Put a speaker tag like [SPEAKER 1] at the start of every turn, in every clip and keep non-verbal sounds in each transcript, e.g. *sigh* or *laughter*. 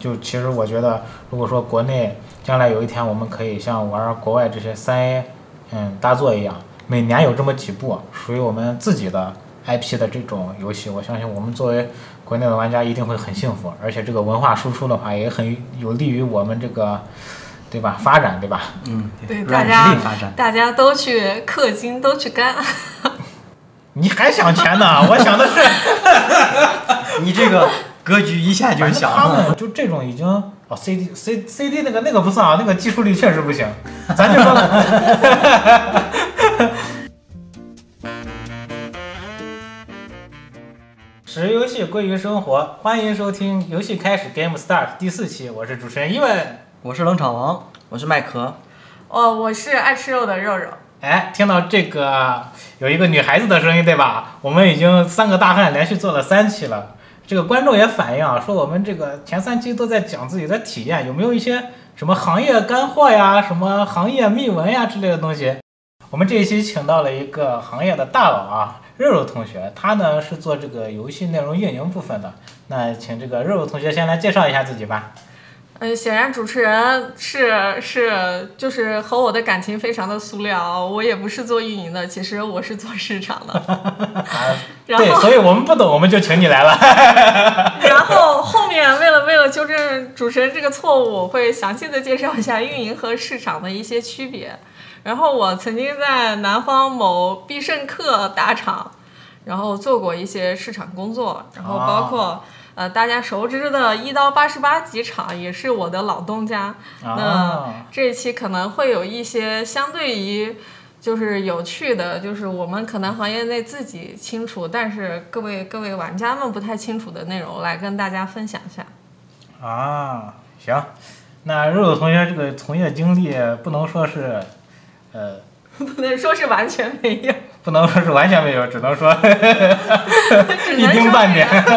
[SPEAKER 1] 就其实我觉得，如果说国内将来有一天我们可以像玩国外这些三 A 嗯大作一样，每年有这么几部属于我们自己的 IP 的这种游戏，我相信我们作为国内的玩家一定会很幸福，而且这个文化输出的话也很有利于我们这个。对吧？发展对吧？
[SPEAKER 2] 嗯，
[SPEAKER 3] 对大
[SPEAKER 2] 软实
[SPEAKER 3] 家
[SPEAKER 2] 力发展，
[SPEAKER 3] 大家都去氪金，都去干。 *laughs*
[SPEAKER 1] 你还想钱呢？我想的是，
[SPEAKER 2] 你这个格局一下就
[SPEAKER 1] 反正
[SPEAKER 2] 小
[SPEAKER 1] 他
[SPEAKER 2] 了。
[SPEAKER 1] 们就这种已经哦，CD C CD 那个那个不算啊，那个技术力确实不行，咱就说了。 *laughs* 使游戏归于生活，欢迎收听《游戏开始 Game Start》第四期，我是主持人伊文。
[SPEAKER 2] 我是冷场王，我是麦壳，
[SPEAKER 3] 哦，我是爱吃肉的肉肉。
[SPEAKER 1] 哎，听到这个有一个女孩子的声音，对吧？我们已经三个大汉连续做了三期了。这个观众也反映啊，说我们这个前三期都在讲自己的体验，有没有一些什么行业干货呀、什么行业秘闻呀之类的东西？我们这一期请到了一个行业的大佬啊，肉肉同学，他呢是做这个游戏内容运营部分的。那请这个肉肉同学先来介绍一下自己吧。
[SPEAKER 3] 嗯，显然主持人是是就是和我的感情非常的塑料，我也不是做运营的，其实我是做市场的。然
[SPEAKER 1] 对，
[SPEAKER 3] 后
[SPEAKER 1] 所以我们不懂，我们就请你来了。
[SPEAKER 3] 然后后面为了为了纠正主持人这个错误，我会详细的介绍一下运营和市场的一些区别。然后我曾经在南方某必胜客大厂，然后做过一些市场工作，然后包括、呃大家熟知的一到八十八级厂也是我的老东家。
[SPEAKER 1] 啊
[SPEAKER 3] *laughs* 那这一期可能会有一些相对于就是有趣的，就是我们可能行业内自己清楚，但是各位各位玩家们不太清楚的内容，来跟大家分享一下。 *laughs*
[SPEAKER 1] 啊，行，那肉肉同学这个从业经历不能说是，呃，
[SPEAKER 3] 不能说是完全没有，
[SPEAKER 1] 不能说是完全没有，只能说 *laughs*
[SPEAKER 3] 只
[SPEAKER 1] 一
[SPEAKER 3] 能
[SPEAKER 1] 丁
[SPEAKER 3] 说
[SPEAKER 1] 半
[SPEAKER 3] 没
[SPEAKER 1] 点
[SPEAKER 3] 有。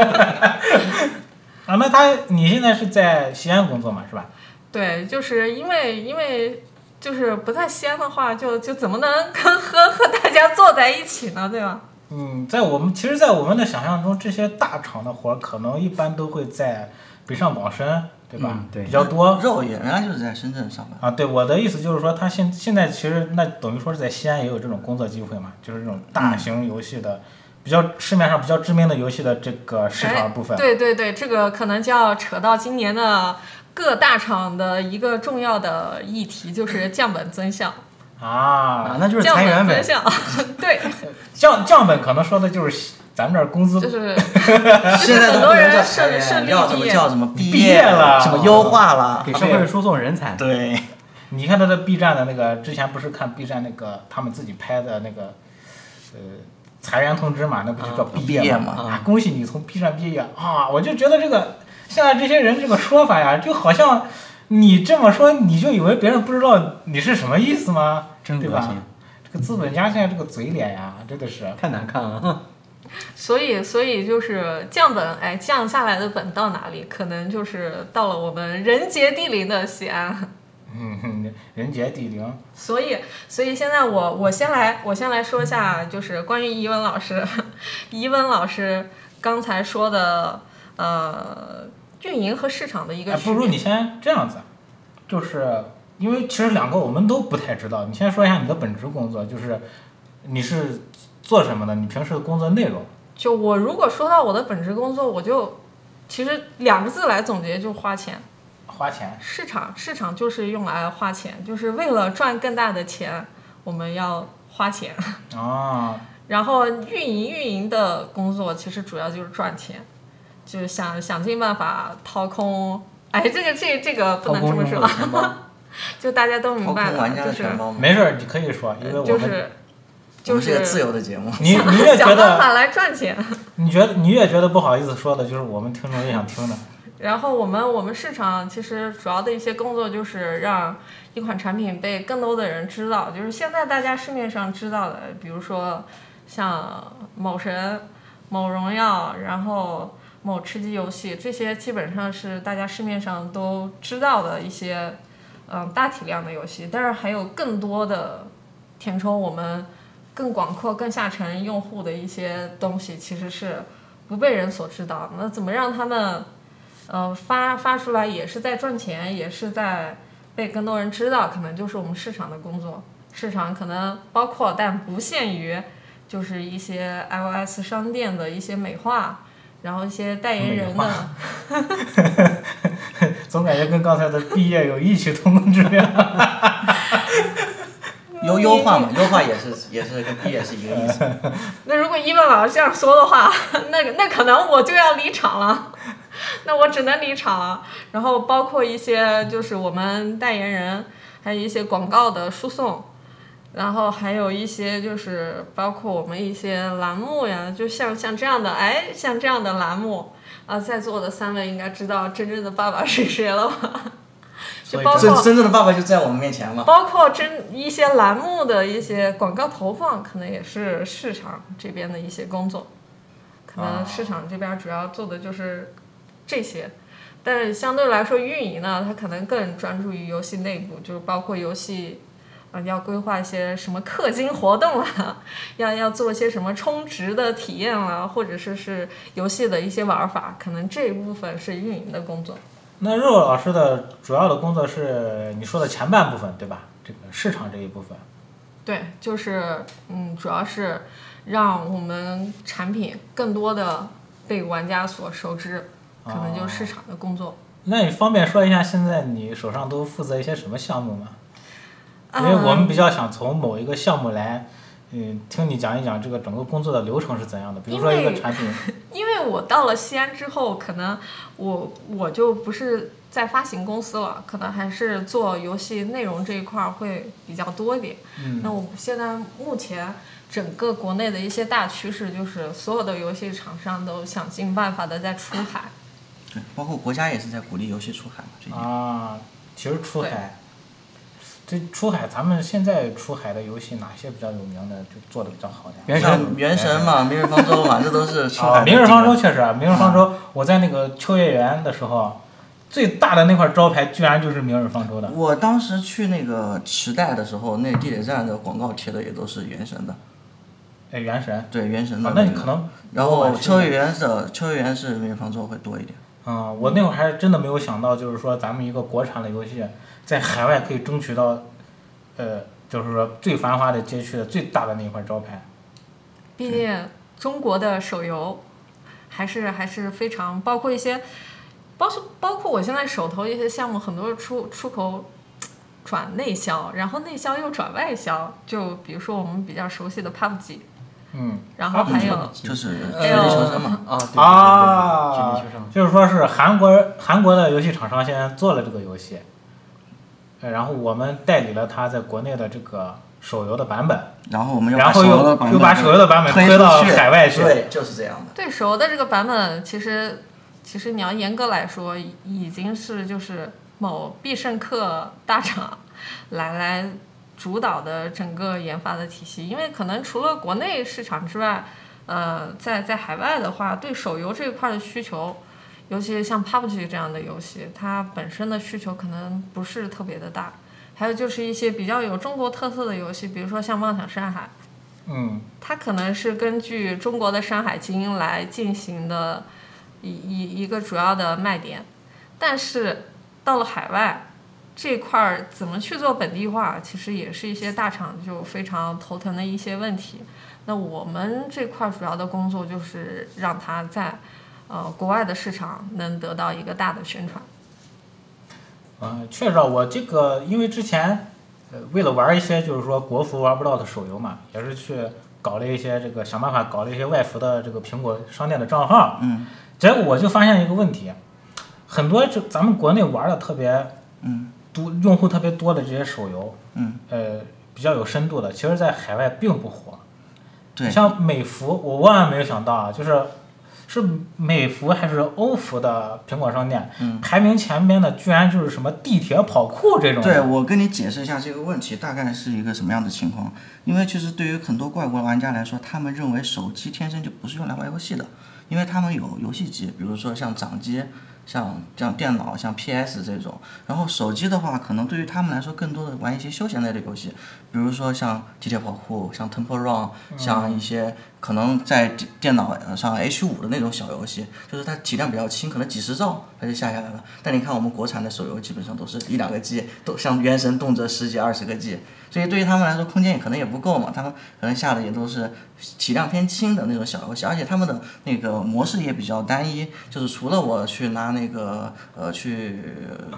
[SPEAKER 1] 啊，那他你现在是在西安工作嘛，是吧？
[SPEAKER 3] 对，就是因为因为就是不太鲜的话，就就怎么能跟和和大家坐在一起呢？对吧？
[SPEAKER 1] 嗯，在我们其实，在我们的想象中，这些大厂的活儿可能一般都会在北上广深，对吧？
[SPEAKER 2] 嗯对
[SPEAKER 1] 比较多。
[SPEAKER 4] 肉也，人家就是在深圳上班。
[SPEAKER 1] 啊，对，我的意思就是说，他现现在其实那等于说是在西安也有这种工作机会嘛，就是这种
[SPEAKER 2] 嗯
[SPEAKER 1] 大型游戏的，比较市面上比较知名的游戏的这个市场部分。啊
[SPEAKER 3] 哎。对对对，这个可能就要扯到今年的各大厂的一个重要的议
[SPEAKER 1] *laughs*
[SPEAKER 3] 题，就是降本增效。
[SPEAKER 2] 啊
[SPEAKER 1] 啊，，
[SPEAKER 2] 那就是
[SPEAKER 3] 降
[SPEAKER 2] 裁
[SPEAKER 3] 本
[SPEAKER 1] *laughs*
[SPEAKER 3] 增
[SPEAKER 2] 员呗。
[SPEAKER 3] 效，对，
[SPEAKER 1] 降降本可能说的就是咱们这儿工资
[SPEAKER 3] 就，是 *laughs*
[SPEAKER 4] 现在都不能叫裁
[SPEAKER 3] 很多人顺顺利
[SPEAKER 4] 员，
[SPEAKER 3] 毕业
[SPEAKER 4] 要怎么叫什么
[SPEAKER 1] 毕
[SPEAKER 4] 业
[SPEAKER 1] 业了嗯
[SPEAKER 4] 什么优化了
[SPEAKER 2] 给。社会输送人才，
[SPEAKER 4] 对，
[SPEAKER 1] 你看他的 B 站的那个，之前不是看 B 站那个他们自己拍的那个，呃，裁员通知嘛，那不就叫
[SPEAKER 2] 啊
[SPEAKER 1] 毕
[SPEAKER 4] 毕业
[SPEAKER 1] 吗？
[SPEAKER 4] 嘛
[SPEAKER 1] 啊，恭喜你从 B 站毕业啊！我就觉得这个现在这些人这个说法呀，就好像你这么说，你就以为别人不知道你是什么意思吗？
[SPEAKER 2] 真
[SPEAKER 1] 对
[SPEAKER 2] 恶
[SPEAKER 1] 吧
[SPEAKER 2] 心？
[SPEAKER 1] 这个资本家现在这个嘴脸呀，真的是
[SPEAKER 2] 太难看了。
[SPEAKER 3] 所以所以就是降本，哎，降下来的本到哪里？可能就是到了我们人杰地灵的西安。
[SPEAKER 1] 嗯哼，人杰地灵。
[SPEAKER 3] 所以，所以现在我我先来我先来说一下，就是关于怡文老师， *laughs* 怡文老师刚才说的，呃，运营和市场的一个
[SPEAKER 1] 哎，
[SPEAKER 3] 区
[SPEAKER 1] 不
[SPEAKER 3] 别。
[SPEAKER 1] 如你先这样子，就是因为其实两个我们都不太知道，你先说一下你的本职工作，就是你是做什么的，你平时的工作内容。
[SPEAKER 3] 就我如果说到我的本职工作，我就其实两个字来总结，就是花钱。
[SPEAKER 1] 花钱，
[SPEAKER 3] 市场市场就是用来花钱，就是为了赚更大的钱，我们要花钱。 *laughs*
[SPEAKER 1] 哦，
[SPEAKER 3] 然后运营运营的工作其实主要就是赚钱，就是想想尽办法掏空。哎，这个这这个不
[SPEAKER 2] 掏
[SPEAKER 3] 能这
[SPEAKER 2] 空
[SPEAKER 3] 么
[SPEAKER 2] 用户的
[SPEAKER 3] 说，
[SPEAKER 2] 钱包，
[SPEAKER 3] 就大家都
[SPEAKER 4] 掏
[SPEAKER 3] 明
[SPEAKER 4] 空
[SPEAKER 3] 白的，
[SPEAKER 4] 玩家
[SPEAKER 3] 嗯就
[SPEAKER 4] 的
[SPEAKER 3] 是
[SPEAKER 4] 钱包嘛。
[SPEAKER 1] 没事儿，你可以说，因为我
[SPEAKER 3] 就
[SPEAKER 1] 们、
[SPEAKER 3] 是
[SPEAKER 4] 我
[SPEAKER 3] 就
[SPEAKER 4] 们是个自
[SPEAKER 3] 是
[SPEAKER 4] 由的节目，
[SPEAKER 1] 你你越觉
[SPEAKER 3] 想办
[SPEAKER 1] 得
[SPEAKER 3] 法来赚钱。
[SPEAKER 1] 你觉得你越觉得不好意思说的，就是我们听众越想听的。
[SPEAKER 3] 然后我们我们市场其实主要的一些工作就是让一款产品被更多的人知道，就是现在大家市面上知道的，比如说像某神、某荣耀，然后某吃鸡游戏，这些基本上是大家市面上都知道的一些嗯大体量的游戏，但是还有更多的填充我们更广阔、更下沉用户的一些东西，其实是不被人所知道。那怎么让他们？呃发发出来也是在赚钱，也是在被更多人知道，可能就是我们市场的工作。市场可能包括但不限于，就是一些 iOS 商店的一些美化，然后一些代言人
[SPEAKER 4] 美
[SPEAKER 3] 的
[SPEAKER 4] 化
[SPEAKER 1] 总感觉跟刚才的毕业有异曲同工之妙。 *laughs*
[SPEAKER 3] 嗯
[SPEAKER 4] 优优化嘛，优化也是也是跟 B 也是一个意思。
[SPEAKER 3] *laughs* 那如果伊万老师这样说的话， *laughs* 那那可能我就要离场了， *laughs* 那我只能离场了。然后包括一些就是我们代言人，还有一些广告的输送，然后还有一些就是包括我们一些栏目呀，就像像这样的，哎，像这样的栏目啊，在座的三位应该知道真正的爸爸是谁了吧？ *laughs* 就
[SPEAKER 4] 所以
[SPEAKER 3] 包
[SPEAKER 4] 真
[SPEAKER 3] 括
[SPEAKER 4] 真正的爸爸就在我们面前嘛。
[SPEAKER 3] 包括真一些栏目的一些广告投放，可能也是市场这边的一些工作，可能市场这边主要做的就是这些。但是相对来说，运营呢，它可能更专注于游戏内部，就是包括游戏，啊、要规划一些什么氪金活动啊，要要做一些什么充值的体验啊，或者是是游戏的一些玩法，可能这一部分是运营的工作。
[SPEAKER 1] 那肉老师的主要的工作是你说的前半部分对吧？这个市场这一部分，
[SPEAKER 3] 对，就是嗯，主要是让我们产品更多的被玩家所熟知，可能就是市场的工作。
[SPEAKER 1] 那你方便说一下现在你手上都负责一些什么项目吗？
[SPEAKER 3] 啊
[SPEAKER 1] 因为我们比较想从某一个项目来，嗯，听你讲一讲这个整个工作的流程是怎样的。比如说一
[SPEAKER 3] 因
[SPEAKER 1] 个
[SPEAKER 3] 为
[SPEAKER 1] 产品，
[SPEAKER 3] 因为我到了西安之后，可能我我就不是在发行公司了，可能还是做游戏内容这一块儿会比较多一点。那我现在目前整个国内的一些大趋势就是，所有的游戏厂商都想尽办法的在出海。
[SPEAKER 4] 对，包括国家也是在鼓励游戏出海嘛，最近。
[SPEAKER 1] 啊，其实出海，这出海咱们现在出海的游戏哪些比较有名的，就做的比较好的呀？
[SPEAKER 2] 原神
[SPEAKER 4] 啊原神嘛，明日方舟嘛，这都是出海
[SPEAKER 1] 啊，
[SPEAKER 4] 的
[SPEAKER 1] 明日方舟确实，啊，明日方舟，我在那个秋叶原的时候，最大的那块招牌居然就是明日方舟的。
[SPEAKER 4] 我当时去那个池袋的时候，那地铁站的广告贴的也都是原神的，
[SPEAKER 1] 哎，原神，啊，
[SPEAKER 4] 对原神的、
[SPEAKER 1] 那你可能，
[SPEAKER 4] 然
[SPEAKER 1] 我
[SPEAKER 4] 后
[SPEAKER 1] 去
[SPEAKER 4] 秋叶原的秋叶原是明日方舟会多一点，
[SPEAKER 1] 嗯，我那会儿还真的没有想到，就是说咱们一个国产的游戏，在海外可以争取到，呃，就是说最繁华的街区的最大的那一块招牌。
[SPEAKER 3] 毕竟中国的手游还是还是非常，包括一些，包括包括我现在手头一些项目，很多是出出口转内销，然后内销又转外销，就比如说我们比较熟悉的 PUBG，
[SPEAKER 1] 嗯，
[SPEAKER 3] 然后还有
[SPEAKER 4] 就是
[SPEAKER 2] 哎
[SPEAKER 4] 绝
[SPEAKER 3] 呦
[SPEAKER 4] 地求生嘛。
[SPEAKER 2] 啊，对对对对，
[SPEAKER 1] 啊
[SPEAKER 2] 绝地求生，
[SPEAKER 1] 就是说是韩国韩国的游戏厂商现在做了这个游戏，呃然后我们代理了它在国内的这个手游的版本，
[SPEAKER 4] 然后我们又
[SPEAKER 1] 然后
[SPEAKER 4] 手游的
[SPEAKER 1] 又
[SPEAKER 4] 版
[SPEAKER 1] 又
[SPEAKER 4] 本
[SPEAKER 1] 把手游的版本
[SPEAKER 4] 推
[SPEAKER 1] 推到
[SPEAKER 4] 出去
[SPEAKER 1] 海外去。
[SPEAKER 4] 对，就是这样的。
[SPEAKER 3] 对手游的这个版本，其实其实你要严格来说，已已经是就是某必胜客大厂来来主导的整个研发的体系，因为可能除了国内市场之外，呃，在在海外的话，对手游这一块的需求。尤其是像 PUBG 这样的游戏，它本身的需求可能不是特别的大。还有就是一些比较有中国特色的游戏，比如说像《妄想山海》，
[SPEAKER 1] 嗯，
[SPEAKER 3] 它可能是根据中国的《山海经》来进行的一一一个主要的卖点，但是到了海外这块儿怎么去做本地化，其实也是一些大厂就非常头疼的一些问题。那我们这块儿主要的工作就是让它在呃国外的市场能得到一个大的宣传。
[SPEAKER 1] 啊，确实啊，我这个因为之前，呃，为了玩一些就是说国服玩不到的手游嘛，也是去搞了一些这个想办法搞了一些外服的这个苹果商店的账号，
[SPEAKER 4] 嗯，
[SPEAKER 1] 结果我就发现一个问题，很多就咱们国内玩的特别
[SPEAKER 4] 嗯
[SPEAKER 1] 多用户特别多的这些手游，
[SPEAKER 4] 嗯，
[SPEAKER 1] 呃，比较有深度的，其实在海外并不火。
[SPEAKER 4] 对，
[SPEAKER 1] 像美服，我万万没有想到啊，就是是美服还是欧服的苹果商店，
[SPEAKER 4] 嗯
[SPEAKER 1] 排名前边的居然就是什么地铁跑酷这种。
[SPEAKER 4] 对，我跟你解释一下这个问题大概是一个什么样的情况，因为其实对于很多外国玩家来说，他们认为手机天生就不是用来玩游戏的，因为他们有游戏机，比如说像掌机，像像电脑、像 PS 这种。然后手机的话，可能对于他们来说，更多的玩一些休闲类的游戏，比如说像《极铁跑酷》、像《Temple Run》、像一些可能在电电脑上 H 五的那种小游戏，就是它体量比较轻，可能几十兆它就下下来了。但你看我们国产的手游，基本上都是一两个 G，都像《原神》动辄十几二十个 G，所以对于他们来说，空间也可能也不够嘛，他们可能下的也都是体量偏轻的那种小游戏，而且他们的那个模式也比较单一，就是除了我去拿那个呃去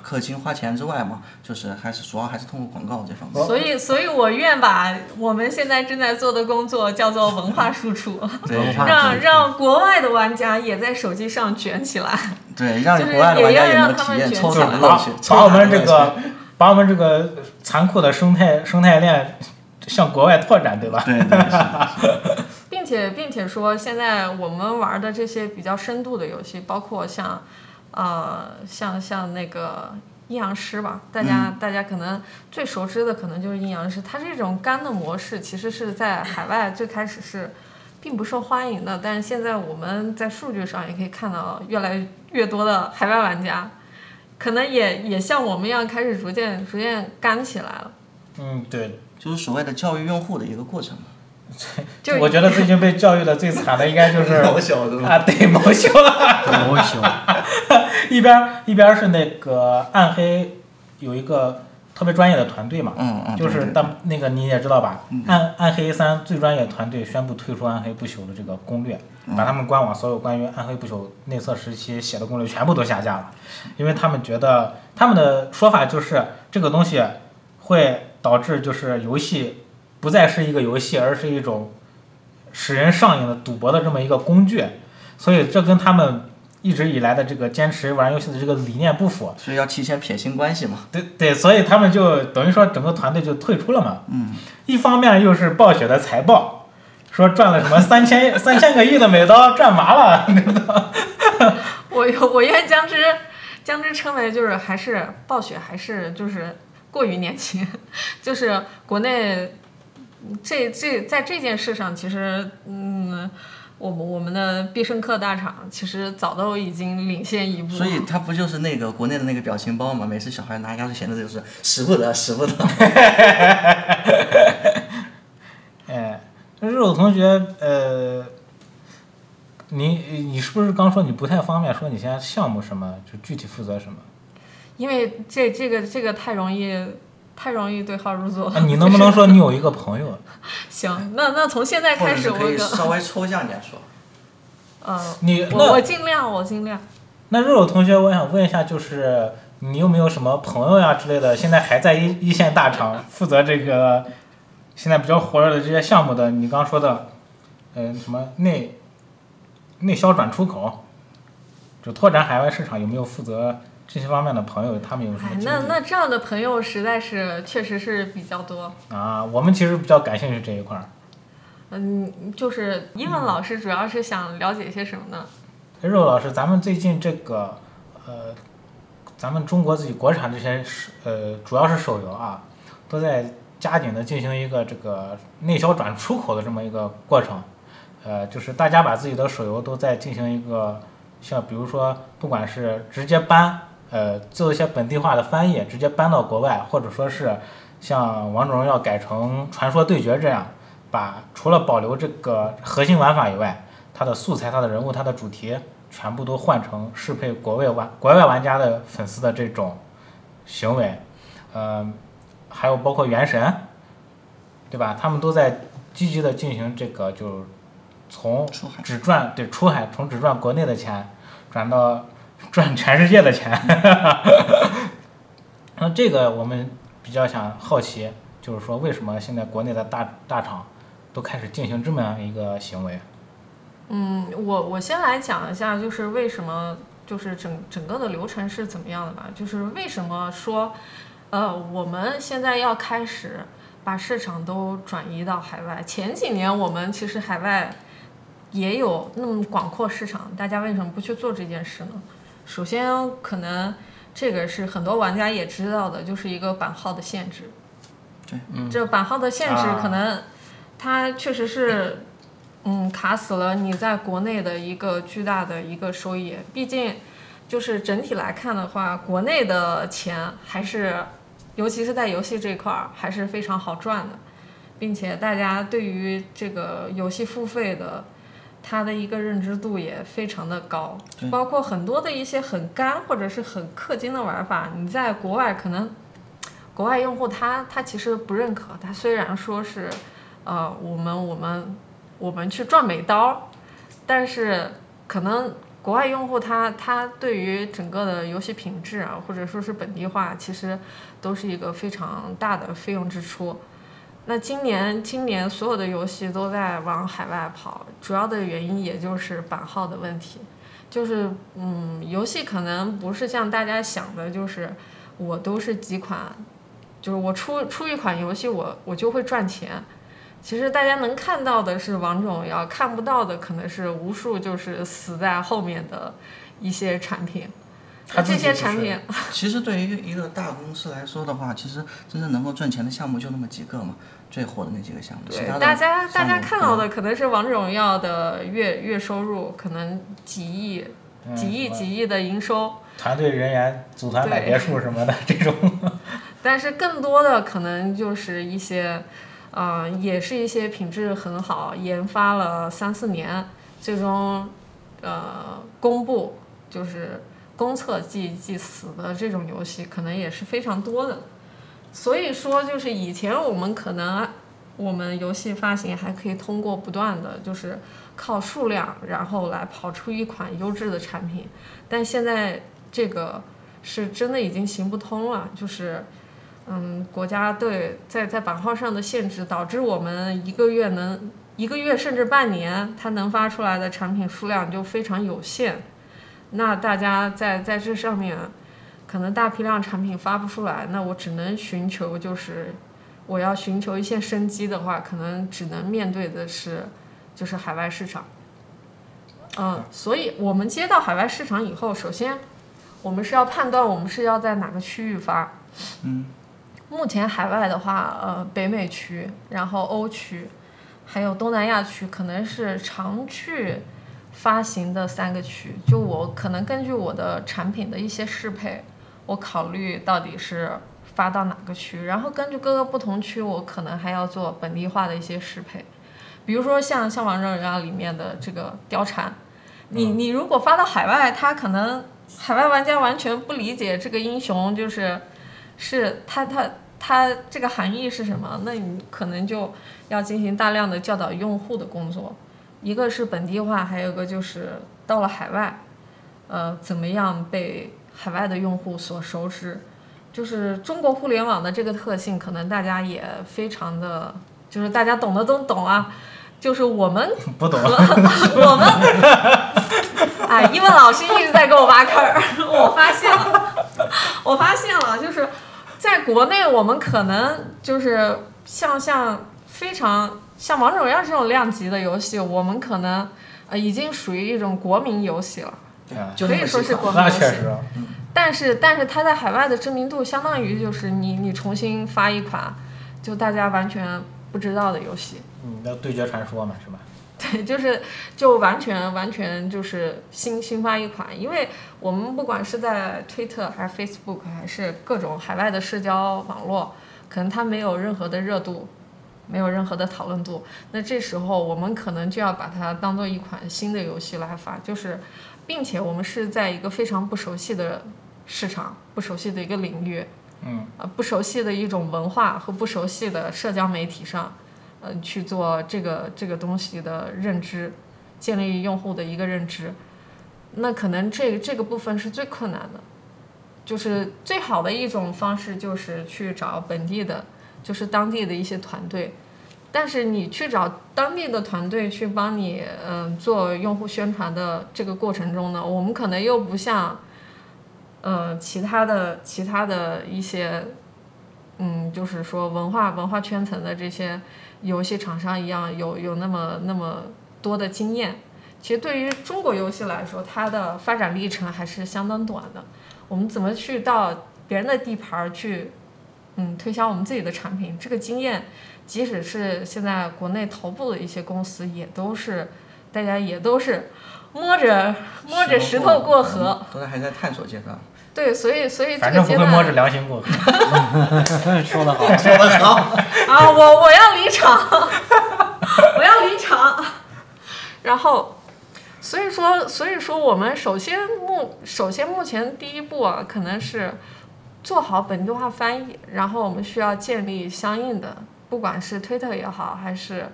[SPEAKER 4] 氪金花钱之外嘛，就是还是主要还是通过广告这方面。
[SPEAKER 3] 所以，所以我愿把我们现在正在做的工作叫做文化输出，
[SPEAKER 4] 对，
[SPEAKER 1] 啊
[SPEAKER 2] 文化
[SPEAKER 3] 让让国外的玩家也在手机上卷起来。 *laughs*
[SPEAKER 4] 对，让
[SPEAKER 3] 就是
[SPEAKER 4] 国外的玩
[SPEAKER 3] 也
[SPEAKER 4] 家
[SPEAKER 3] 要
[SPEAKER 4] 也
[SPEAKER 3] 让
[SPEAKER 4] 能
[SPEAKER 3] 他
[SPEAKER 4] 体
[SPEAKER 3] 们
[SPEAKER 4] 验
[SPEAKER 3] 卷
[SPEAKER 4] 抽
[SPEAKER 3] 起
[SPEAKER 4] 卡
[SPEAKER 3] 来
[SPEAKER 4] 的
[SPEAKER 1] 把
[SPEAKER 4] 乐趣，抽
[SPEAKER 1] 把我
[SPEAKER 4] 卡
[SPEAKER 1] 们
[SPEAKER 4] 的
[SPEAKER 1] 这
[SPEAKER 4] 乐
[SPEAKER 1] 个
[SPEAKER 4] 趣
[SPEAKER 1] 把我们这个残酷的生态生态链向国外拓展，对吧？
[SPEAKER 4] 对对是，
[SPEAKER 3] 并且并且说，现在我们玩的这些比较深度的游戏，包括像，呃，像像那个阴阳师吧，大家、
[SPEAKER 1] 嗯
[SPEAKER 3] 大家可能最熟知的可能就是阴阳师，它这种干的模式其实是在海外最开始是并不受欢迎的，但是现在我们在数据上也可以看到越来越多的海外玩家，可能也也像我们一样开始逐渐逐渐干起来了。
[SPEAKER 1] 嗯，对，
[SPEAKER 4] 就是所谓的教育用户的一个过程嘛。
[SPEAKER 3] 就
[SPEAKER 1] 我觉得最近被教育的最惨的应该就是
[SPEAKER 4] *laughs* 小
[SPEAKER 1] *laughs*
[SPEAKER 4] 的
[SPEAKER 1] 啊，对，毛修了， *laughs*
[SPEAKER 2] 我喜欢，
[SPEAKER 1] 一边儿一边儿是那个暗黑有一个特别专业的团队嘛，
[SPEAKER 4] 嗯嗯，
[SPEAKER 1] 就
[SPEAKER 4] 对
[SPEAKER 1] 是
[SPEAKER 4] 对嗯
[SPEAKER 1] 但那个你也知道吧，暗暗黑三最专业团队宣布退出暗黑不朽的这个攻略，
[SPEAKER 4] 嗯
[SPEAKER 1] 把他们官网所有关于暗黑不朽内测时期写的攻略全部都下架了，因为他们觉得他们的说法就是这个东西会导致就是游戏不再是一个游戏，而是一种使人上瘾的赌博的这么一个工具，所以这跟他们一直以来的这个坚持玩游戏的这个理念不符，
[SPEAKER 4] 所以要提前撇清关系嘛。
[SPEAKER 1] 对对，所以他们就等于说整个团队就退出了嘛。嗯，一方面又是暴雪的财报，说赚了什么三千 *laughs* 三千个亿的美刀，赚麻了。
[SPEAKER 3] *laughs* 我我愿将之将之称为就是还是暴雪还是就是过于年轻， *laughs* 就是国内这这在这件事上其实嗯。我们我们的必胜客大厂其实早都已经领先一步了，
[SPEAKER 4] 所以它不就是那个国内的那个表情包嘛？每次小孩拿压岁钱的就是使不得，使不得。
[SPEAKER 1] 哎，肉同学，呃，你你是不是刚说你不太方便说你现在项目什么，就具体负责什么？
[SPEAKER 3] 因为这这个这个太容易太容易对号入座
[SPEAKER 4] 啊
[SPEAKER 3] 了。
[SPEAKER 1] 哎你能不能说你有一个朋友？
[SPEAKER 3] *laughs* 行？那那从现
[SPEAKER 4] *laughs*
[SPEAKER 3] 在
[SPEAKER 4] 或
[SPEAKER 3] 开
[SPEAKER 4] 者
[SPEAKER 3] 始
[SPEAKER 4] 是
[SPEAKER 3] 我
[SPEAKER 4] 可以
[SPEAKER 3] 有个
[SPEAKER 4] 稍微抽象点说，
[SPEAKER 3] 呃，
[SPEAKER 1] 你
[SPEAKER 3] 我我
[SPEAKER 1] 那
[SPEAKER 3] 尽量我尽量。
[SPEAKER 1] 那肉肉同学，我想问一下，就是你有没有什么朋友呀之类的，现在还在一一线大厂负责这个现在比较火热的这些项目的？你刚说的，嗯、什么内内销转出口，就拓展海外市场，有没有负责这些方面的朋友？他们
[SPEAKER 4] 嗯
[SPEAKER 1] 有什么
[SPEAKER 3] 哎，
[SPEAKER 1] 经
[SPEAKER 3] 那
[SPEAKER 1] 历、
[SPEAKER 3] 那这样的朋友实在是确实是比较多。
[SPEAKER 1] 啊？我们其实比较感兴趣这一块儿。
[SPEAKER 3] 嗯，就是英文老师主要是想了解些什么呢？
[SPEAKER 1] 哎肉老师，咱们最近这个，呃，咱们中国自己国产这些手呃，主要是手游啊，都在加紧的进行一个这个内销转出口的这么一个过程，呃，就是大家把自己的手游都在进行一个，像比如说，不管是直接搬，呃，做一些本地化的翻译，直接搬到国外，或者说是像王者荣耀改成传说对决这样，把除了保留这个核心玩法以外，它的素材、它的人物、它的主题，全部都换成适配国外玩国外玩家的粉丝的这种行为，呃，还有包括《原神》，对吧？他们都在积极的进行这个，就从
[SPEAKER 4] 出海
[SPEAKER 1] 只赚对出海，从只赚国内的钱，转到 *laughs* 赚全世界的钱。 *laughs* 那这个我们比较想好奇，就是说为什么现在国内的大大厂都开始进行这么样一个行为？
[SPEAKER 3] 嗯，我我先来讲一下，就是为什么，就是整整个的流程是怎么样的吧。就是为什么说，呃，我们现在要开始把市场都转移到海外。前几年我们其实海外也有那么广阔市场，大家为什么不去做这件事呢？首先，可能这个是很多玩家也知道的，就是一个版号的限制。
[SPEAKER 4] 对，
[SPEAKER 3] 这版号的限制
[SPEAKER 1] 啊
[SPEAKER 3] 可能它确实是，嗯，卡死了你在国内的一个巨大的一个收益。毕竟就是整体来看的话，国内的钱还是，尤其是在游戏这块儿还是非常好赚的，并且大家对于这个游戏付费的。它的一个认知度也非常的高，包括很多的一些很干或者是很氪金的玩法，你在国外可能，国外用户他他其实不认可，他虽然说是，呃，我们我们我们去赚美刀，但是可能国外用户他他对于整个的游戏品质啊，或者说是本地化，其实都是一个非常大的费用支出。那今年今年所有的游戏都在往海外跑，主要的原因也就是版号的问题，就是嗯，游戏可能不是像大家想的，就是我都是几款，就是我出出一款游戏我我就会赚钱。其实大家能看到的是王者荣耀，看不到的可能是无数就是死在后面的一些产品。
[SPEAKER 1] 他自
[SPEAKER 3] 这
[SPEAKER 1] 己
[SPEAKER 3] 些
[SPEAKER 1] 不
[SPEAKER 3] 产
[SPEAKER 1] 是
[SPEAKER 3] 品，
[SPEAKER 4] 其实对于一个大公司来说的话，其实真正能够赚钱的项目就那么几个嘛，最火的那几个项目。其他的
[SPEAKER 3] 大家
[SPEAKER 4] 项
[SPEAKER 3] 大
[SPEAKER 4] 目
[SPEAKER 3] 家看到
[SPEAKER 4] 可能
[SPEAKER 3] 的可能是王者荣耀的月月收入可能几亿、
[SPEAKER 1] 嗯
[SPEAKER 3] 几亿、
[SPEAKER 1] 什么
[SPEAKER 3] 几亿的营收，
[SPEAKER 1] 团队人员组团买
[SPEAKER 3] 对
[SPEAKER 1] 别墅什
[SPEAKER 3] *laughs*
[SPEAKER 1] 么的这种，
[SPEAKER 3] 但是更多的可能就是一些，呃，也是一些品质很好，研发了三四年，最终呃公布就是公测即即死的这种游戏，可能也是非常多的。所以说，就是以前我们可能我们游戏发行还可以通过不断的就是靠数量，然后来跑出一款优质的产品，但现在这个是真的已经行不通了，就是。嗯，国家对在在版号上的限制，导致我们一个月能一个月甚至半年，它能发出来的产品数量就非常有限。那大家在在这上面，可能大批量产品发不出来，那我只能寻求就是我要寻求一线生机的话，可能只能面对的是就是海外市场。嗯，所以我们接到海外市场以后，首先我们是要判断我们是要在哪个区域发。目前海外的话，呃，北美区，然后欧区，还有东南亚区，可能是常去发行的三个区。就我可能根据我的产品的一些适配，我考虑到底是发到哪个区，然后根据各个不同区，我可能还要做本地化的一些适配。比如说像像王者荣耀里面的这个貂蝉，你你如果发到海外，他可能海外玩家完全不理解这个英雄就是是它它它这个含义是什么？那你可能就要进行大量的教导用户的工作，一个是本地化，还有一个就是到了海外，呃，怎么样被海外的用户所熟知？就是中国互联网的这个特性，可能大家也非常的，就是大家懂的都懂啊。就是我们
[SPEAKER 1] 不懂
[SPEAKER 3] 和我们， *laughs* 哎，一问老师一直在给我挖坑儿，我发现了，我发现了，就是在国内我们可能就是像像非常像王者荣耀这种量级的游戏，我们可能呃已经属于一种国民游戏了，
[SPEAKER 1] 啊
[SPEAKER 4] 就
[SPEAKER 3] 可
[SPEAKER 4] 那
[SPEAKER 3] 以
[SPEAKER 4] 么
[SPEAKER 3] 说
[SPEAKER 4] 几
[SPEAKER 3] 是
[SPEAKER 4] 款
[SPEAKER 3] 国民
[SPEAKER 1] 那
[SPEAKER 3] 游戏
[SPEAKER 1] 确。实，
[SPEAKER 3] 但是但是它在海外的知名度相当于就是你你重新发一款，就大家完全不知道的游戏。
[SPEAKER 1] 嗯，那对决传说嘛，是吧？
[SPEAKER 3] 对，就是就完全完全就是新新发一款，因为我们不管是在推特还是 Facebook 还是各种海外的社交网络，可能它没有任何的热度，没有任何的讨论度，那这时候我们可能就要把它当做一款新的游戏来发，就是，并且我们是在一个非常不熟悉的市场、不熟悉的一个领域，
[SPEAKER 1] 嗯，
[SPEAKER 3] 呃不熟悉的一种文化和不熟悉的社交媒体上，嗯、去做这个这个东西的认知，建立用户的一个认知，那可能这这个部分是最困难的，就是最好的一种方式就是去找本地的，就是当地的一些团队。但是你去找当地的团队去帮你，嗯、做用户宣传的这个过程中呢，我们可能又不像呃，其他的其他的一些，嗯，就是说文化文化圈层的这些游戏厂商一样，有有那么那么多的经验。其实对于中国游戏来说，它的发展历程还是相当短的。我们怎么去到别人的地盘儿去，嗯，推销我们自己的产品？这个经验，即使是现在国内头部的一些公司，也都是大家也都是摸着摸着石头过河。，
[SPEAKER 4] 嗯都在还在探索阶段。
[SPEAKER 3] 对，所以所以这
[SPEAKER 1] 反
[SPEAKER 3] 个
[SPEAKER 1] 正
[SPEAKER 3] 阶
[SPEAKER 1] 不会摸着
[SPEAKER 3] 段
[SPEAKER 1] 良心过河。
[SPEAKER 2] 说得好，
[SPEAKER 3] 啊，我我要离场， *laughs* 我要离场。然后，所以说所以说我们首先目首先目前第一步啊，可能是做好本地化翻译，然后我们需要建立相应的，不管是 Twitter 也好，还是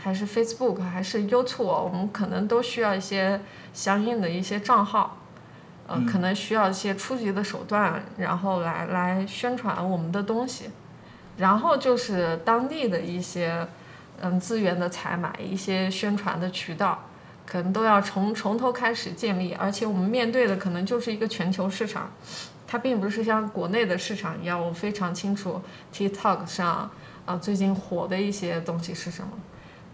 [SPEAKER 3] 还是 Facebook，还是 YouTube，我们可能都需要一些相应的一些账号，呃，可能需要一些初级的手段，然后来来宣传我们的东西，然后就是当地的一些嗯资源的采买，一些宣传的渠道。可能都要从从头开始建立，而且我们面对的可能就是一个全球市场，它并不是像国内的市场一样，我非常清楚 TikTok 上啊、最近火的一些东西是什么。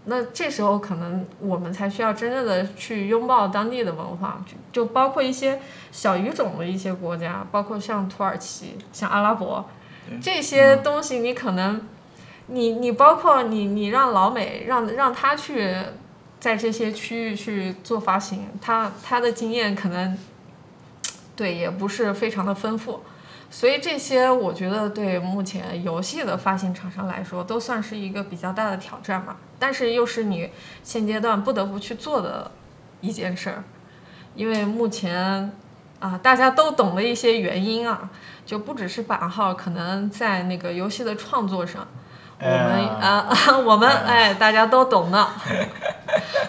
[SPEAKER 3] 那这时候可能我们才需要真正的去拥抱当地的文化，就就包括一些小语种的一些国家，包括像土耳其、像阿拉伯这些东西，你可能你你包括你你让老美让让他去在这些区域去做发行，他他的经验可能对也不是非常的丰富，所以这些我觉得对目前游戏的发行厂商来说都算是一个比较大的挑战吧，但是又是你现阶段不得不去做的一件事儿，因为目前。啊，大家都懂的一些原因啊，就不只是版号，可能在那个游戏的创作上，我们
[SPEAKER 1] 呃
[SPEAKER 3] 啊， *laughs* 我们哎，大家都懂的，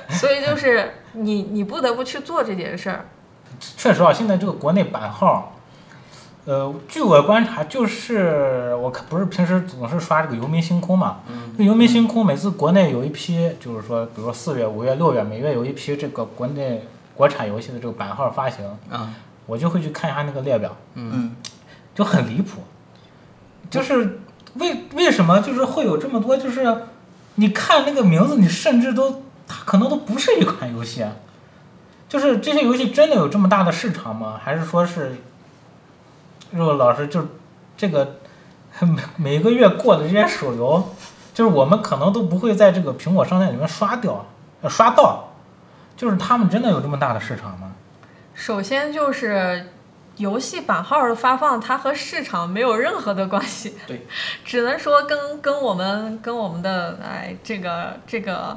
[SPEAKER 3] 所以就是你你不得不去做这件事儿，
[SPEAKER 1] 确实啊，现在这个国内版号，呃，据我观察，就是我看不是平时总是刷这个游民星空嘛，
[SPEAKER 3] 嗯
[SPEAKER 1] 这游民星空每次国内有一批，就是说，比如说四月、五月、六月，每月有一批这个国内国产游戏的这个版号发行，
[SPEAKER 2] 啊，
[SPEAKER 3] 嗯
[SPEAKER 1] 我就会去看一下那个列表，
[SPEAKER 4] *laughs* 嗯，
[SPEAKER 1] 就很离谱，就是为为什么就是会有这么多，就是你看那个名字，你甚至都它可能都不是一款游戏啊，就是这些游戏真的有这么大的市场吗？还是说是肉肉老师就是这个每每个月过的这些手游，就是我们可能都不会在这个苹果商店里面刷掉、呃刷到，就是他们真的有这么大的市场吗？
[SPEAKER 3] 首先就是游戏版号的发放，它和市场没有任何的关系。
[SPEAKER 4] 对，
[SPEAKER 3] 只能说跟跟我们跟我们的哎这个这个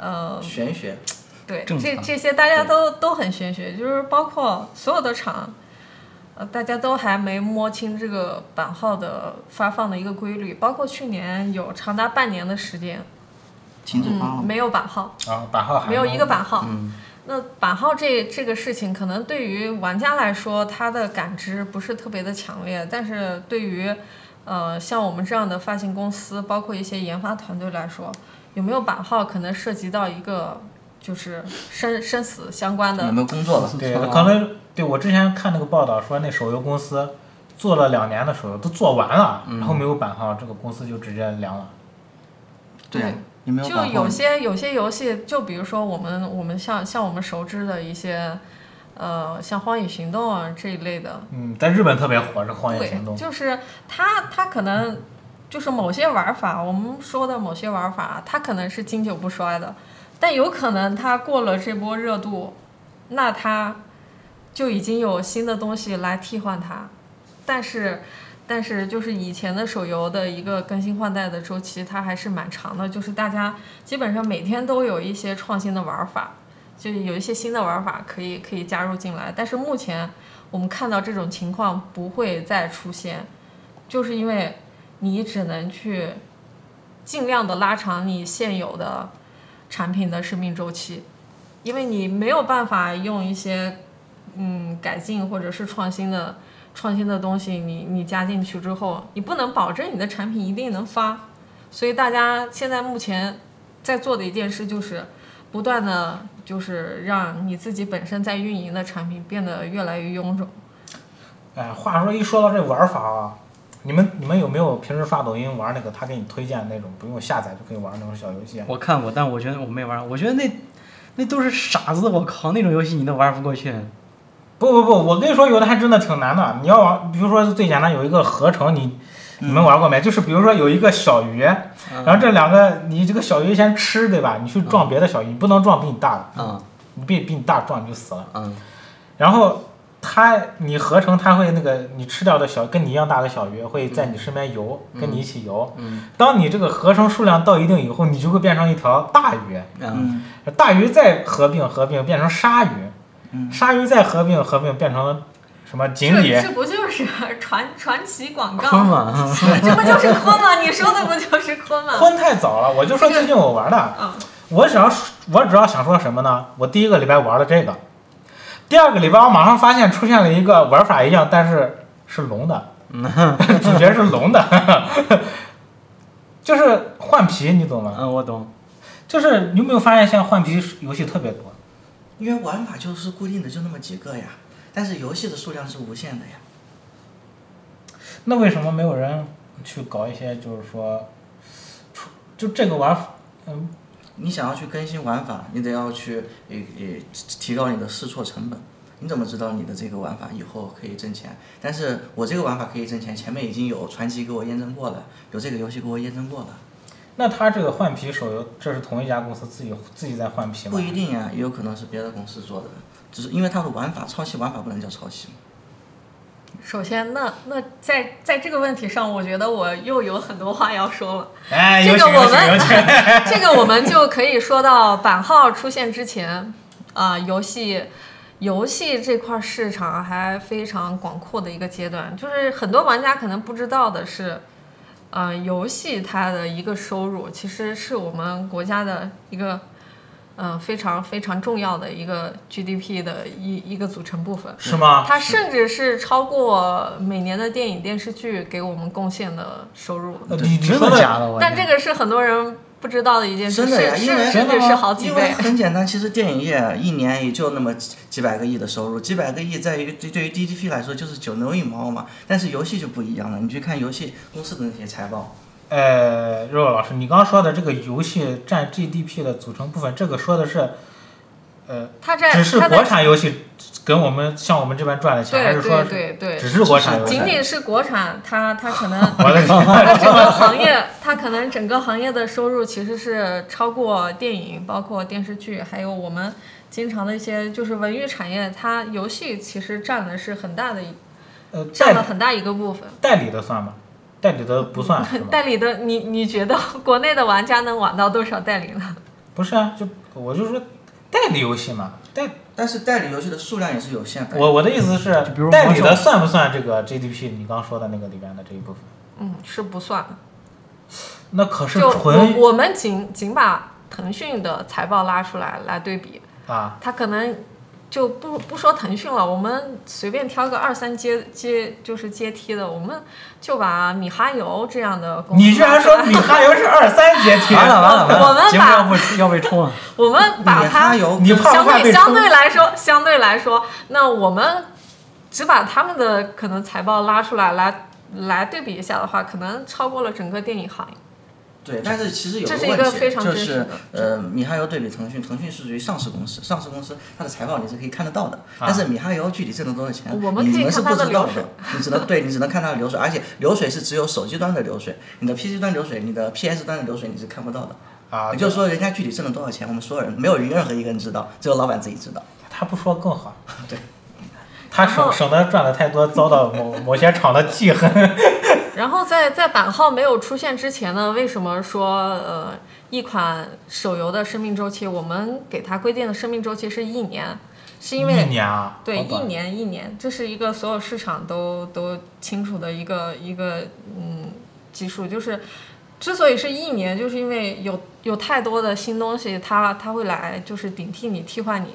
[SPEAKER 3] 呃
[SPEAKER 4] 玄学，
[SPEAKER 3] 对，
[SPEAKER 2] 正
[SPEAKER 3] 这
[SPEAKER 2] 常
[SPEAKER 3] 这些大家都都很玄学，就是包括所有的厂，呃，大家都还没摸清这个版号的发放的一个规律，包括去年有长达半年的时间，
[SPEAKER 4] 停止发
[SPEAKER 3] 嗯，
[SPEAKER 4] 了。
[SPEAKER 3] 没有版号，
[SPEAKER 1] 啊，版号还
[SPEAKER 3] 没有一个版号。
[SPEAKER 4] 哦嗯
[SPEAKER 3] 那版号这这个事情，可能对于玩家来说，他的感知不是特别的强烈，但是对于呃像我们这样的发行公司，包括一些研发团队来说，有没有版号可能涉及到一个就是生生死相关的
[SPEAKER 4] 有没有工作了？
[SPEAKER 1] 对，
[SPEAKER 2] 吧
[SPEAKER 1] 可能对我之前看那个报道说，那手游公司做了两年的手游都做完了，然后没有版号，这个公司就直接凉了。
[SPEAKER 4] 对啊，你没有
[SPEAKER 3] 就
[SPEAKER 4] 把
[SPEAKER 3] 有些有些游戏，就比如说我们我们像像我们熟知的一些，呃，像《荒野行动》啊这一类的，
[SPEAKER 1] 嗯，在日本特别火，这《荒野
[SPEAKER 3] 对
[SPEAKER 1] 行，动》
[SPEAKER 3] 就是它它可能就是某些玩法，我们说的某些玩法，它可能是经久不衰的，但有可能它过了这波热度，那它就已经有新的东西来替换它，但是。但是就是以前的手游的一个更新换代的周期，它还是蛮长的，就是大家基本上每天都有一些创新的玩法，就是有一些新的玩法可以可以加入进来。但是目前我们看到这种情况不会再出现，就是因为你只能去尽量的拉长你现有的产品的生命周期，因为你没有办法用一些嗯改进或者是创新的创新的东西你，你加进去之后，你不能保证你的产品一定能发，所以大家现在目前在做的一件事就是不断的就是让你自己本身在运营的产品变得越来越臃肿。
[SPEAKER 1] 哎，话说一说到这玩法啊，你们你们有没有平时刷抖音玩那个他给你推荐那种不用下载就可以玩那种小游戏？啊
[SPEAKER 2] 我看过，但我觉得我没玩儿，我觉得那那都是傻子，我靠，那种游戏你都玩不过去。
[SPEAKER 1] 不不不，我跟你说，有的还真的挺难的。你要玩，比如说最简单有一个合成，你
[SPEAKER 4] 嗯
[SPEAKER 1] 你们玩过没？就是比如说有一个小鱼，然后这两个你这个小鱼先吃对吧？你去撞别的小鱼，你不能撞比你大的。
[SPEAKER 2] 啊
[SPEAKER 1] 你比比你大壮你就死了。
[SPEAKER 4] 嗯，
[SPEAKER 1] 然后它你合成，它会那个你吃掉的小跟你一样大的小鱼会在你身边游，跟你一起游。
[SPEAKER 2] 嗯，
[SPEAKER 1] 当你这个合成数量到一定以后，你就会变成一条大鱼，
[SPEAKER 2] 嗯
[SPEAKER 4] 嗯
[SPEAKER 1] 大鱼再合并合并变成鲨鱼，
[SPEAKER 4] 嗯
[SPEAKER 1] 鲨鱼再合并合并变成什么锦鲤
[SPEAKER 3] 这？这不就是传传奇广
[SPEAKER 2] 坤
[SPEAKER 3] 告？
[SPEAKER 2] 嘛，
[SPEAKER 3] 这不就是坤吗？你说的不就是坤吗？
[SPEAKER 1] 婚太早了，我就说
[SPEAKER 3] 这个
[SPEAKER 1] 最近我玩的，
[SPEAKER 3] 嗯，
[SPEAKER 1] 我只要我只要想说什么呢？我第一个礼拜玩了这个，第二个礼拜我马上发现出现了一个玩法一样，但是是龙的，
[SPEAKER 2] 嗯
[SPEAKER 1] 主角是龙的， *laughs* 就是换皮，你懂吗？
[SPEAKER 2] 嗯，我懂，
[SPEAKER 1] 就是你有没有发现现在换皮游戏特别多？
[SPEAKER 4] 因为玩法就是固定的，就那么几个呀。但是游戏的数量是无限的呀。
[SPEAKER 1] 那为什么没有人去搞一些就是说，出就这个玩法，嗯，
[SPEAKER 4] 你想要去更新玩法，你得要去也也提高你的试错成本。你怎么知道你的这个玩法以后可以挣钱？但是我这个玩法可以挣钱，前面已经有传奇给我验证过了，有这个游戏给我验证过了。
[SPEAKER 1] 那他这个换皮手游，这是同一家公司自己自己在换皮吗？
[SPEAKER 4] 不一定呀、也有可能是别的公司做的，只是因为它的玩法抄袭，玩法不能叫抄袭嘛。
[SPEAKER 3] 首先，那那在在这个问题上，我觉得我又有很多话要说了。
[SPEAKER 1] 哎，有
[SPEAKER 3] 这个
[SPEAKER 1] 请有
[SPEAKER 3] 我
[SPEAKER 1] 请有请。
[SPEAKER 3] 们 *laughs* 这个我们就可以说到版号出现之前，啊、游戏游戏这块市场还非常广阔的一个阶段，就是很多玩家可能不知道的是，呃，游戏它的一个收入其实是我们国家的一个。嗯、非常非常重要的一个 GDP 的一一个组成部分，
[SPEAKER 1] 是吗？
[SPEAKER 3] 它甚至是超过每年的电影电视剧给我们贡献的收入。
[SPEAKER 1] 呃你你
[SPEAKER 2] 真
[SPEAKER 1] 说
[SPEAKER 2] 的
[SPEAKER 1] 的
[SPEAKER 2] 假的？我
[SPEAKER 3] 但这个是很多人不知道的一件事，
[SPEAKER 4] 真的呀
[SPEAKER 3] 是
[SPEAKER 4] 因为
[SPEAKER 3] 是甚至是好几
[SPEAKER 4] 因为
[SPEAKER 3] 倍。
[SPEAKER 4] 很简单，其实电影业一年也就那么几几百个亿的收入，几百个亿在一个对对于 GDP 来说就是九牛一毛嘛。但是游戏就不一样了，你去看游戏公司的那些财报，
[SPEAKER 1] 呃，肉肉老师，你刚刚说的这个游戏占 GDP 的组成部分，这个说的是，呃，
[SPEAKER 3] 它在
[SPEAKER 1] 只是
[SPEAKER 3] 它
[SPEAKER 1] 国
[SPEAKER 3] 在
[SPEAKER 1] 产游戏跟我们像我们这边赚的钱，还
[SPEAKER 3] 对
[SPEAKER 1] 是说
[SPEAKER 3] 对对
[SPEAKER 1] 只
[SPEAKER 3] 对，
[SPEAKER 1] 是国产游戏
[SPEAKER 3] 仅？仅是国产，它它可能
[SPEAKER 1] *laughs* 我的天，
[SPEAKER 3] 它整个行业，它可能整个行业的收入其实是超过电影，包括电视剧，还有我们经常的一些就是文娱产业，它游戏其实占的是很大的一
[SPEAKER 1] 呃，
[SPEAKER 3] 占了
[SPEAKER 1] 代
[SPEAKER 3] 很大一个部分。
[SPEAKER 1] 代理的算吗？代理的不算是
[SPEAKER 3] *laughs*
[SPEAKER 1] 吗？
[SPEAKER 3] 代理的，你你觉得国内的玩家能玩到多少代理呢？
[SPEAKER 1] 不是啊，就我就说代理游戏嘛，代
[SPEAKER 4] 但是代理游戏的数量也是有限的。
[SPEAKER 1] 我我的意思是
[SPEAKER 2] 就比如，
[SPEAKER 1] 代理
[SPEAKER 2] 魔
[SPEAKER 1] 的
[SPEAKER 2] 兽
[SPEAKER 1] 算不算这个 GDP？你刚说的那个里边的这一部分？
[SPEAKER 3] 嗯，是不算的。
[SPEAKER 1] 那可哦是
[SPEAKER 3] 就
[SPEAKER 1] 纯
[SPEAKER 3] 我我们仅仅把腾讯的财报拉出来来对比，
[SPEAKER 1] 啊，
[SPEAKER 3] 它可能就不不说腾讯了，我们随便挑个二三阶阶就是阶梯的，我们就把米哈游这样的公司，
[SPEAKER 1] 你居然说米哈游是二三阶梯？
[SPEAKER 2] 完了完了完了，
[SPEAKER 3] 我们
[SPEAKER 2] 节目
[SPEAKER 3] 把
[SPEAKER 2] 要不要被
[SPEAKER 3] *laughs*
[SPEAKER 2] 冲了？
[SPEAKER 3] 我们把
[SPEAKER 4] 你
[SPEAKER 3] 它
[SPEAKER 4] 它有
[SPEAKER 1] 你怕
[SPEAKER 3] 相
[SPEAKER 1] 不怕
[SPEAKER 3] 对
[SPEAKER 1] 被
[SPEAKER 3] 相
[SPEAKER 1] 冲？
[SPEAKER 3] 对来说相对来说，那我们只把他们的可能财报拉出来来来对比一下的话，可能超过了整个电影行业。
[SPEAKER 4] 对，但是其实有
[SPEAKER 3] 这是一
[SPEAKER 4] 问
[SPEAKER 3] 个
[SPEAKER 4] 题，
[SPEAKER 3] 非常
[SPEAKER 4] 就
[SPEAKER 3] 真实
[SPEAKER 4] 是
[SPEAKER 3] 的
[SPEAKER 4] 呃，米哈游对比腾讯，腾讯是属于上市公司，上市公司它的财报你是可以看得到的，
[SPEAKER 1] 啊
[SPEAKER 4] 但是米哈游具体挣了多少钱，
[SPEAKER 3] 我们
[SPEAKER 4] 你
[SPEAKER 3] 可以
[SPEAKER 4] 们是
[SPEAKER 3] 看
[SPEAKER 4] 不
[SPEAKER 3] 它的
[SPEAKER 4] 知道
[SPEAKER 3] 流水
[SPEAKER 4] 的，你只能对你只能看它的流水，而且流水是只有手机端的流水，你的 PC 端流水、你的 PS 端的流水你是看不到的。
[SPEAKER 1] 啊，
[SPEAKER 4] 也就是说，人家具体挣了多少钱，我们所有人没有任何一个人知道，只有老板自己知道。
[SPEAKER 1] 他不说更好。
[SPEAKER 4] 对，
[SPEAKER 1] 他
[SPEAKER 3] 然后
[SPEAKER 1] 省省得赚的太多，遭到
[SPEAKER 3] *laughs*
[SPEAKER 1] 某某些厂的记恨。
[SPEAKER 3] 然后在在版号没有出现之前呢，为什么说呃一款手游的生命周期，我们给它规定的生命周期是一年，是因
[SPEAKER 1] 一
[SPEAKER 3] 为
[SPEAKER 1] 年啊，
[SPEAKER 3] 对
[SPEAKER 1] 好
[SPEAKER 3] 一
[SPEAKER 1] 吧
[SPEAKER 3] 年一年，这是一个所有市场都都清楚的一个一个嗯基数，就是之所以是一年，就是因为有有太多的新东西它，它会来就是顶替你替换你，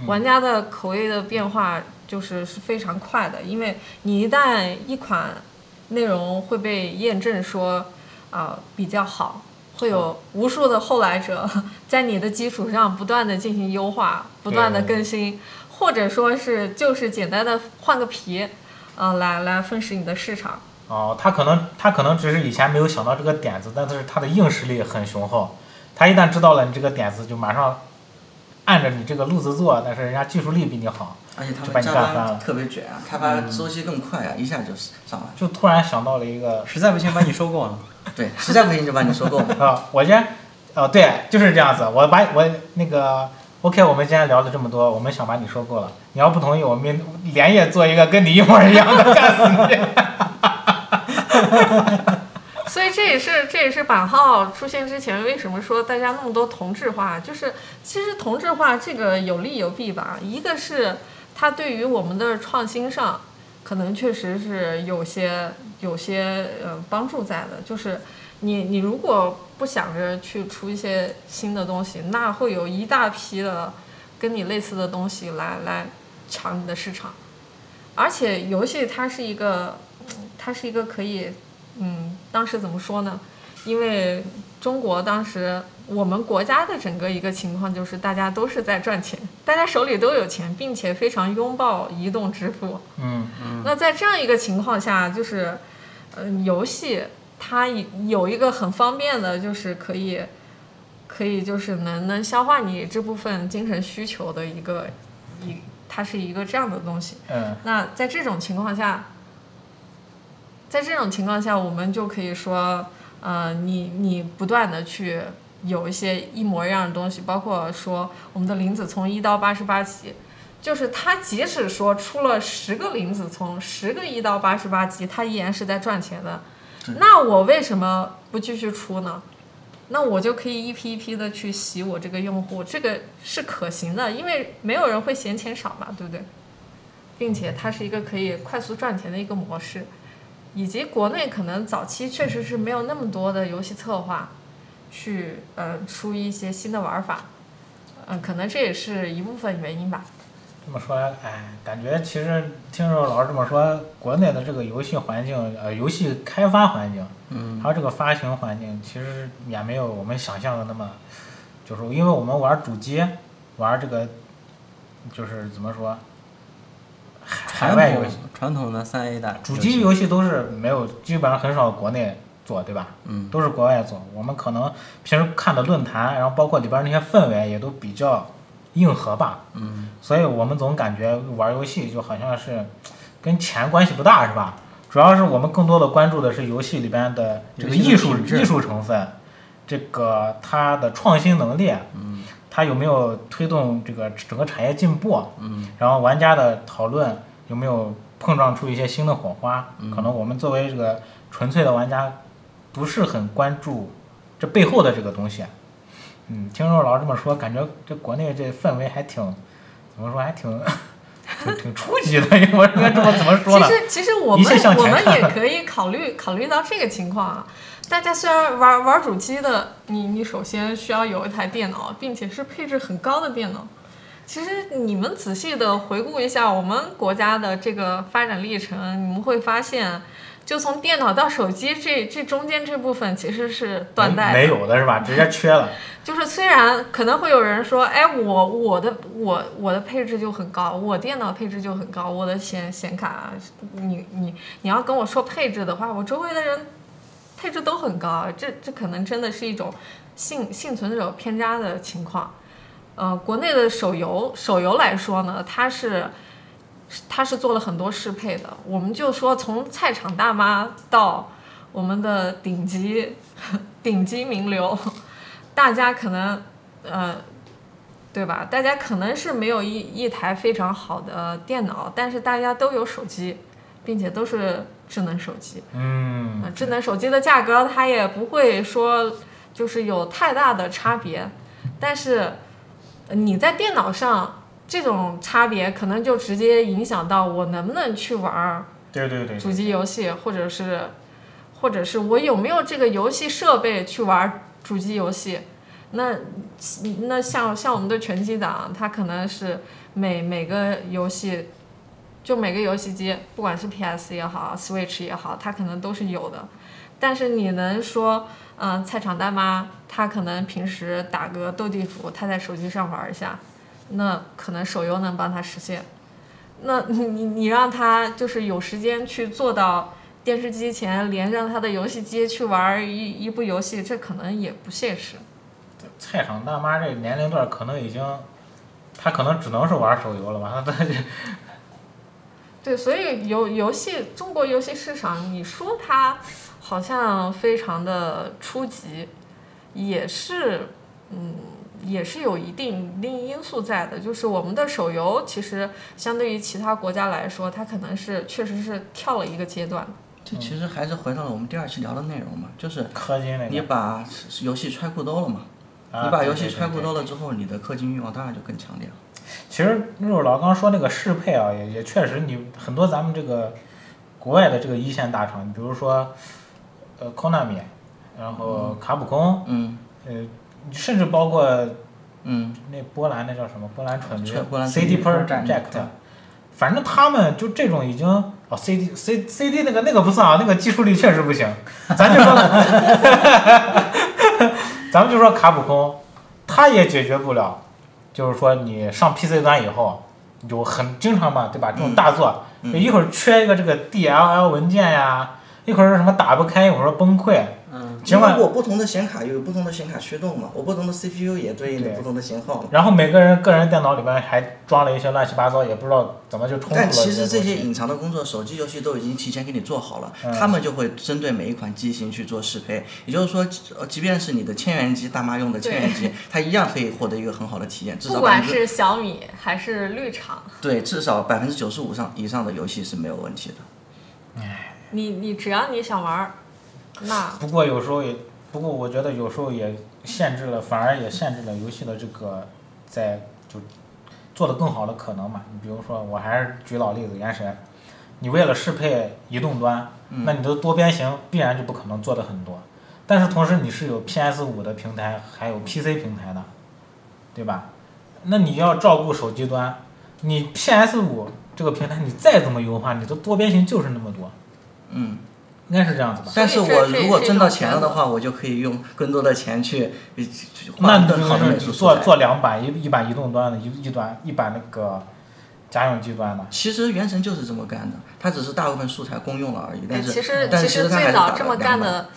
[SPEAKER 1] 嗯
[SPEAKER 3] 玩家的口味的变化就是是非常快的，因为你一旦一款内容会被验证说啊、比较好，会有无数的后来者 *laughs* 在你的基础上不断的进行优化，不断的更新，或者说是就是简单的换个皮，呃，来来分食你的市场。
[SPEAKER 1] 哦，他可能他可能只是以前没有想到这个点子，但是他的硬实力很雄厚。他一旦知道了你这个点子，就马上按着你这个路子做，但是人家技术力比你好，
[SPEAKER 4] 而且他
[SPEAKER 1] 就把
[SPEAKER 4] 们
[SPEAKER 1] 你
[SPEAKER 4] 加
[SPEAKER 1] 干翻了嗯
[SPEAKER 4] 班特别卷啊，开发周期更快啊，一下就上来。
[SPEAKER 1] 就突然想到了一个
[SPEAKER 2] 实在不行把你收购了，
[SPEAKER 1] *laughs*
[SPEAKER 4] 对，实在不行就把你收购嘛。
[SPEAKER 1] 啊，我先，哦，对，就是这样子。我把我那个，我 OK，我们今天聊了这么多，我们想把你说够了。你要不同意，我们连夜做一个跟你一模一样的， *laughs* 干死你！
[SPEAKER 3] 所以这也是这也是版号出现之前为什么说大家那么多同质化，就是其实同质化这个有利有弊吧。一个是它对于我们的创新上，可能确实是有些有些呃帮助在的，就是你你如果不想着去出一些新的东西，那会有一大批的跟你类似的东西来来抢你的市场。而且游戏它是一个，嗯它是一个可以，嗯，当时怎么说呢？因为中国当时我们国家的整个一个情况就是大家都是在赚钱，大家手里都有钱，并且非常拥抱移动支付。
[SPEAKER 1] 嗯，
[SPEAKER 3] 那在这样一个情况下，就是，呃，游戏它有一个很方便的，就是可以，可以就是能能消化你这部分精神需求的一个一，它是一个这样的东西。
[SPEAKER 1] 嗯，
[SPEAKER 3] 那在这种情况下，在这种情况下，我们就可以说，呃，你你不断的去有一些一模一样的东西，包括说我们的林子从一到八十八级，就是它即使说出了十个林子从十个一到八十八级，它依然是在赚钱的。那我为什么不继续出呢？那我就可以一批一批的去洗我这个用户，这个是可行的，因为没有人会嫌钱少嘛，对不对？并且它是一个可以快速赚钱的一个模式，以及国内可能早期确实是没有那么多的游戏策划去呃出一些新的玩法，嗯、可能这也是一部分原因吧。
[SPEAKER 1] 这么说，哎，感觉其实听着老师这么说，国内的这个游戏环境，呃，游戏开发环境，嗯，还有这个发行环境，其实也没有我们想象的那么，就是因为我们玩主机，玩这个，就是怎么说，海
[SPEAKER 2] 传
[SPEAKER 1] 外游戏
[SPEAKER 2] 统。传统的三 A 的
[SPEAKER 1] 主机游戏都是没有，基本上很少国内做，对吧？
[SPEAKER 2] 嗯，
[SPEAKER 1] 都是国外做。我们可能平时看的论坛，然后包括里边那些氛围也都比较硬核吧。嗯，所以我们总感觉玩游戏就好像是跟钱关系不大，是吧？主要是我们更多的关注的是游戏里边的这个
[SPEAKER 2] 游
[SPEAKER 1] 艺
[SPEAKER 2] 戏的
[SPEAKER 1] 术
[SPEAKER 2] 品质
[SPEAKER 1] 艺术成分，这个它的创新能力，
[SPEAKER 2] 嗯，
[SPEAKER 1] 它有没有推动这个整个产业进步，
[SPEAKER 2] 嗯，
[SPEAKER 1] 然后玩家的讨论有没有碰撞出一些新的火花？
[SPEAKER 2] 嗯
[SPEAKER 1] 可能我们作为这个纯粹的玩家，不是很关注这背后的这个东西。啊嗯，听肉老师这么说，感觉这国内这氛围还挺，怎么说，还挺 *laughs* 挺挺初级的。 *laughs* 我应该这么怎么说
[SPEAKER 3] 其
[SPEAKER 1] 呢？
[SPEAKER 3] 实其实我
[SPEAKER 1] 一
[SPEAKER 3] 们
[SPEAKER 1] 切向前
[SPEAKER 3] 我们
[SPEAKER 1] 看
[SPEAKER 3] 也可以考虑 *laughs* 考虑到这个情况啊。大家虽然玩玩主机的，你你首先需要有一台电脑，并且是配置很高的电脑。其实你们仔细的回顾一下我们国家的这个发展历程，你们会发现，就从电脑到手机这这中间这部分其实是断代的
[SPEAKER 1] 没有的是吧？直接缺了。
[SPEAKER 3] 就是虽然可能会有人说，哎，我我的我我的配置就很高，我电脑配置就很高，我的显显卡，你你你要跟我说配置的话，我周围的人配置都很高，啊这这可能真的是一种幸幸存者偏差的情况。呃，国内的手游手游来说呢，它是它是做了很多适配的，我们就说从菜场大妈到我们的顶级 *laughs* 顶级名流。大家可能，呃，对吧？大家可能是没有一一台非常好的电脑，但是大家都有手机，并且都是智能手机。
[SPEAKER 1] 嗯
[SPEAKER 3] 呃，智能手机的价格它也不会说就是有太大的差别，但是呃你在电脑上这种差别可能就直接影响到我能不能去玩儿
[SPEAKER 1] 对对对。
[SPEAKER 3] 主机游戏，或者是，或者是我有没有这个游戏设备去玩主机游戏？那那像像我们的拳击党，它可能是每每个游戏，就每个游戏机，不管是 PS 也好，Switch 也好，它可能都是有的。但是你能说，嗯、菜场大妈她可能平时打个斗地主，她在手机上玩一下，那可能手游能帮她实现。那你你你让他就是有时间去坐到电视机前，连上他的游戏机去玩一一部游戏，这可能也不现实。
[SPEAKER 1] 菜场大妈这年龄段可能已经，她可能只能是玩手游了吧？她这
[SPEAKER 3] 对，所以游游戏中国游戏市场，你说它好像非常的初级，也是嗯也是有一定利益因素在的，就是我们的手游其实相对于其他国家来说，它可能是确实是跳了一个阶段。
[SPEAKER 4] 这其实还是回到了我们第二期聊的内容嘛，就是
[SPEAKER 1] 氪金那
[SPEAKER 4] 你
[SPEAKER 1] 个，
[SPEAKER 4] 把游戏揣裤兜了嘛，
[SPEAKER 1] 啊
[SPEAKER 4] 你把
[SPEAKER 1] 对
[SPEAKER 4] 游
[SPEAKER 1] 对
[SPEAKER 4] 戏
[SPEAKER 1] 对
[SPEAKER 4] 揣裤
[SPEAKER 1] 对
[SPEAKER 4] 兜了之后，你的氪金欲望当然就更强烈了。
[SPEAKER 1] 其实就是老刚说那个适配啊，也也确实你很多咱们这个国外的这个一线大厂，你比如说呃 Konami，然后卡普空，
[SPEAKER 4] 嗯
[SPEAKER 1] 呃，甚至包括
[SPEAKER 4] 嗯，
[SPEAKER 1] 那波兰那叫什么波兰蠢驴
[SPEAKER 4] 蠢波兰蠢驴
[SPEAKER 1] CD Project，反正他们就这种已经哦 CD C CD 那个那个不算啊，那个技术力确实不行，咱就说， *laughs* 咱们就说卡普空，他也解决不了，就是说你上 PC 端以后有很经常嘛，对吧？这种大作、
[SPEAKER 4] 嗯
[SPEAKER 1] 一会儿缺一个这个 DLL 文件呀，一会儿是什么打不开，一会儿说崩溃，
[SPEAKER 2] 嗯，
[SPEAKER 1] 尽
[SPEAKER 4] 因
[SPEAKER 1] 管
[SPEAKER 4] 为我不同的显卡有不同的显卡驱动嘛，我不同的 CPU 也对应着
[SPEAKER 1] 对
[SPEAKER 4] 不同的型号嘛。
[SPEAKER 1] 然后每个人个人电脑里边还装了一些乱七八糟，也不知道怎么就冲突了
[SPEAKER 4] 但
[SPEAKER 1] 东西。
[SPEAKER 4] 其实这些隐藏的工作，手机游戏都已经提前给你做好了，
[SPEAKER 1] 嗯
[SPEAKER 4] 他们就会针对每一款机型去做适配。也就是说，呃即便是你的千元机，大妈用的千元机， *laughs* 它一样可以获得一个很好的体验，至
[SPEAKER 3] 不
[SPEAKER 4] 少
[SPEAKER 3] 管
[SPEAKER 4] 百分之
[SPEAKER 3] 是小米还是绿厂，
[SPEAKER 4] 对，至少百分之九十五上以上的游戏是没有问题的。
[SPEAKER 3] 你你只要你想玩儿，那
[SPEAKER 1] 不过有时候也，不过我觉得有时候也限制了，反而也限制了游戏的这个在就做的更好的可能嘛。你比如说，我还是举老例子，原神，你为了适配移动端，那你的多边形必然就不可能做的很多。但是同时你是有 PS 五的平台，还有 PC 平台的，对吧？那你要照顾手机端，你 PS 五这个平台你再怎么优化，你的多边形就是那么多，
[SPEAKER 4] 嗯，
[SPEAKER 1] 应该是这样子吧？
[SPEAKER 4] 但是
[SPEAKER 3] 所以这
[SPEAKER 4] 我
[SPEAKER 3] 这
[SPEAKER 4] 如果
[SPEAKER 3] 这
[SPEAKER 4] 挣到
[SPEAKER 3] 种
[SPEAKER 4] 钱了的话，我就可以用更多的钱去去去
[SPEAKER 1] 那
[SPEAKER 4] 画
[SPEAKER 1] 你
[SPEAKER 4] 更好的美
[SPEAKER 1] 你
[SPEAKER 4] 术素
[SPEAKER 1] 做
[SPEAKER 4] 材。
[SPEAKER 1] 做两版，一一版移动端的，一一端一版那个家用机端的。
[SPEAKER 4] 其实原神就是这么干的，它只是大部分素材公用了而已。但
[SPEAKER 3] 哎
[SPEAKER 4] 是
[SPEAKER 3] 其实
[SPEAKER 4] 但是
[SPEAKER 3] 实
[SPEAKER 4] 其实它还
[SPEAKER 3] 最
[SPEAKER 4] 是
[SPEAKER 3] 早
[SPEAKER 4] 打
[SPEAKER 3] 这
[SPEAKER 4] 了
[SPEAKER 3] 么干
[SPEAKER 4] 两版
[SPEAKER 3] 的，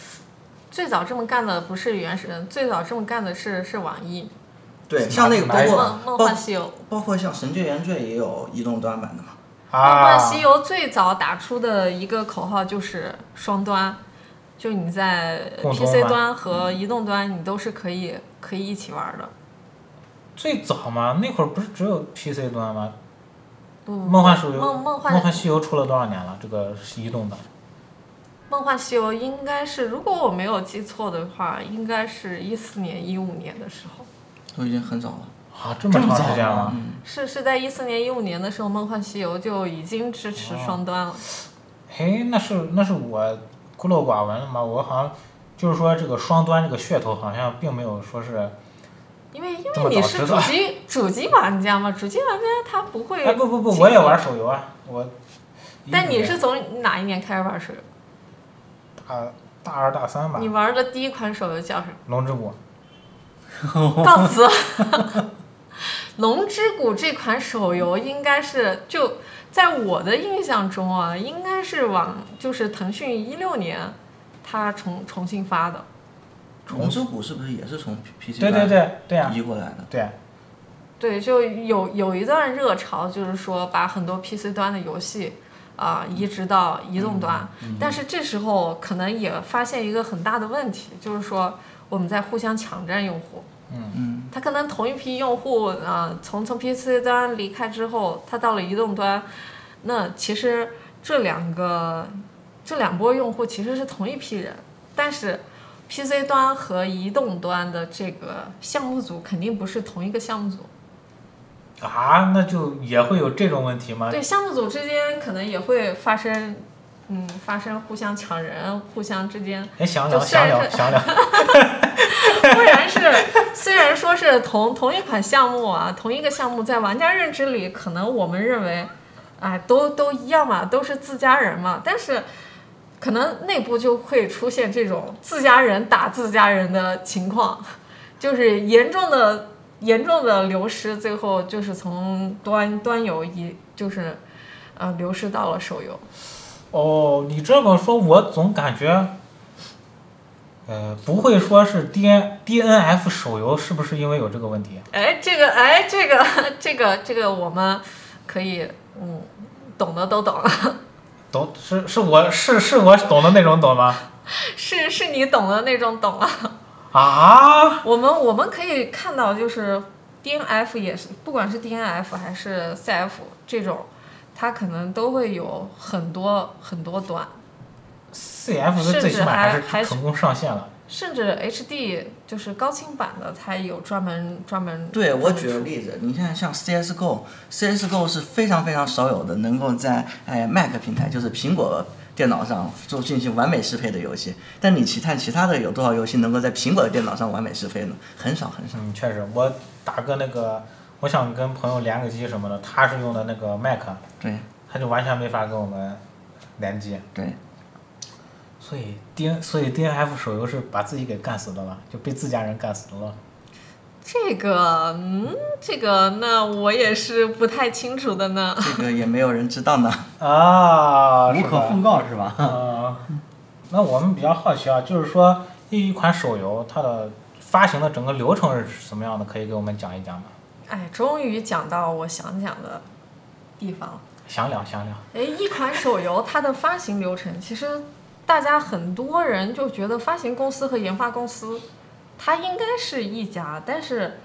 [SPEAKER 3] 最早这么干的不是原神，最早这么干的是是网易
[SPEAKER 4] 对，像那个包
[SPEAKER 1] 哪一
[SPEAKER 4] 括
[SPEAKER 3] 梦梦
[SPEAKER 4] 包
[SPEAKER 3] 幻西游。
[SPEAKER 4] 包括像《神界原罪》也有移动端版的嘛。
[SPEAKER 3] 梦
[SPEAKER 1] 啊
[SPEAKER 3] 幻，西游最早打出的一个口号就是双端，就你在
[SPEAKER 1] 共同
[SPEAKER 3] PC
[SPEAKER 1] 玩
[SPEAKER 4] 嗯
[SPEAKER 3] 端和移动端你都是可以可以一起玩的。
[SPEAKER 1] 最早嘛，那会儿不是只有 PC 端吗？
[SPEAKER 3] 不，
[SPEAKER 1] 梦幻手游，
[SPEAKER 3] 嗯梦梦幻
[SPEAKER 1] 梦幻西游出了多少年了？这个是移动的，
[SPEAKER 3] 梦幻西游应该是，如果我没有记错的话，应该是一四年一五年的时候，
[SPEAKER 4] 都已经很早了。
[SPEAKER 1] 啊，这么长时间了。
[SPEAKER 3] 是是在一四年一五年的时候，梦幻西游就已经支持
[SPEAKER 1] 哦
[SPEAKER 3] 双端了。
[SPEAKER 1] 哎，那是那是我孤陋寡闻了吗？我好像就是说这个双端这个噱头好像并没有说是，
[SPEAKER 3] 因为因
[SPEAKER 1] 这么
[SPEAKER 3] 为
[SPEAKER 1] 早
[SPEAKER 3] 你是
[SPEAKER 1] 知
[SPEAKER 3] 主
[SPEAKER 1] 道
[SPEAKER 3] 机主机玩家嘛，主机玩家他不会。
[SPEAKER 1] 哎不不不，我也玩。手游啊，我。
[SPEAKER 3] 但你是从哪一年开始玩手游？
[SPEAKER 1] 大大二大三吧
[SPEAKER 3] 你，玩的第一款手游叫什么？
[SPEAKER 1] 龙之谷。
[SPEAKER 3] 告辞。龙之谷这款手游应该是就在我的印象中啊，应该是往就是腾讯一六年它重重新发的。
[SPEAKER 4] 龙之谷是不是也是从 P- PC
[SPEAKER 1] 嗯对对对对呀、
[SPEAKER 4] 移过来的？
[SPEAKER 1] 对。
[SPEAKER 3] 对，就有有一段热潮，就是说把很多 PC 端的游戏啊、移植到移动端、但是这时候可能也发现一个很大的问题，就是说我们在互相抢占用户。
[SPEAKER 4] 嗯，
[SPEAKER 3] 他可能同一批用户啊、从从 PC 端离开之后，他到了移动端，那其实这两个这两波用户其实是同一批人，但是 PC 端和移动端的这个项目组肯定不是同一个项目组。
[SPEAKER 1] 啊，那就也会有这种问题吗？
[SPEAKER 3] 对，项目组之间可能也会发生，嗯，发生互相抢人，互相之间，
[SPEAKER 1] 哎，想聊
[SPEAKER 3] 就虽然
[SPEAKER 1] 想聊
[SPEAKER 3] 是
[SPEAKER 1] 想聊，
[SPEAKER 3] 虽然是虽然说是同同一款项目啊，同一个项目，在玩家认知里，可能我们认为，哎，都都一样嘛，都是自家人嘛，但是。可能内部就会出现这种自家人打自家人的情况，就是严重的严重的流失，最后就是从端端游一就是，呃，流失到了手游。
[SPEAKER 1] 哦，你这么说，我总感觉，呃，不会说是 D N D N F 手游是不是因为有这个问题？
[SPEAKER 3] 哎，这个，哎，这个，这个，这个，我们可以，嗯，懂的都懂，
[SPEAKER 1] 懂是是我是是我懂的那种懂吗？
[SPEAKER 3] 是是你懂的那种懂了。
[SPEAKER 1] 啊，
[SPEAKER 3] 我们我们可以看到，就是 D N F 也是，不管是 D N F 还是 C F 这种，它可能都会有很多很多段，
[SPEAKER 1] CF 的最起码还是成功上线了。
[SPEAKER 3] 甚至 H D 就是高清版的，它有专门专门
[SPEAKER 4] 对我举
[SPEAKER 3] 觉
[SPEAKER 4] 个
[SPEAKER 3] 得
[SPEAKER 4] 例子，你看像 CSGO，CSGO 是非常非常少有的能够在哎 Mac 平台，就是苹果电脑上做进行完美适配的游戏。但你其看其他的有多少游戏能够在苹果的电脑上完美适配呢？很少很少。
[SPEAKER 1] 嗯，确实，我打个那个，我想跟朋友连个机什么的，他是用的那个 Mac，
[SPEAKER 4] 对
[SPEAKER 1] 他就完全没法跟我们联机。
[SPEAKER 4] 对，
[SPEAKER 1] 所以 D N，所以 D N F 手游是把自己给干死的了，就被自家人干死的了。
[SPEAKER 3] 这个，嗯，这个那我也是不太清楚的呢。
[SPEAKER 4] *laughs* 这个也没有人知道呢。
[SPEAKER 1] 啊，
[SPEAKER 2] 无
[SPEAKER 1] 是
[SPEAKER 2] 可
[SPEAKER 1] 吧？
[SPEAKER 2] 奉告是吧？
[SPEAKER 1] 啊，那我们比较好奇啊，就是说一款手游它的发行的整个流程是什么样的？可以给我们讲一讲吗？
[SPEAKER 3] 哎，终于讲到我想讲的地方了。
[SPEAKER 1] 详聊详聊。
[SPEAKER 3] 哎，一款手游它的发行流程，其实大家很多人就觉得发行公司和研发公司它应该是一家，但是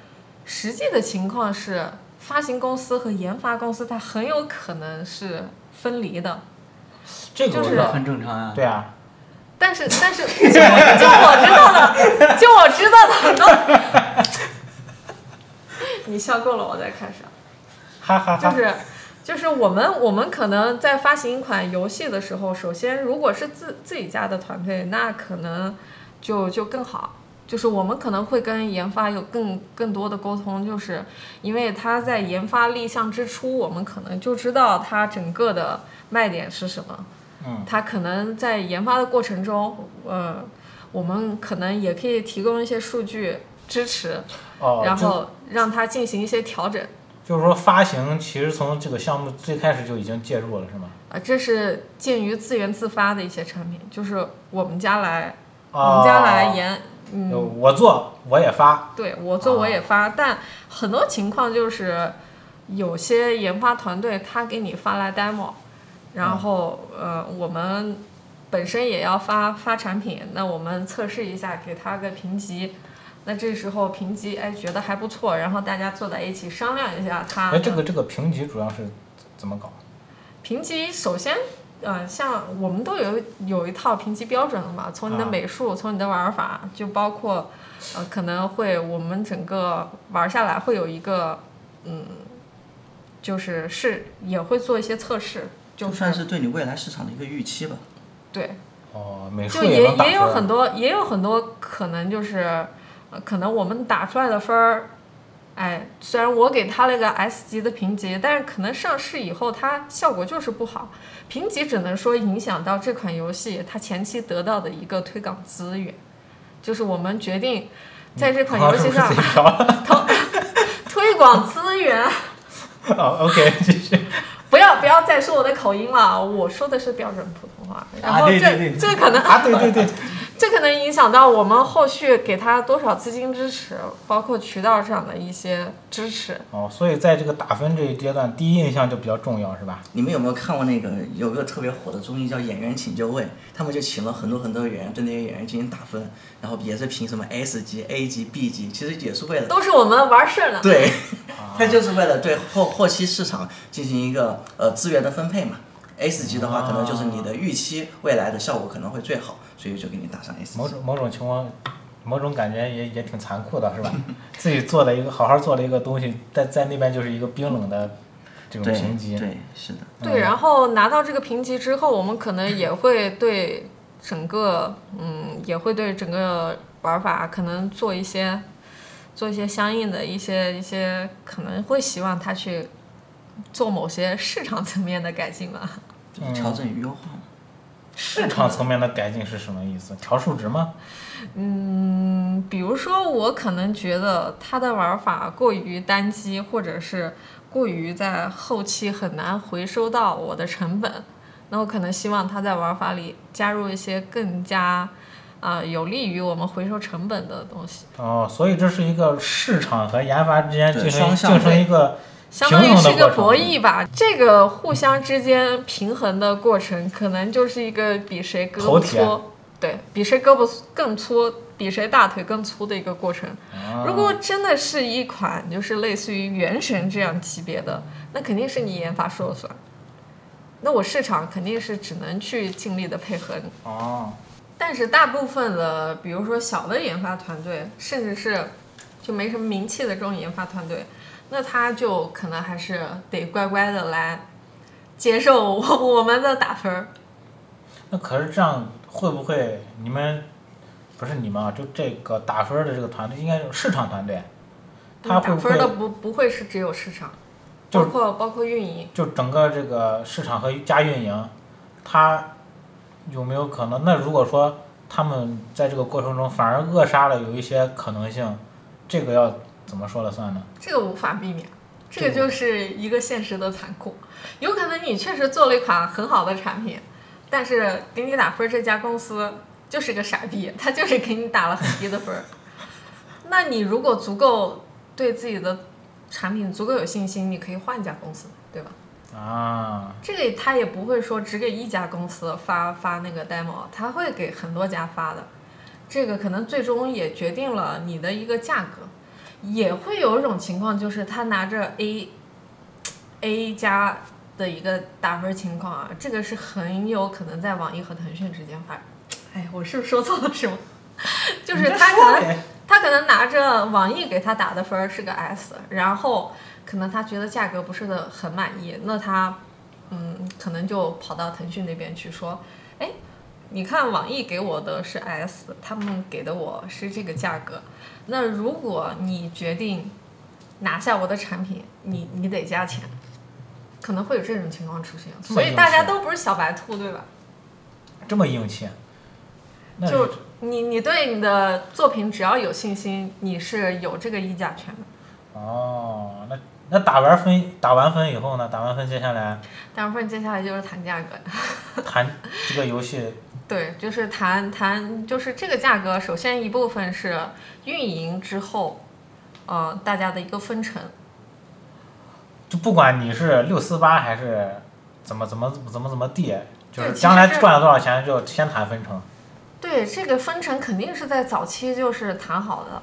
[SPEAKER 3] 实际的情况是，发行公司和研发公司它很有可能是分离的。
[SPEAKER 1] 这个
[SPEAKER 3] 就
[SPEAKER 1] 我
[SPEAKER 3] 是
[SPEAKER 1] 知道
[SPEAKER 2] 很正常啊。
[SPEAKER 1] 对啊，
[SPEAKER 3] 但是但是就我就我知道的，就我知道的很多。 *laughs* 你笑够了，我再看啥？
[SPEAKER 1] 哈哈哈。
[SPEAKER 3] 就是就是我们我们可能在发行一款游戏的时候，首先如果是自自己家的团队，那可能就就更好。就是我们可能会跟研发有更更多的沟通，就是因为他在研发立项之初，我们可能就知道它整个的卖点是什么。
[SPEAKER 1] 嗯，
[SPEAKER 3] 它可能在研发的过程中，呃，我们可能也可以提供一些数据支持，
[SPEAKER 1] 哦，
[SPEAKER 3] 然
[SPEAKER 1] 就
[SPEAKER 3] 后让它进行一些调整。
[SPEAKER 1] 就是说发行其实从这个项目最开始就已经介入了，是吗？
[SPEAKER 3] 啊，这是鉴于自源自发的一些产品，就是我们家来，我
[SPEAKER 1] 啊，
[SPEAKER 3] 们家来研，嗯，
[SPEAKER 1] 有我做我也发，
[SPEAKER 3] 对我做
[SPEAKER 1] 哦
[SPEAKER 3] 我也发，但很多情况就是有些研发团队他给你发来 demo，然
[SPEAKER 1] 嗯
[SPEAKER 3] 后、呃我们本身也要发发产品，那我们测试一下，给他个评级。那这时候评级哎觉得还不错，然后大家坐在一起商量一下他
[SPEAKER 1] 哎，这个这个评级主要是怎么搞？
[SPEAKER 3] 评级首先，呃，像我们都有有一套评级标准了嘛，从你的
[SPEAKER 1] 啊
[SPEAKER 3] 美术，从你的玩法，就包括，呃，可能会我们整个玩下来会有一个，嗯，就是是也会做一些测试，就
[SPEAKER 4] *laughs* 就是算是对你未来市场的一个预期吧。
[SPEAKER 3] 对，
[SPEAKER 1] 哦，美术
[SPEAKER 3] 就也
[SPEAKER 1] 能打
[SPEAKER 3] 也有
[SPEAKER 1] 分
[SPEAKER 3] 很多也有很多可能就是，呃，可能我们打出来的分儿，哎，虽然我给他了一个 S 级的评级，但是可能上市以后它效果就是不好，评级只能说影响到这款游戏它前期得到的一个推广资源，就是我们决定在这款游戏上
[SPEAKER 1] 嗯是不是自己调
[SPEAKER 3] *laughs* 推广资源。
[SPEAKER 1] *laughs* 哦，OK，继续。
[SPEAKER 3] 不要不要再说我的口音了，我说的是标准普通话。然后
[SPEAKER 2] 对
[SPEAKER 3] 这、
[SPEAKER 2] 对对
[SPEAKER 3] 这可能
[SPEAKER 1] 啊，对对对，
[SPEAKER 3] *laughs* 这可能影响到我们后续给他多少资金支持，包括渠道上的一些支持。
[SPEAKER 1] 哦，所以在这个打分这一阶段，第一印象就比较重要，是吧？
[SPEAKER 4] 你们有没有看过那个有个特别火的综艺叫《演员请就位》？他们就请了很多很多演员，对那些演员进行打分，然后也是评什么 S 级、A 级、B 级，其实也是为了
[SPEAKER 3] 都是我们玩顺了，
[SPEAKER 4] 对， *laughs* 它就是为了对后后期市场进行一个呃资源的分配嘛。S 级的话，可能就是你的预期未来的效果可能会最好，所以就给你打上 S
[SPEAKER 1] 某
[SPEAKER 4] 级。
[SPEAKER 1] 种某种情况，某种感觉也也挺残酷的，是
[SPEAKER 4] *laughs*
[SPEAKER 1] 吧？自己做了一个好好做了一个东西，在在那边就是一个冰冷的这种
[SPEAKER 4] 对
[SPEAKER 1] 评级。
[SPEAKER 4] 对，是的，
[SPEAKER 3] 对，然后拿到这个评级之后，我们可能也会对整个，嗯，也会对整个玩法可能做一些，做一些相应的一些一些，可能会希望他去做某些市场层面的改进吧。
[SPEAKER 4] 就是调整与优化嘛。
[SPEAKER 1] 市场层面的改进是什么意思？调数值吗？
[SPEAKER 3] 嗯，比如说我可能觉得它的玩法过于单机，或者是过于在后期很难回收到我的成本，那我可能希望它在玩法里加入一些更加啊、有利于我们回收成本的东西，
[SPEAKER 1] 哦，所以这是一个市场和研发之间
[SPEAKER 4] 对
[SPEAKER 1] 进行
[SPEAKER 4] 双向
[SPEAKER 1] 进行
[SPEAKER 4] 的
[SPEAKER 1] 一个
[SPEAKER 3] 相当于
[SPEAKER 1] 平衡
[SPEAKER 3] 是
[SPEAKER 1] 的
[SPEAKER 3] 一个
[SPEAKER 1] 过程
[SPEAKER 3] 博弈吧。这个互相之间平衡的过程，可能就是一个比谁胳
[SPEAKER 1] 头
[SPEAKER 3] 膊
[SPEAKER 1] 铁
[SPEAKER 3] 粗，对比谁胳膊更粗，比谁大腿更粗的一个过程。
[SPEAKER 1] 哦
[SPEAKER 3] 如果真的是一款就是类似于《原神》这样级别的，那肯定是你研发说了算。那我市场肯定是只能去尽力的配合你。
[SPEAKER 1] 哦，
[SPEAKER 3] 但是大部分的，比如说小的研发团队，甚至是就没什么名气的这种研发团队，那他就可能还是得乖乖的来接受我我们的打分儿。
[SPEAKER 1] 那可是这样会不会你们不是你们啊？就这个打分儿的这个团队，应该是市场团队，他会
[SPEAKER 3] 嗯打
[SPEAKER 1] 不
[SPEAKER 3] 分儿的
[SPEAKER 1] 会
[SPEAKER 3] 不不会是只有市场，
[SPEAKER 1] 就
[SPEAKER 3] 包
[SPEAKER 1] 是
[SPEAKER 3] 括包括运营。
[SPEAKER 1] 就整个这个市场和加运营，他有没有可能？那如果说他们在这个过程中反而扼杀了有一些可能性，这个要怎么说了算呢？
[SPEAKER 3] 这个无法避免，这个就是一个现实的残酷。有可能你确实做了一款很好的产品，但是给你打分儿这家公司就是个傻逼，他就是给你打了很低的分儿。那你如果足够对自己的产品足够有信心，你可以换一家公司，对吧？
[SPEAKER 1] 啊，
[SPEAKER 3] 这个他也不会说只给一家公司发发那个 demo，他会给很多家发的。这个可能最终也决定了你的一个价格。也会有一种情况，就是他拿着 A A 加的一个打分情况啊，这个是很有可能在网易和腾讯之间发。哎，我是不是说错了什么？ *laughs* 就是他可能他可能拿着网易给他打的分儿是个 S，然后可能他觉得价格不是的很满意，那他嗯可能就跑到腾讯那边去说，哎，你看网易给我的是 S，他们给的我是这个价格，那如果你决定拿下我的产品，你你得加钱，可能会有这种情况出现，所以大家都不是小白兔，对吧？
[SPEAKER 1] 这么硬气，那
[SPEAKER 3] 就你你对你的作品只要有信心，你是有这个议价权的。
[SPEAKER 1] 哦，那那打完分打完分以后呢？打完分接下
[SPEAKER 3] *laughs*
[SPEAKER 1] 来
[SPEAKER 3] 但是接下来就是谈价格，
[SPEAKER 1] 谈这个游戏
[SPEAKER 3] *laughs* 对，就是谈谈就是这个价格，首先一部分是运营之后，呃，大家的一个分成。
[SPEAKER 1] 就不管你是六四八还是怎么怎么怎么怎么地，就
[SPEAKER 3] 对
[SPEAKER 1] 是
[SPEAKER 3] 其实
[SPEAKER 1] 将来
[SPEAKER 3] 是
[SPEAKER 1] 赚了多少钱就先谈分成。
[SPEAKER 3] 对，这个分成肯定是在早期就是谈好的，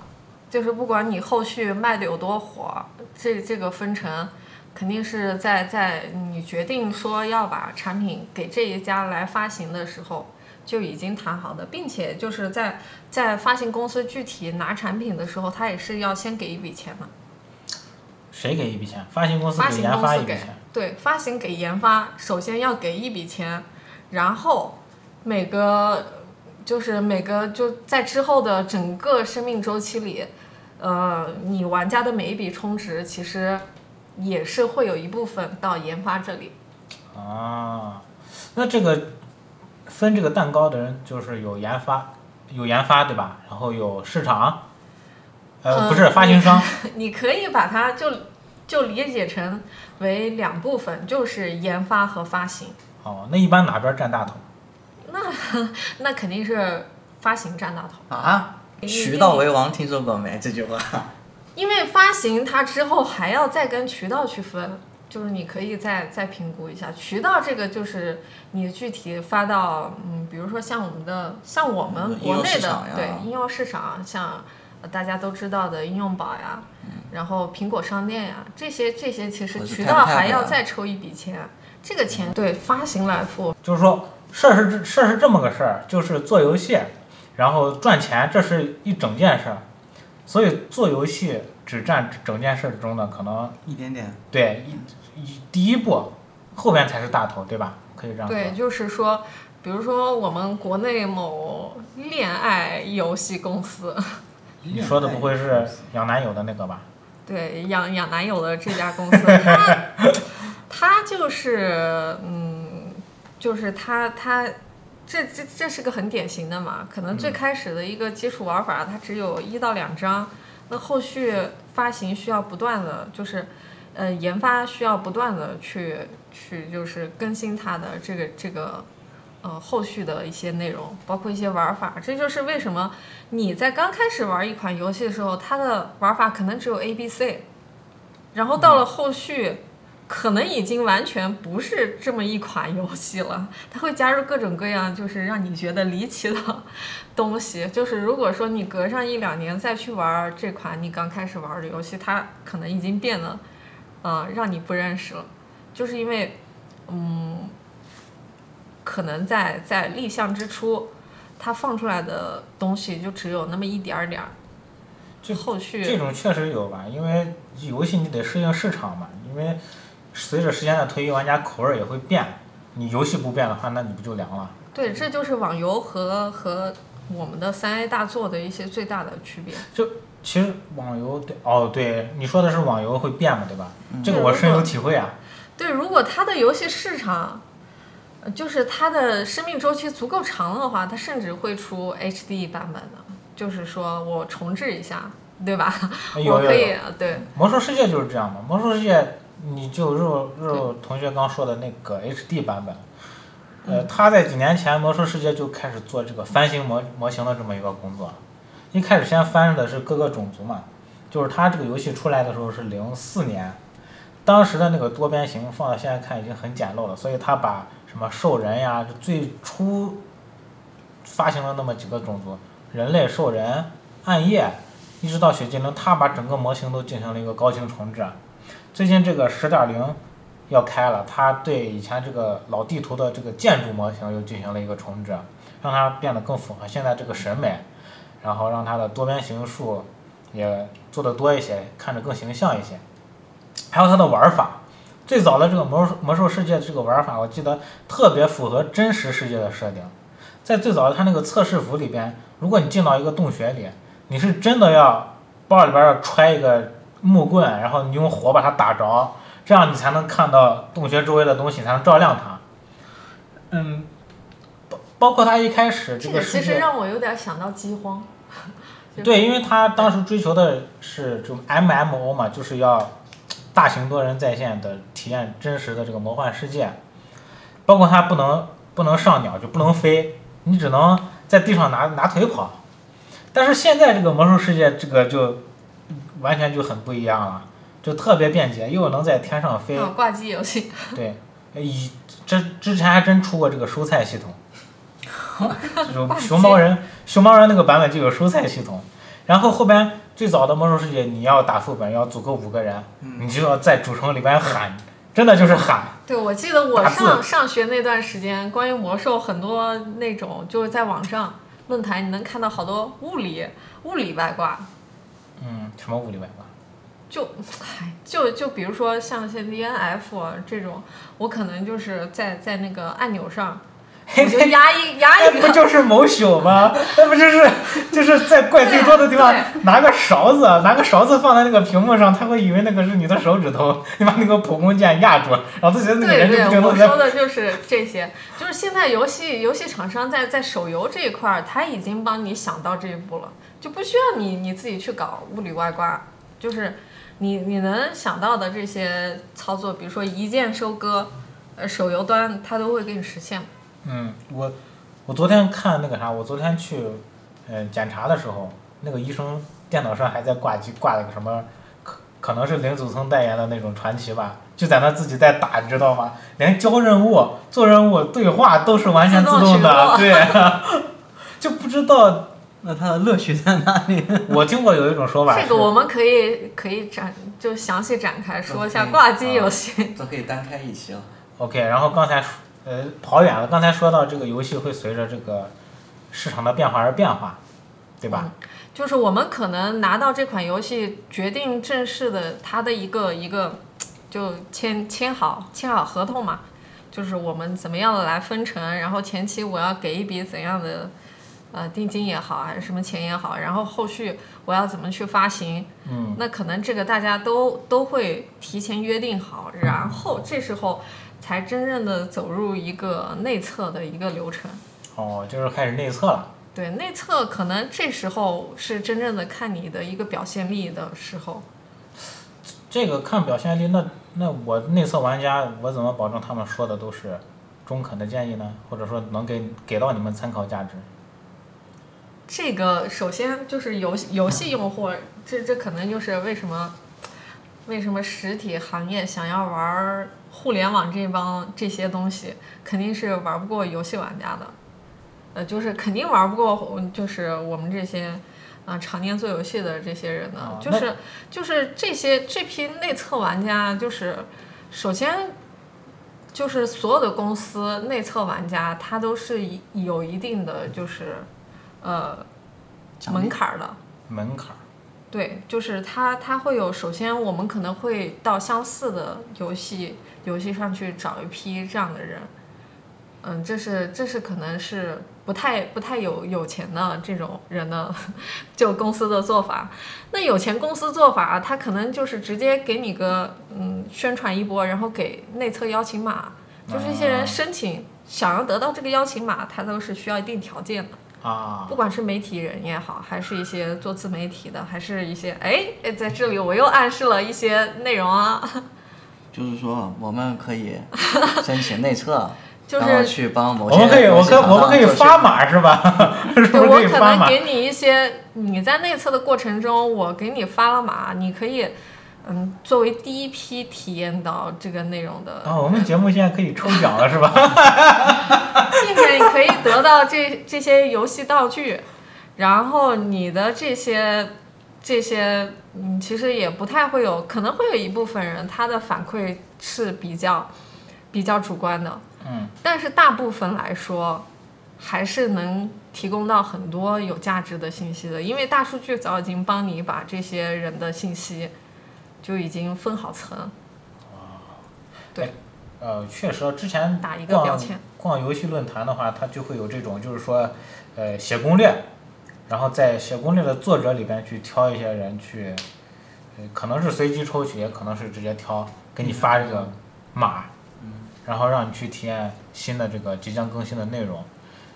[SPEAKER 3] 就是不管你后续卖的有多火，这这个分成肯定是在在你决定说要把产品给这一家来发行的时候就已经谈好的，并且就是在在发行公司具体拿产品的时候，他也是要先给一笔钱的。
[SPEAKER 1] 谁给一笔钱？发行公司
[SPEAKER 3] 发
[SPEAKER 1] 给
[SPEAKER 3] 行
[SPEAKER 1] 研
[SPEAKER 3] 公
[SPEAKER 1] 发
[SPEAKER 3] 司
[SPEAKER 1] 一笔
[SPEAKER 3] 给
[SPEAKER 1] 钱。
[SPEAKER 3] 对发行给研发，首先要给一笔钱，然后每个就是每个就在之后的整个生命周期里，呃，你玩家的每一笔充值其实也是会有一部分到研发这里。 *laughs*
[SPEAKER 1] 啊，那这个分这个蛋糕的人就是有研发，有研发对吧？然后有市场，呃，
[SPEAKER 3] 嗯
[SPEAKER 1] 不是发行商。
[SPEAKER 3] 你可以把它就就理解成为两部分，就是研发和发行。
[SPEAKER 1] 哦，那一般哪边占大头？
[SPEAKER 3] 那肯定是发行占大头。
[SPEAKER 4] 啊，
[SPEAKER 3] 嗯
[SPEAKER 4] 渠道为王，听说过没？这句话， *laughs*
[SPEAKER 3] 因为发行它之后还要再跟渠道去分，就是你可以再再评估一下渠道这个，就是你具体发到嗯，比如说像我们的像我们
[SPEAKER 4] 嗯应用
[SPEAKER 3] 国内
[SPEAKER 4] 市
[SPEAKER 3] 的
[SPEAKER 4] 场呀
[SPEAKER 3] 对应用市场，像呃大家都知道的应用宝呀，然后苹果商店呀，这些这些其
[SPEAKER 4] 嗯
[SPEAKER 3] 实
[SPEAKER 4] 或者是
[SPEAKER 3] 渠道
[SPEAKER 4] Tap Tap
[SPEAKER 3] 还要
[SPEAKER 4] 呀
[SPEAKER 3] 再抽一笔钱，这个钱对发行来付，
[SPEAKER 1] 就是说事儿是这事儿是这么个事儿，就是做游戏，然后赚钱，这是一整件事儿。所以做游戏只占整件事中的可能
[SPEAKER 2] 一点点。
[SPEAKER 1] 对一一第一步，后边才是大头，对吧？可以这样说。
[SPEAKER 3] 对，就是说。比如说，我们国内某恋爱游戏公司，
[SPEAKER 1] 你说的不会是养男友的那个吧？
[SPEAKER 3] 对养养男友的这家公司，他他就是嗯，就是他他这这这是个很典型的嘛，可能最开始的一个基础玩法，它只有一到两张，那后续发行需要不断的就是。呃，研发需要不断的去去就是更新它的这个这个呃后续的一些内容，包括一些玩法，这就是为什么你在刚开始玩一款游戏的时候，它的玩法可能只有 A、B、C，然后到了后续，可能已经完全不是这么一款游戏了，它会加入各种各样就是让你觉得离奇的东西。就是如果说你隔上一两年再去玩这款你刚开始玩的游戏，它可能已经变得，呃，让你不认识了，就是因为，嗯，可能在在立项之初，它放出来的东西就只有那么一点儿点儿。
[SPEAKER 1] 这
[SPEAKER 3] 后续
[SPEAKER 1] 这种确实有吧，因为游戏你得适应市场嘛，因为随着时间的推移，玩家口味也会变。你游戏不变的话，那你不就凉了？
[SPEAKER 3] 对，这就是网游和和我们的三 A 大作的一些最大的区别。
[SPEAKER 1] 其实网游对哦，对你说的是网游会变嘛，对吧？
[SPEAKER 4] 嗯
[SPEAKER 1] 这个我深有体会啊。
[SPEAKER 3] 对，如果它的游戏市场，呃就是它的生命周期足够长的话，它甚至会出 HD 版本的，就是说我重置一下，对吧？
[SPEAKER 1] 哎有
[SPEAKER 3] 我
[SPEAKER 1] 有
[SPEAKER 3] 可以
[SPEAKER 1] 有，
[SPEAKER 3] 对
[SPEAKER 1] 魔兽世界就是这样嘛。魔兽世界，你就肉肉同学刚说的那个 HD 版本，呃，他在几年前魔兽世界就开始做这个翻新模模型的这么一个工作。一开始先翻的是各个种族嘛，就是他这个游戏出来的时候是零四年，当时的那个多边形放到现在看已经很简陋了，所以他把什么兽人呀，就最初发行的那么几个种族，人类、兽人、暗夜，一直到雪精灵，它把整个模型都进行了一个高清重置。啊最近这个十点零要开了，它对以前这个老地图的这个建筑模型又进行了一个重置，啊让它变得更符合现在这个审美，然后让它的多边形数也做得多一些，看着更形象一些。还有它的玩法，最早的这个魔兽魔兽世界的这个玩法，我记得特别符合真实世界的设定。在最早的它那个测试服里边，如果你进到一个洞穴里，你是真的要包里边要揣一个木棍，然后你用火把它打着，这样你才能看到洞穴周围的东西，才能照亮它。嗯，包包括它一开始这
[SPEAKER 3] 这
[SPEAKER 1] 个
[SPEAKER 3] 个
[SPEAKER 1] 世
[SPEAKER 3] 其
[SPEAKER 1] 界
[SPEAKER 3] 实，让我有点想到饥荒。 *laughs* 就是
[SPEAKER 1] 对，因为他当时追求的是这种 MMO 嘛，就是要大型多人在线的体验真实的这个魔幻世界，包括他不能不能上鸟，就不能飞，你只能在地上拿拿腿跑。但是现在这个魔兽世界这个就完全就很不一样了，就特别便捷，又能在天上飞，
[SPEAKER 3] 啊，挂机游戏，
[SPEAKER 1] 对，哎以之之前还真出过这个蔬菜系统，
[SPEAKER 3] *laughs*
[SPEAKER 1] 这种熊猫人熊猫人那个版本就有蔬菜系统，然后后边最早的魔兽世界你要打副本要足够五个人，你就要在主城里边喊，真的就是喊，
[SPEAKER 3] 对我记得我
[SPEAKER 1] 打字
[SPEAKER 3] 上上学那段时间，关于魔兽很多那种就是在网上论坛，你能看到好多物理物理外挂，
[SPEAKER 1] 嗯，什么物理外挂，
[SPEAKER 3] 就，唉，就就比如说像一些 DNF 啊这种，我可能就是在在那个按钮上，我就压一压
[SPEAKER 1] 那 *laughs*
[SPEAKER 3] 一
[SPEAKER 1] 不
[SPEAKER 3] 个，
[SPEAKER 1] 就是某宿吗？那不就是就是在怪最多的地方
[SPEAKER 3] 对啊
[SPEAKER 1] 拿个勺子，拿个勺子放在那个屏幕上，他会以为那个是你的手指头，你把那个普攻键压住，然后他觉得那个
[SPEAKER 3] 对
[SPEAKER 1] 人就不
[SPEAKER 3] 对，
[SPEAKER 1] 停
[SPEAKER 3] 我
[SPEAKER 1] 的在
[SPEAKER 3] 说的就是这些，就是现在游戏游戏厂商在在手游这一块儿，他已经帮你想到这一步了，就不需要你你自己去搞物理外挂，就是你你能想到的这些操作，比如说一键收割，呃，手游端它都会给你实现。
[SPEAKER 1] 嗯，我我昨天看那个啥，我昨天去呃检查的时候，那个医生电脑上还在挂机挂了个什么，可可能是林祖聪代言的那种传奇吧，就在那自己在打，你知道吗？连交任务、做任务、对话都是完全
[SPEAKER 3] 自
[SPEAKER 1] 自
[SPEAKER 3] 动
[SPEAKER 1] 动的，
[SPEAKER 3] 取乐
[SPEAKER 1] 对，
[SPEAKER 3] *laughs*
[SPEAKER 1] 就不知道。
[SPEAKER 2] 那它的乐趣在哪里？ *laughs*
[SPEAKER 1] 我听过有一种说法是，
[SPEAKER 3] 这个我们可以可以展就详细展开
[SPEAKER 1] 嗯
[SPEAKER 3] 说一下挂机游戏。
[SPEAKER 4] 这可以单开一期了。哦
[SPEAKER 1] OK，然后刚才说呃跑远了，刚才说到这个游戏会随着这个市场的变化而变化，对吧？
[SPEAKER 3] 就是我们可能拿到这款游戏，决定正式的它的一个一个就签签好签好合同嘛，就是我们怎么样的来分成，然后前期我要给一笔怎样的呃定金也好，还是什么钱也好，然后后续我要怎么去发行，
[SPEAKER 1] 嗯，
[SPEAKER 3] 那可能这个大家都都会提前约定好，然后这时候才真正的走入一个内测的一个流程。
[SPEAKER 1] 哦，就是开始内测了。
[SPEAKER 3] 对内测，可能这时候是真正的看你的一个表现力的时候。
[SPEAKER 1] 这个看表现力，那那我内测玩家，我怎么保证他们说的都是中肯的建议呢？或者说能给给到你们参考价值？
[SPEAKER 3] 这个首先就是游戏游戏用户，这这可能就是为什么为什么实体行业想要玩儿互联网这帮这些东西，肯定是玩不过游戏玩家的，呃，就是肯定玩不过，就是我们这些。啊，常年做游戏的这些人呢，
[SPEAKER 1] 啊
[SPEAKER 3] 就
[SPEAKER 1] 那
[SPEAKER 3] 是就是这些这批内测玩家，就是首先就是所有的公司内测玩家，他都是一有一定的就是呃
[SPEAKER 4] 奖励
[SPEAKER 3] 门槛儿的，
[SPEAKER 1] 门槛儿。
[SPEAKER 3] 对，就是它它会有，首先我们可能会到相似的游戏游戏上去找一批这样的人，嗯，这是这是可能是不太不太有有钱的这种人的就公司的做法。那有钱公司做法，他可能就是直接给你个嗯宣传一波，然后给内测邀请码，就是这些
[SPEAKER 1] 啊
[SPEAKER 3] 人申请想要得到这个邀请码，他都是需要一定条件的。
[SPEAKER 1] 啊
[SPEAKER 3] 不，管是媒体人也好，还是一些做自媒体的，还是一些哎哎，在这里我又暗示了一些内容啊，
[SPEAKER 4] 就是说，我们可 *laughs* 以申请内测，
[SPEAKER 3] 就是
[SPEAKER 4] 然后去帮某些
[SPEAKER 1] 我们可以，我
[SPEAKER 4] 游戏
[SPEAKER 1] 可
[SPEAKER 4] 厂商
[SPEAKER 1] 我们可以
[SPEAKER 4] 做宣
[SPEAKER 1] 发码是吧？ *laughs* 是不
[SPEAKER 3] 对
[SPEAKER 1] 是
[SPEAKER 3] 我
[SPEAKER 1] 以
[SPEAKER 3] 可
[SPEAKER 1] 发
[SPEAKER 3] 能
[SPEAKER 1] 码？
[SPEAKER 3] 给你一些你在内测的过程中，我给你发了码，你可以嗯作为第一批体验到这个内容的，
[SPEAKER 1] 啊，我们节目现在可以抽奖了是吧？ *laughs*
[SPEAKER 3] 并且你可以得到这这些游戏道具，然后你的这些这些，嗯，其实也不太会有，可能会有一部分人他的反馈是比较比较主观的，
[SPEAKER 1] 嗯，
[SPEAKER 3] 但是大部分来说还是能提供到很多有价值的信息的，因为大数据早已经帮你把这些人的信息就已经分好层，
[SPEAKER 1] 呃，确实，之前
[SPEAKER 3] 打一个
[SPEAKER 1] 逛
[SPEAKER 3] 标签
[SPEAKER 1] 逛游戏论坛的话，它就会有这种，就是说，呃，写攻略，然后在写攻略的作者里边去挑一些人去，呃，可能是随机抽取，也可能是直接挑，给你发这个码，然后让你去体验新的这个即将更新的内容。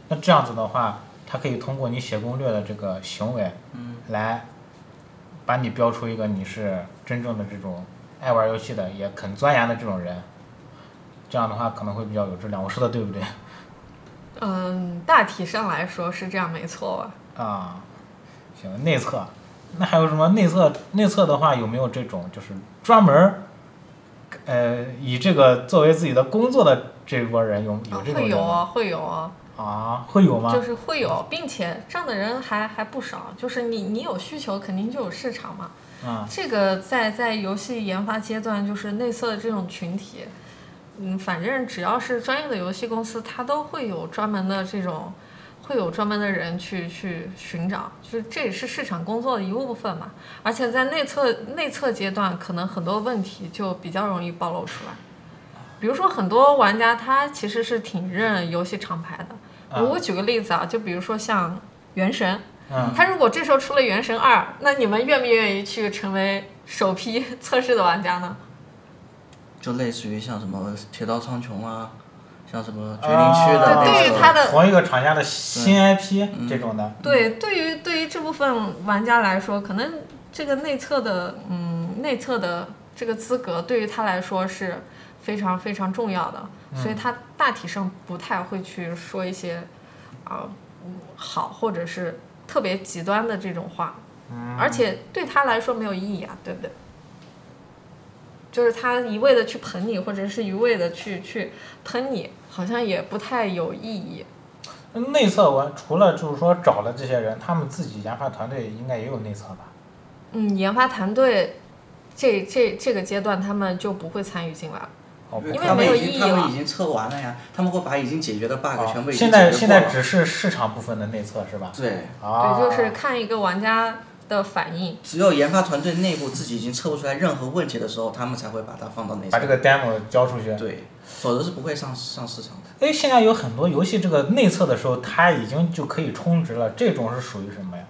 [SPEAKER 1] 那这样子的话，它可以通过你写攻略的这个行为，来把你标出一个你是真正的这种爱玩游戏的，也肯钻研的这种人。这样的话可能会比较有质量。我说的对不对？
[SPEAKER 3] 嗯，大体上来说是这样，没错吧？
[SPEAKER 1] 啊，行，内测，那还有什么内测？内测的话有没有这种就是专门儿，呃，以这个作为自己的工作的这波人有有
[SPEAKER 3] 啊
[SPEAKER 1] 这种
[SPEAKER 3] 会
[SPEAKER 1] 人
[SPEAKER 3] 有
[SPEAKER 1] 吗？
[SPEAKER 3] 哦，会有哦。
[SPEAKER 1] 啊，会有吗？
[SPEAKER 3] 就是会有，并且这样的人还还不少。就是你你有需求，肯定就有市场嘛。
[SPEAKER 1] 啊，
[SPEAKER 3] 这个在在游戏研发阶段，就是内测的这种群体，嗯，反正只要是专业的游戏公司，它都会有专门的这种，会有专门的人去去寻找，就是这也是市场工作的一部分嘛。而且在内测内测阶段，可能很多问题就比较容易暴露出来。比如说，很多玩家他其实是挺认游戏厂牌的。我
[SPEAKER 1] 啊
[SPEAKER 3] 我举个例子啊，就比如说像《原神》，
[SPEAKER 1] 嗯，
[SPEAKER 3] 他如果这时候出了《原神二》，那你们愿不愿意去成为首批 *laughs* 测试的玩家呢？
[SPEAKER 4] 就类似于像什么铁道苍穹啊，像什么绝
[SPEAKER 1] 啊
[SPEAKER 4] 灵嗯区的
[SPEAKER 3] 对
[SPEAKER 4] 那
[SPEAKER 3] 对于
[SPEAKER 4] 种，嗯
[SPEAKER 3] 他的
[SPEAKER 1] 同一个厂家的新 IP 这种的，
[SPEAKER 3] 对，对于对于这部分玩家来说，可能这个内测的，嗯，内测的这个资格对于他来说是非常非常重要的，所以他大体上不太会去说一些啊、嗯好或者是特别极端的这种话，而且对他来说没有意义啊，对不对？就是他一味的去捧你，或者是一味的去去喷你，好像也不太有意义。
[SPEAKER 1] 嗯内测我除了就是说找了这些人，他们自己研发团队应该也有内测吧？
[SPEAKER 3] 嗯，研发团队这这这个阶段他们就不会参与进来了。
[SPEAKER 1] 哦，不
[SPEAKER 3] 因为
[SPEAKER 4] 他们
[SPEAKER 3] 没有
[SPEAKER 4] 已经
[SPEAKER 3] 意义
[SPEAKER 4] 他
[SPEAKER 3] 了
[SPEAKER 4] 们已经测完了呀，他们会把已经解决的 bug 全部已经
[SPEAKER 1] 哦现
[SPEAKER 4] 解决过
[SPEAKER 1] 在
[SPEAKER 4] 了。
[SPEAKER 1] 现在只是市场部分的内测是吧？
[SPEAKER 4] 对，
[SPEAKER 1] 啊，
[SPEAKER 3] 对，就是看一个玩家的反应。
[SPEAKER 4] 只有研发团队内部自己已经测不出来任何问题的时候，他们才会把它放到内测。
[SPEAKER 1] 把这个 demo 交出去。
[SPEAKER 4] 对，否则是不会上上市场的。
[SPEAKER 1] 哎，现在有很多游戏这个内测的时候，它已经就可以充值了，这种是属于什么呀？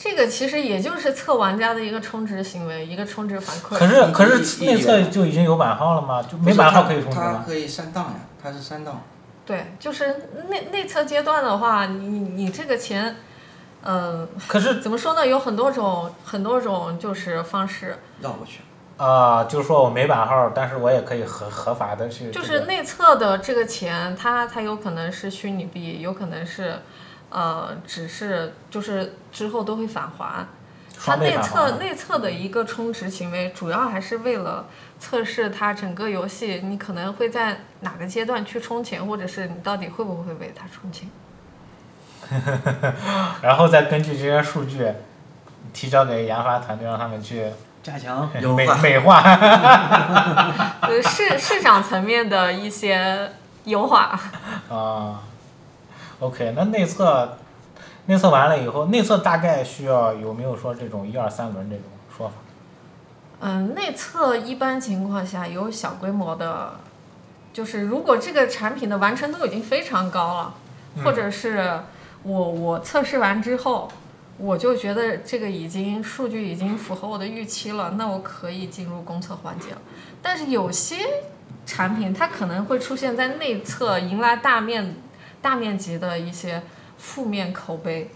[SPEAKER 3] 这个其实也就是测玩家的一个充值行为，一个充值反
[SPEAKER 1] 可
[SPEAKER 3] 馈。
[SPEAKER 1] 是可是
[SPEAKER 4] 一
[SPEAKER 1] 内测
[SPEAKER 4] 一元
[SPEAKER 1] 就已经有版号了吗？就
[SPEAKER 4] 不
[SPEAKER 1] 没
[SPEAKER 4] 是
[SPEAKER 1] 版号
[SPEAKER 4] 它
[SPEAKER 1] 可以充值
[SPEAKER 4] 它
[SPEAKER 1] 吗？
[SPEAKER 4] 可以删档呀，它是删档。
[SPEAKER 3] 对，就是内内测阶段的话，你你你这个钱，嗯、
[SPEAKER 1] 可是
[SPEAKER 3] 怎么说呢？有很多种很多种就是方式，
[SPEAKER 4] 绕过去，
[SPEAKER 1] 啊、就是说我没版号，但是我也可以合合法的去、这
[SPEAKER 3] 就
[SPEAKER 1] 个。
[SPEAKER 3] 是内测的这个钱，它它有可能是虚拟币，有可能是，呃，只是就是之后都会返还。
[SPEAKER 1] 双
[SPEAKER 3] 它
[SPEAKER 1] 倍
[SPEAKER 3] 内
[SPEAKER 1] 返
[SPEAKER 3] 测
[SPEAKER 1] 还
[SPEAKER 3] 内测的一个充值行为，主要还是为了测试它整个游戏，你可能会在哪个阶段去充钱，或者是你到底会不会为它
[SPEAKER 1] *laughs*
[SPEAKER 3] 充钱。
[SPEAKER 1] 然后再根据这些数据提交给研发团队，让他们去
[SPEAKER 2] 加强
[SPEAKER 4] 优
[SPEAKER 1] 美
[SPEAKER 4] 化
[SPEAKER 1] 美化。
[SPEAKER 3] 呃，市市场层面的一些优化，
[SPEAKER 1] 啊，OK，那内测内测完了以后，内测大概需要有没有说这种一二三轮这种说法？
[SPEAKER 3] 嗯，内测一般情况下有小规模的，就是如果这个产品的完成度已经非常高了，或者是我我测试完之后，我就觉得这个已经数据已经符合我的预期了，那我可以进入公测环节了。但是有些产品它可能会出现在内测迎来大面大面积的一些负面口碑。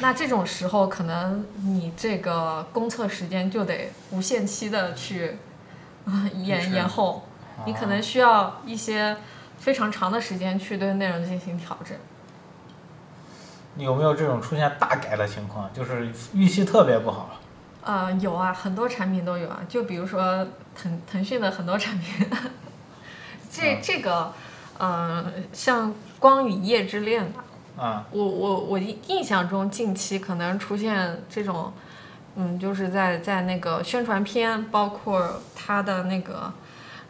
[SPEAKER 3] 那这种时候，可能你这个公测时间就得无限期的去 *laughs* 啊延延后，你
[SPEAKER 1] 啊
[SPEAKER 3] 可能需要一些非常长的时间去对内容进行调整。
[SPEAKER 1] 有没有这种出现大改的情况？就是预期特别不好，
[SPEAKER 3] 呃，有啊，很多产品都有啊，就比如说腾腾讯的很多产品， *laughs* 这这个，呃，像《光与夜之恋》吧，
[SPEAKER 1] 啊、
[SPEAKER 3] 我我我印印象中近期可能出现这种，嗯，就是在在那个宣传片，包括他的那个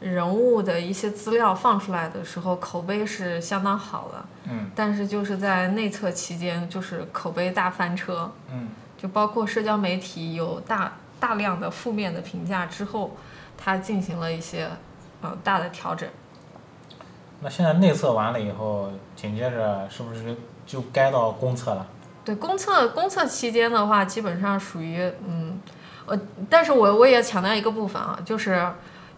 [SPEAKER 3] 人物的一些资料放出来的时候，口碑是相当好的，
[SPEAKER 1] 嗯
[SPEAKER 3] 但是就是在内测期间，就是口碑大翻车，
[SPEAKER 1] 嗯
[SPEAKER 3] 就包括社交媒体有大大量的负面的评价之后，它进行了一些呃大的调整。
[SPEAKER 1] 那现在内测完了以后，紧接着是不是就该到公测了？
[SPEAKER 3] 对公测公测期间的话，基本上属于嗯，呃，但是我我也强调一个部分啊，就是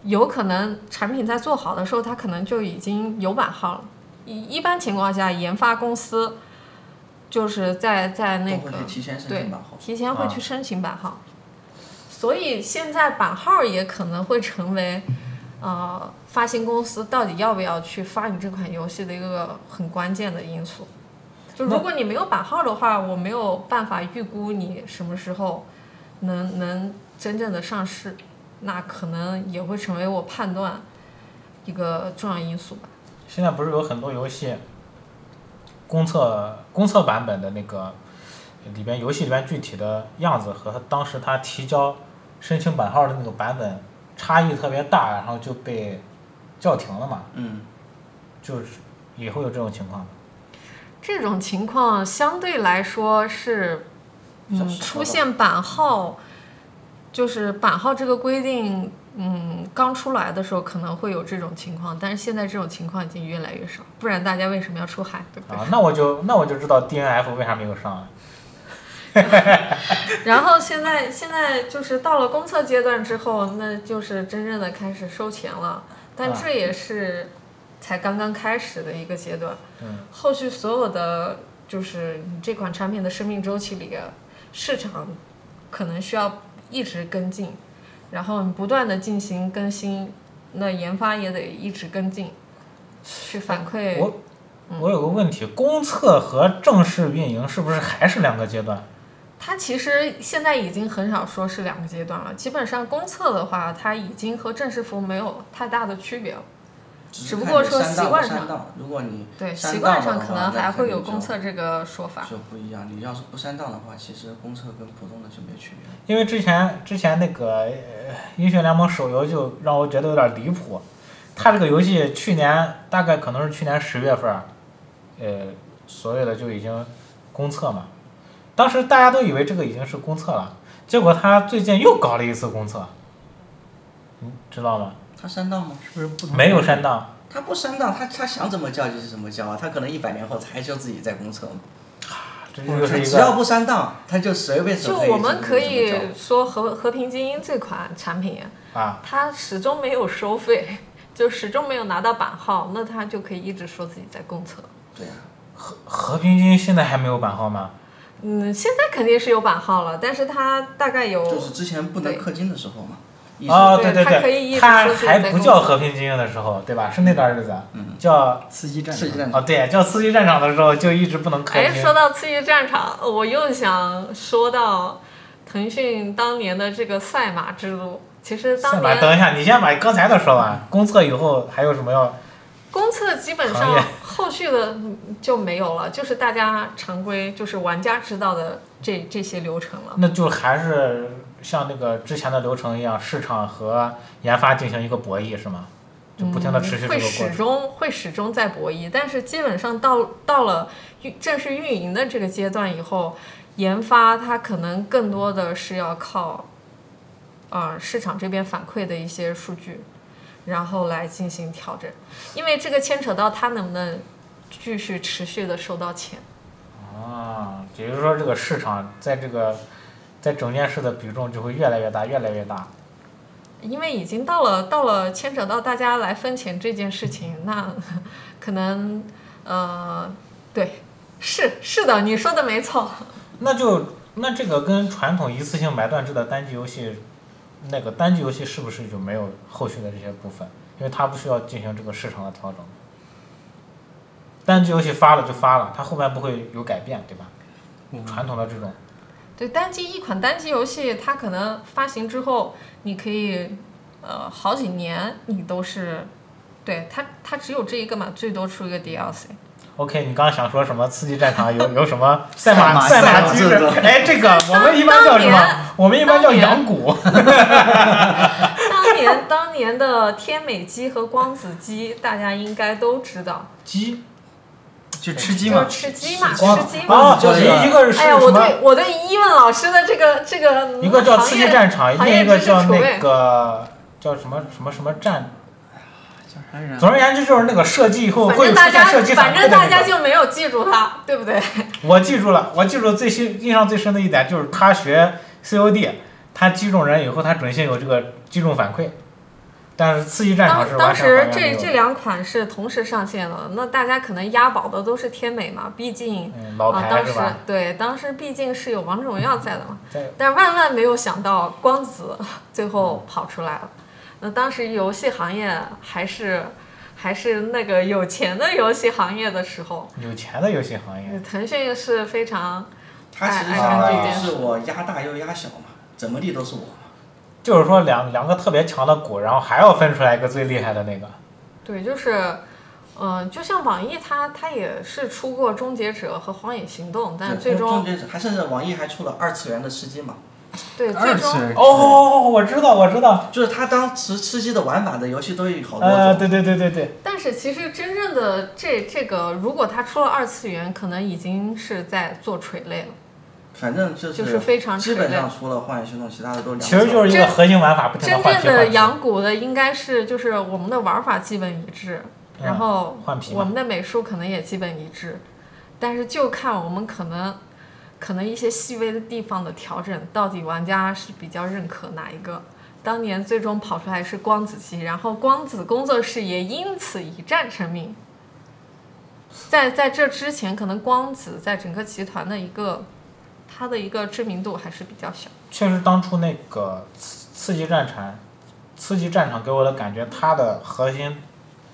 [SPEAKER 3] 有可能产品在做好的时候，它可能就已经有版号了。一一般情况下，研发公司就是在在那
[SPEAKER 4] 都会
[SPEAKER 3] 个
[SPEAKER 4] 去提前申
[SPEAKER 3] 对
[SPEAKER 4] 请版号。
[SPEAKER 3] 提前会
[SPEAKER 1] 啊
[SPEAKER 3] 去申请版号，所以现在版号也可能会成为呃发行公司到底要不要去发你这款游戏的一个很关键的因素。就如果你没有版号的话，我没有办法预估你什么时候能能真正的上市，那可能也会成为我判断一个重要因素吧。
[SPEAKER 1] 现在不是有很多游戏公测公测版本的那个里边游戏里边具体的样子和当时他提交申请版号的那个版本差异特别大，然后就被叫停了嘛，
[SPEAKER 4] 嗯，
[SPEAKER 1] 就是也会有这种情况。
[SPEAKER 3] 这种情况相对来说是，
[SPEAKER 4] 比较
[SPEAKER 3] 嗯，
[SPEAKER 4] 少
[SPEAKER 3] 出
[SPEAKER 4] 吧
[SPEAKER 3] 现版号，就是版号这个规定，嗯，刚出来的时候可能会有这种情况，但是现在这种情况已经越来越少，不然大家为什么要出海，对不对？
[SPEAKER 1] 啊，那我就那我就知道 DNF 为啥没有上啊了。
[SPEAKER 3] *laughs* 然后现在现在就是到了公测阶段之后，那就是真正的开始收钱了，但
[SPEAKER 1] 啊
[SPEAKER 3] 这也是才刚刚开始的一个阶段。
[SPEAKER 1] 嗯，
[SPEAKER 3] 后续所有的就是你这款产品的生命周期里，市场可能需要一直跟进，然后你不断的进行更新，那研发也得一直跟进，去反馈
[SPEAKER 1] 我。我有个问题，公测和正式运营是不是还是两个阶段？
[SPEAKER 3] 它其实现在已经很少说是两个阶段了，基本上公测的话，它已经和正式服没有太大的区别了。只
[SPEAKER 4] 只是
[SPEAKER 3] 不
[SPEAKER 4] 看
[SPEAKER 3] 过
[SPEAKER 4] 你
[SPEAKER 3] 说
[SPEAKER 4] 删
[SPEAKER 3] 习
[SPEAKER 4] 档不
[SPEAKER 3] 惯
[SPEAKER 4] 删
[SPEAKER 3] 上
[SPEAKER 4] 档，如果你
[SPEAKER 3] 对，
[SPEAKER 4] 删
[SPEAKER 3] 习惯
[SPEAKER 4] 档
[SPEAKER 3] 上
[SPEAKER 4] 的
[SPEAKER 3] 可
[SPEAKER 4] 话
[SPEAKER 3] 能
[SPEAKER 4] 那
[SPEAKER 3] 还会有
[SPEAKER 4] 定
[SPEAKER 3] 公
[SPEAKER 4] 就
[SPEAKER 3] 测这个说法。
[SPEAKER 4] 就不一样。你要是不删档的话，其实公测跟普通的就没区别了。
[SPEAKER 1] 因为之前之前那个呃英雄联盟手游就让我觉得有点离谱，它这个游戏去年大概可能是去年十月份儿，呃，所有的就已经公测嘛，当时大家都以为这个已经是公测了，结果它最近又搞了一次公测，你知道吗？
[SPEAKER 4] 他删档吗？
[SPEAKER 2] 是不是不同？
[SPEAKER 1] 没有删档，
[SPEAKER 4] 他不删档，他他想怎么叫就是怎么叫啊。他可能一百年后才就自己在公测嘛。
[SPEAKER 1] 这就是一
[SPEAKER 4] 只要
[SPEAKER 1] 个
[SPEAKER 4] 不删档，他就随便手
[SPEAKER 3] 就
[SPEAKER 4] 可以
[SPEAKER 3] 我们可
[SPEAKER 4] 怎么
[SPEAKER 3] 以
[SPEAKER 4] 叫
[SPEAKER 3] 说和和平精英这款产品，
[SPEAKER 1] 啊，
[SPEAKER 3] 它始终没有收费， *laughs* 就始终没有拿到版号，那它就可以一直说自己在公测。
[SPEAKER 4] 对啊呀、
[SPEAKER 1] 和和平精英现在还没有版号吗？
[SPEAKER 3] 嗯，现在肯定是有版号了，但是它大概有哎
[SPEAKER 4] 就是之前不能氪金的时候嘛。一直
[SPEAKER 1] 哦，
[SPEAKER 3] 对
[SPEAKER 1] 对
[SPEAKER 3] 他可以一
[SPEAKER 1] 对，
[SPEAKER 3] 直
[SPEAKER 1] 它
[SPEAKER 3] 说自己
[SPEAKER 1] 还
[SPEAKER 3] 在
[SPEAKER 1] 不
[SPEAKER 3] 公嗯
[SPEAKER 1] 叫
[SPEAKER 3] 测
[SPEAKER 1] 和平精英的时候，对吧？是那段日子，叫
[SPEAKER 2] 刺激战场
[SPEAKER 4] 刺激战
[SPEAKER 1] 哦，
[SPEAKER 4] 场，
[SPEAKER 1] 对，叫刺激战场的时候就一直不能氪
[SPEAKER 3] 哎，
[SPEAKER 1] 金
[SPEAKER 3] 说到刺激战场，我又想说到腾讯当年的这个赛马之路，其实当
[SPEAKER 1] 算吧，
[SPEAKER 3] 年
[SPEAKER 1] 等一下，你先把刚才的说完。公测以后还有什么要？
[SPEAKER 3] 公测基本
[SPEAKER 1] 行业
[SPEAKER 3] 上后续的就没有了，就是大家常规就是玩家知道的这这些流程了。
[SPEAKER 1] 那就还是像那个之前的流程一样，市场和研发进行一个博弈，是吗？就不停的持续这个
[SPEAKER 3] 嗯会
[SPEAKER 1] 过
[SPEAKER 3] 始
[SPEAKER 1] 程。
[SPEAKER 3] 终会始终在博弈，但是基本上到到了运正式运营的这个阶段以后，研发它可能更多的是要靠，呃市场这边反馈的一些数据，然后来进行调整，因为这个牵扯到它能不能继续持续的收到钱。
[SPEAKER 1] 啊，也就是说，这个市场在这个在整件事的比重就会越来越大，越来越大。
[SPEAKER 3] 因为已经到了到了牵扯到大家来分钱这件事情，那可能呃，对，是是的，你说的没错。
[SPEAKER 1] 那就那这个跟传统一次性买断制的单机游戏，那个单机游戏是不是就没有后续的这些部分？因为它不需要进行这个市场的调整。单机游戏发了就发了，它后面不会有改变，对吧？传统的这种，
[SPEAKER 3] 对单机一款单机游戏，它可能发行之后，你可以呃好几年你都是，对它它只有这一个嘛，最多出一个 DLC。
[SPEAKER 1] OK，你刚刚想说什么？刺激战场有有什么赛马
[SPEAKER 4] 赛马
[SPEAKER 1] 马
[SPEAKER 4] 赛马
[SPEAKER 1] 机
[SPEAKER 4] 制
[SPEAKER 1] 制
[SPEAKER 4] 度？
[SPEAKER 1] 哎，这个我们一般叫什
[SPEAKER 3] 当
[SPEAKER 1] 么
[SPEAKER 3] 年？
[SPEAKER 1] 我们一般叫
[SPEAKER 3] 当年
[SPEAKER 1] 养蛊。
[SPEAKER 3] 当年当年的天美机和光子机，大家应该都知道，
[SPEAKER 1] 鸡
[SPEAKER 4] 就吃鸡
[SPEAKER 3] 就
[SPEAKER 4] 嘛
[SPEAKER 3] 是，吃鸡嘛，
[SPEAKER 1] 光
[SPEAKER 3] 吃鸡嘛。
[SPEAKER 1] 啊，一一个是
[SPEAKER 3] 哎呀，
[SPEAKER 1] 什
[SPEAKER 3] 我
[SPEAKER 1] 么？
[SPEAKER 3] 对我对伊问老师的这个这个
[SPEAKER 1] 一个叫刺
[SPEAKER 3] 行
[SPEAKER 1] 激
[SPEAKER 3] 业
[SPEAKER 1] 战场，
[SPEAKER 3] 行
[SPEAKER 1] 另
[SPEAKER 3] 业
[SPEAKER 1] 一个
[SPEAKER 3] 知识
[SPEAKER 1] 叫
[SPEAKER 3] 储
[SPEAKER 1] 那
[SPEAKER 3] 备。
[SPEAKER 1] 个叫什么什么什么战。
[SPEAKER 4] 叫啥人啊？
[SPEAKER 1] 总而言之，就是那个射击以后
[SPEAKER 3] 反
[SPEAKER 1] 会
[SPEAKER 3] 正
[SPEAKER 1] 出
[SPEAKER 3] 大
[SPEAKER 1] 现
[SPEAKER 3] 家
[SPEAKER 1] 射击反
[SPEAKER 3] 反
[SPEAKER 1] 馈的
[SPEAKER 3] 正
[SPEAKER 1] 那
[SPEAKER 3] 大家
[SPEAKER 1] 个。
[SPEAKER 3] 就没有记住它，对不对？
[SPEAKER 1] 我记住了，我记住最新印象最深的一点就是他学 COD，他击中人以后，他准信有这个击中反馈。但是刺激战场是完
[SPEAKER 3] 当当
[SPEAKER 1] 全还
[SPEAKER 3] 时
[SPEAKER 1] 原没
[SPEAKER 3] 这
[SPEAKER 1] 有的
[SPEAKER 3] 这两款是同时上线的，那大家可能押宝的都是天美嘛，毕竟
[SPEAKER 1] 嗯老
[SPEAKER 3] 啊、当
[SPEAKER 1] 牌是
[SPEAKER 3] 时
[SPEAKER 1] 吧？
[SPEAKER 3] 对当时毕竟是有王者荣耀在的嘛，
[SPEAKER 1] 在
[SPEAKER 3] 但万万没有想到光子 *laughs* 最
[SPEAKER 1] 嗯
[SPEAKER 3] 后跑出来了。那当时游戏行业还是还是那个有钱的游戏行业的时候，
[SPEAKER 1] 有钱的游戏行业，
[SPEAKER 3] 腾讯是非常
[SPEAKER 4] 他其实
[SPEAKER 3] 哎哎
[SPEAKER 4] 相当于
[SPEAKER 1] 哎
[SPEAKER 4] 是我压大又压小嘛，怎么地都是我嘛。
[SPEAKER 1] 就是说两两个特别强的股，然后还要分出来一个最厉害的那个。
[SPEAKER 3] 对，就是，嗯、就像网易它它也是出过《终结者》和《荒野行动》，但
[SPEAKER 4] 对
[SPEAKER 3] 最
[SPEAKER 4] 终
[SPEAKER 3] 终
[SPEAKER 4] 结者还甚至网易还出了二次元的吃鸡嘛，
[SPEAKER 3] 对最
[SPEAKER 2] 二次
[SPEAKER 3] 终
[SPEAKER 2] 元
[SPEAKER 1] 哦，我知道，我知道。
[SPEAKER 4] 就是他当时吃鸡的玩法的游戏都有好多
[SPEAKER 1] 呃，
[SPEAKER 4] 种，
[SPEAKER 1] 对对对对对，
[SPEAKER 3] 但是其实真正的这这个，如果它出了二次元，可能已经是在做垂类了。
[SPEAKER 4] 反正就
[SPEAKER 3] 就是非常
[SPEAKER 4] 基本
[SPEAKER 3] 垂
[SPEAKER 4] 上
[SPEAKER 3] 类
[SPEAKER 4] 除了荒野行动，其他的都
[SPEAKER 1] 其实就是一个核心玩法，不停的
[SPEAKER 3] 真
[SPEAKER 1] 换
[SPEAKER 3] 正
[SPEAKER 1] 皮换
[SPEAKER 3] 的
[SPEAKER 1] 皮。
[SPEAKER 3] 养蛊的应该是就是我们的玩法基本一致，
[SPEAKER 1] 嗯
[SPEAKER 3] 然后
[SPEAKER 1] 换皮嘛
[SPEAKER 3] 我们的美术可能也基本一致，但是就看我们可能可能一些细微的地方的调整，到底玩家是比较认可哪一个。当年最终跑出来是光子机，然后光子工作室也因此一战成名。在在这之前，可能光子在整个集团的一个它的一个知名度还是比较小。
[SPEAKER 1] 确实，当初那个刺刺激战场，刺激战场给我的感觉，它的核心，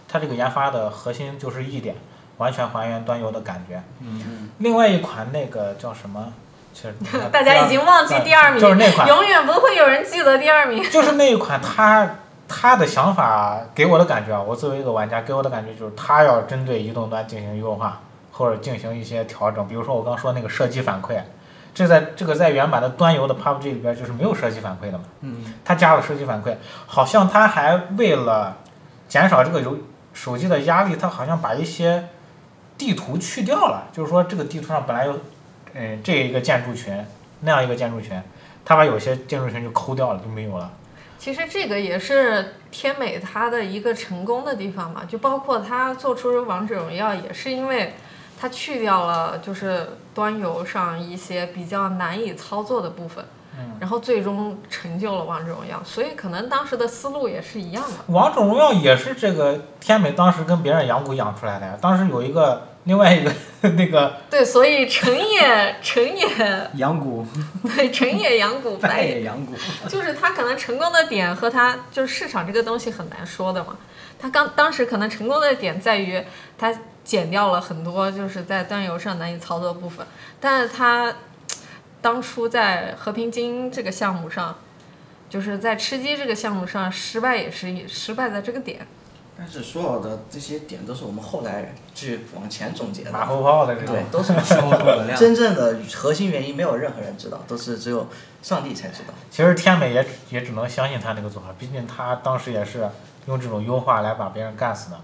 [SPEAKER 1] 它这个研发的核心就是一点，完全还原端游的感觉。嗯。另外一款那个叫什么？其
[SPEAKER 3] *laughs*
[SPEAKER 1] 实
[SPEAKER 3] 大家已经忘记第二名，
[SPEAKER 1] 嗯就是那款，
[SPEAKER 3] 永远不会有人记得第二名。
[SPEAKER 1] 就是那一款，它它的想法给我的感觉啊，我作为一个玩家，给我的感觉就是它要针对移动端进行优化或者进行一些调整，比如说我刚说那个射击反馈，这在这个在原版的端游的 PUBG 里边就是没有射击反馈的嘛，
[SPEAKER 2] 嗯，
[SPEAKER 1] 它加了射击反馈，好像它还为了减少这个游手机的压力，它好像把一些地图去掉了，就是说这个地图上本来有，嗯，这一个建筑群那样一个建筑群，它把有些建筑群就抠掉了，就没有了。
[SPEAKER 3] 其实这个也是天美它的一个成功的地方嘛，就包括它做出《王者荣耀》也是因为它去掉了就是端游上一些比较难以操作的部分，然后最终成就了《王者荣耀》，所以可能当时的思路也是一样的。
[SPEAKER 1] 王者荣耀也是这个天美当时跟别人养蛊养出来的呀。当时有一个另外一个 *laughs* 那个
[SPEAKER 3] 对，所以成也成也 *laughs*
[SPEAKER 2] 养蛊，
[SPEAKER 3] 对成也养蛊，败
[SPEAKER 2] 败
[SPEAKER 3] 也
[SPEAKER 2] 也养蛊，
[SPEAKER 3] 就是他可能成功的点和他就是市场这个东西很难说的嘛。他刚当时可能成功的点在于他减掉了很多就是在端游上难以操作的部分，但是他当初在和平精英这个项目上，就是在吃鸡这个项目上失败，也是也失败在这个点。
[SPEAKER 4] 但是所有的这些点都是我们后来去往前总结的，
[SPEAKER 1] 马后炮的这种
[SPEAKER 4] 对，，都是
[SPEAKER 2] 消耗能量
[SPEAKER 4] 真正的核心原因没有任何人知道，都是只有上帝才知道。
[SPEAKER 1] 其实天美也也只能相信他那个做法，毕竟他当时也是用这种优化来把别人干死的。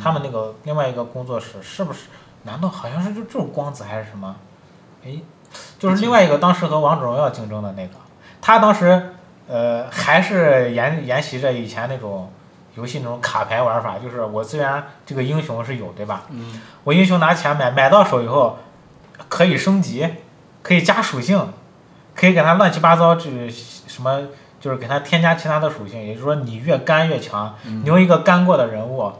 [SPEAKER 1] 他们那个另外一个工作室是不是？难道好像是就就是光子还是什么？哎，就是另外一个当时和王者荣耀竞争的那个，他当时呃还是沿沿袭着以前那种游戏那种卡牌玩法，就是我虽然这个英雄是有对吧？
[SPEAKER 2] 嗯，
[SPEAKER 1] 我英雄拿钱买，买到手以后可以升级，可以加属性，可以给它乱七八糟，就是什么，就是给它添加其他的属性。也就是说，你越干越强。你用一个干过的人物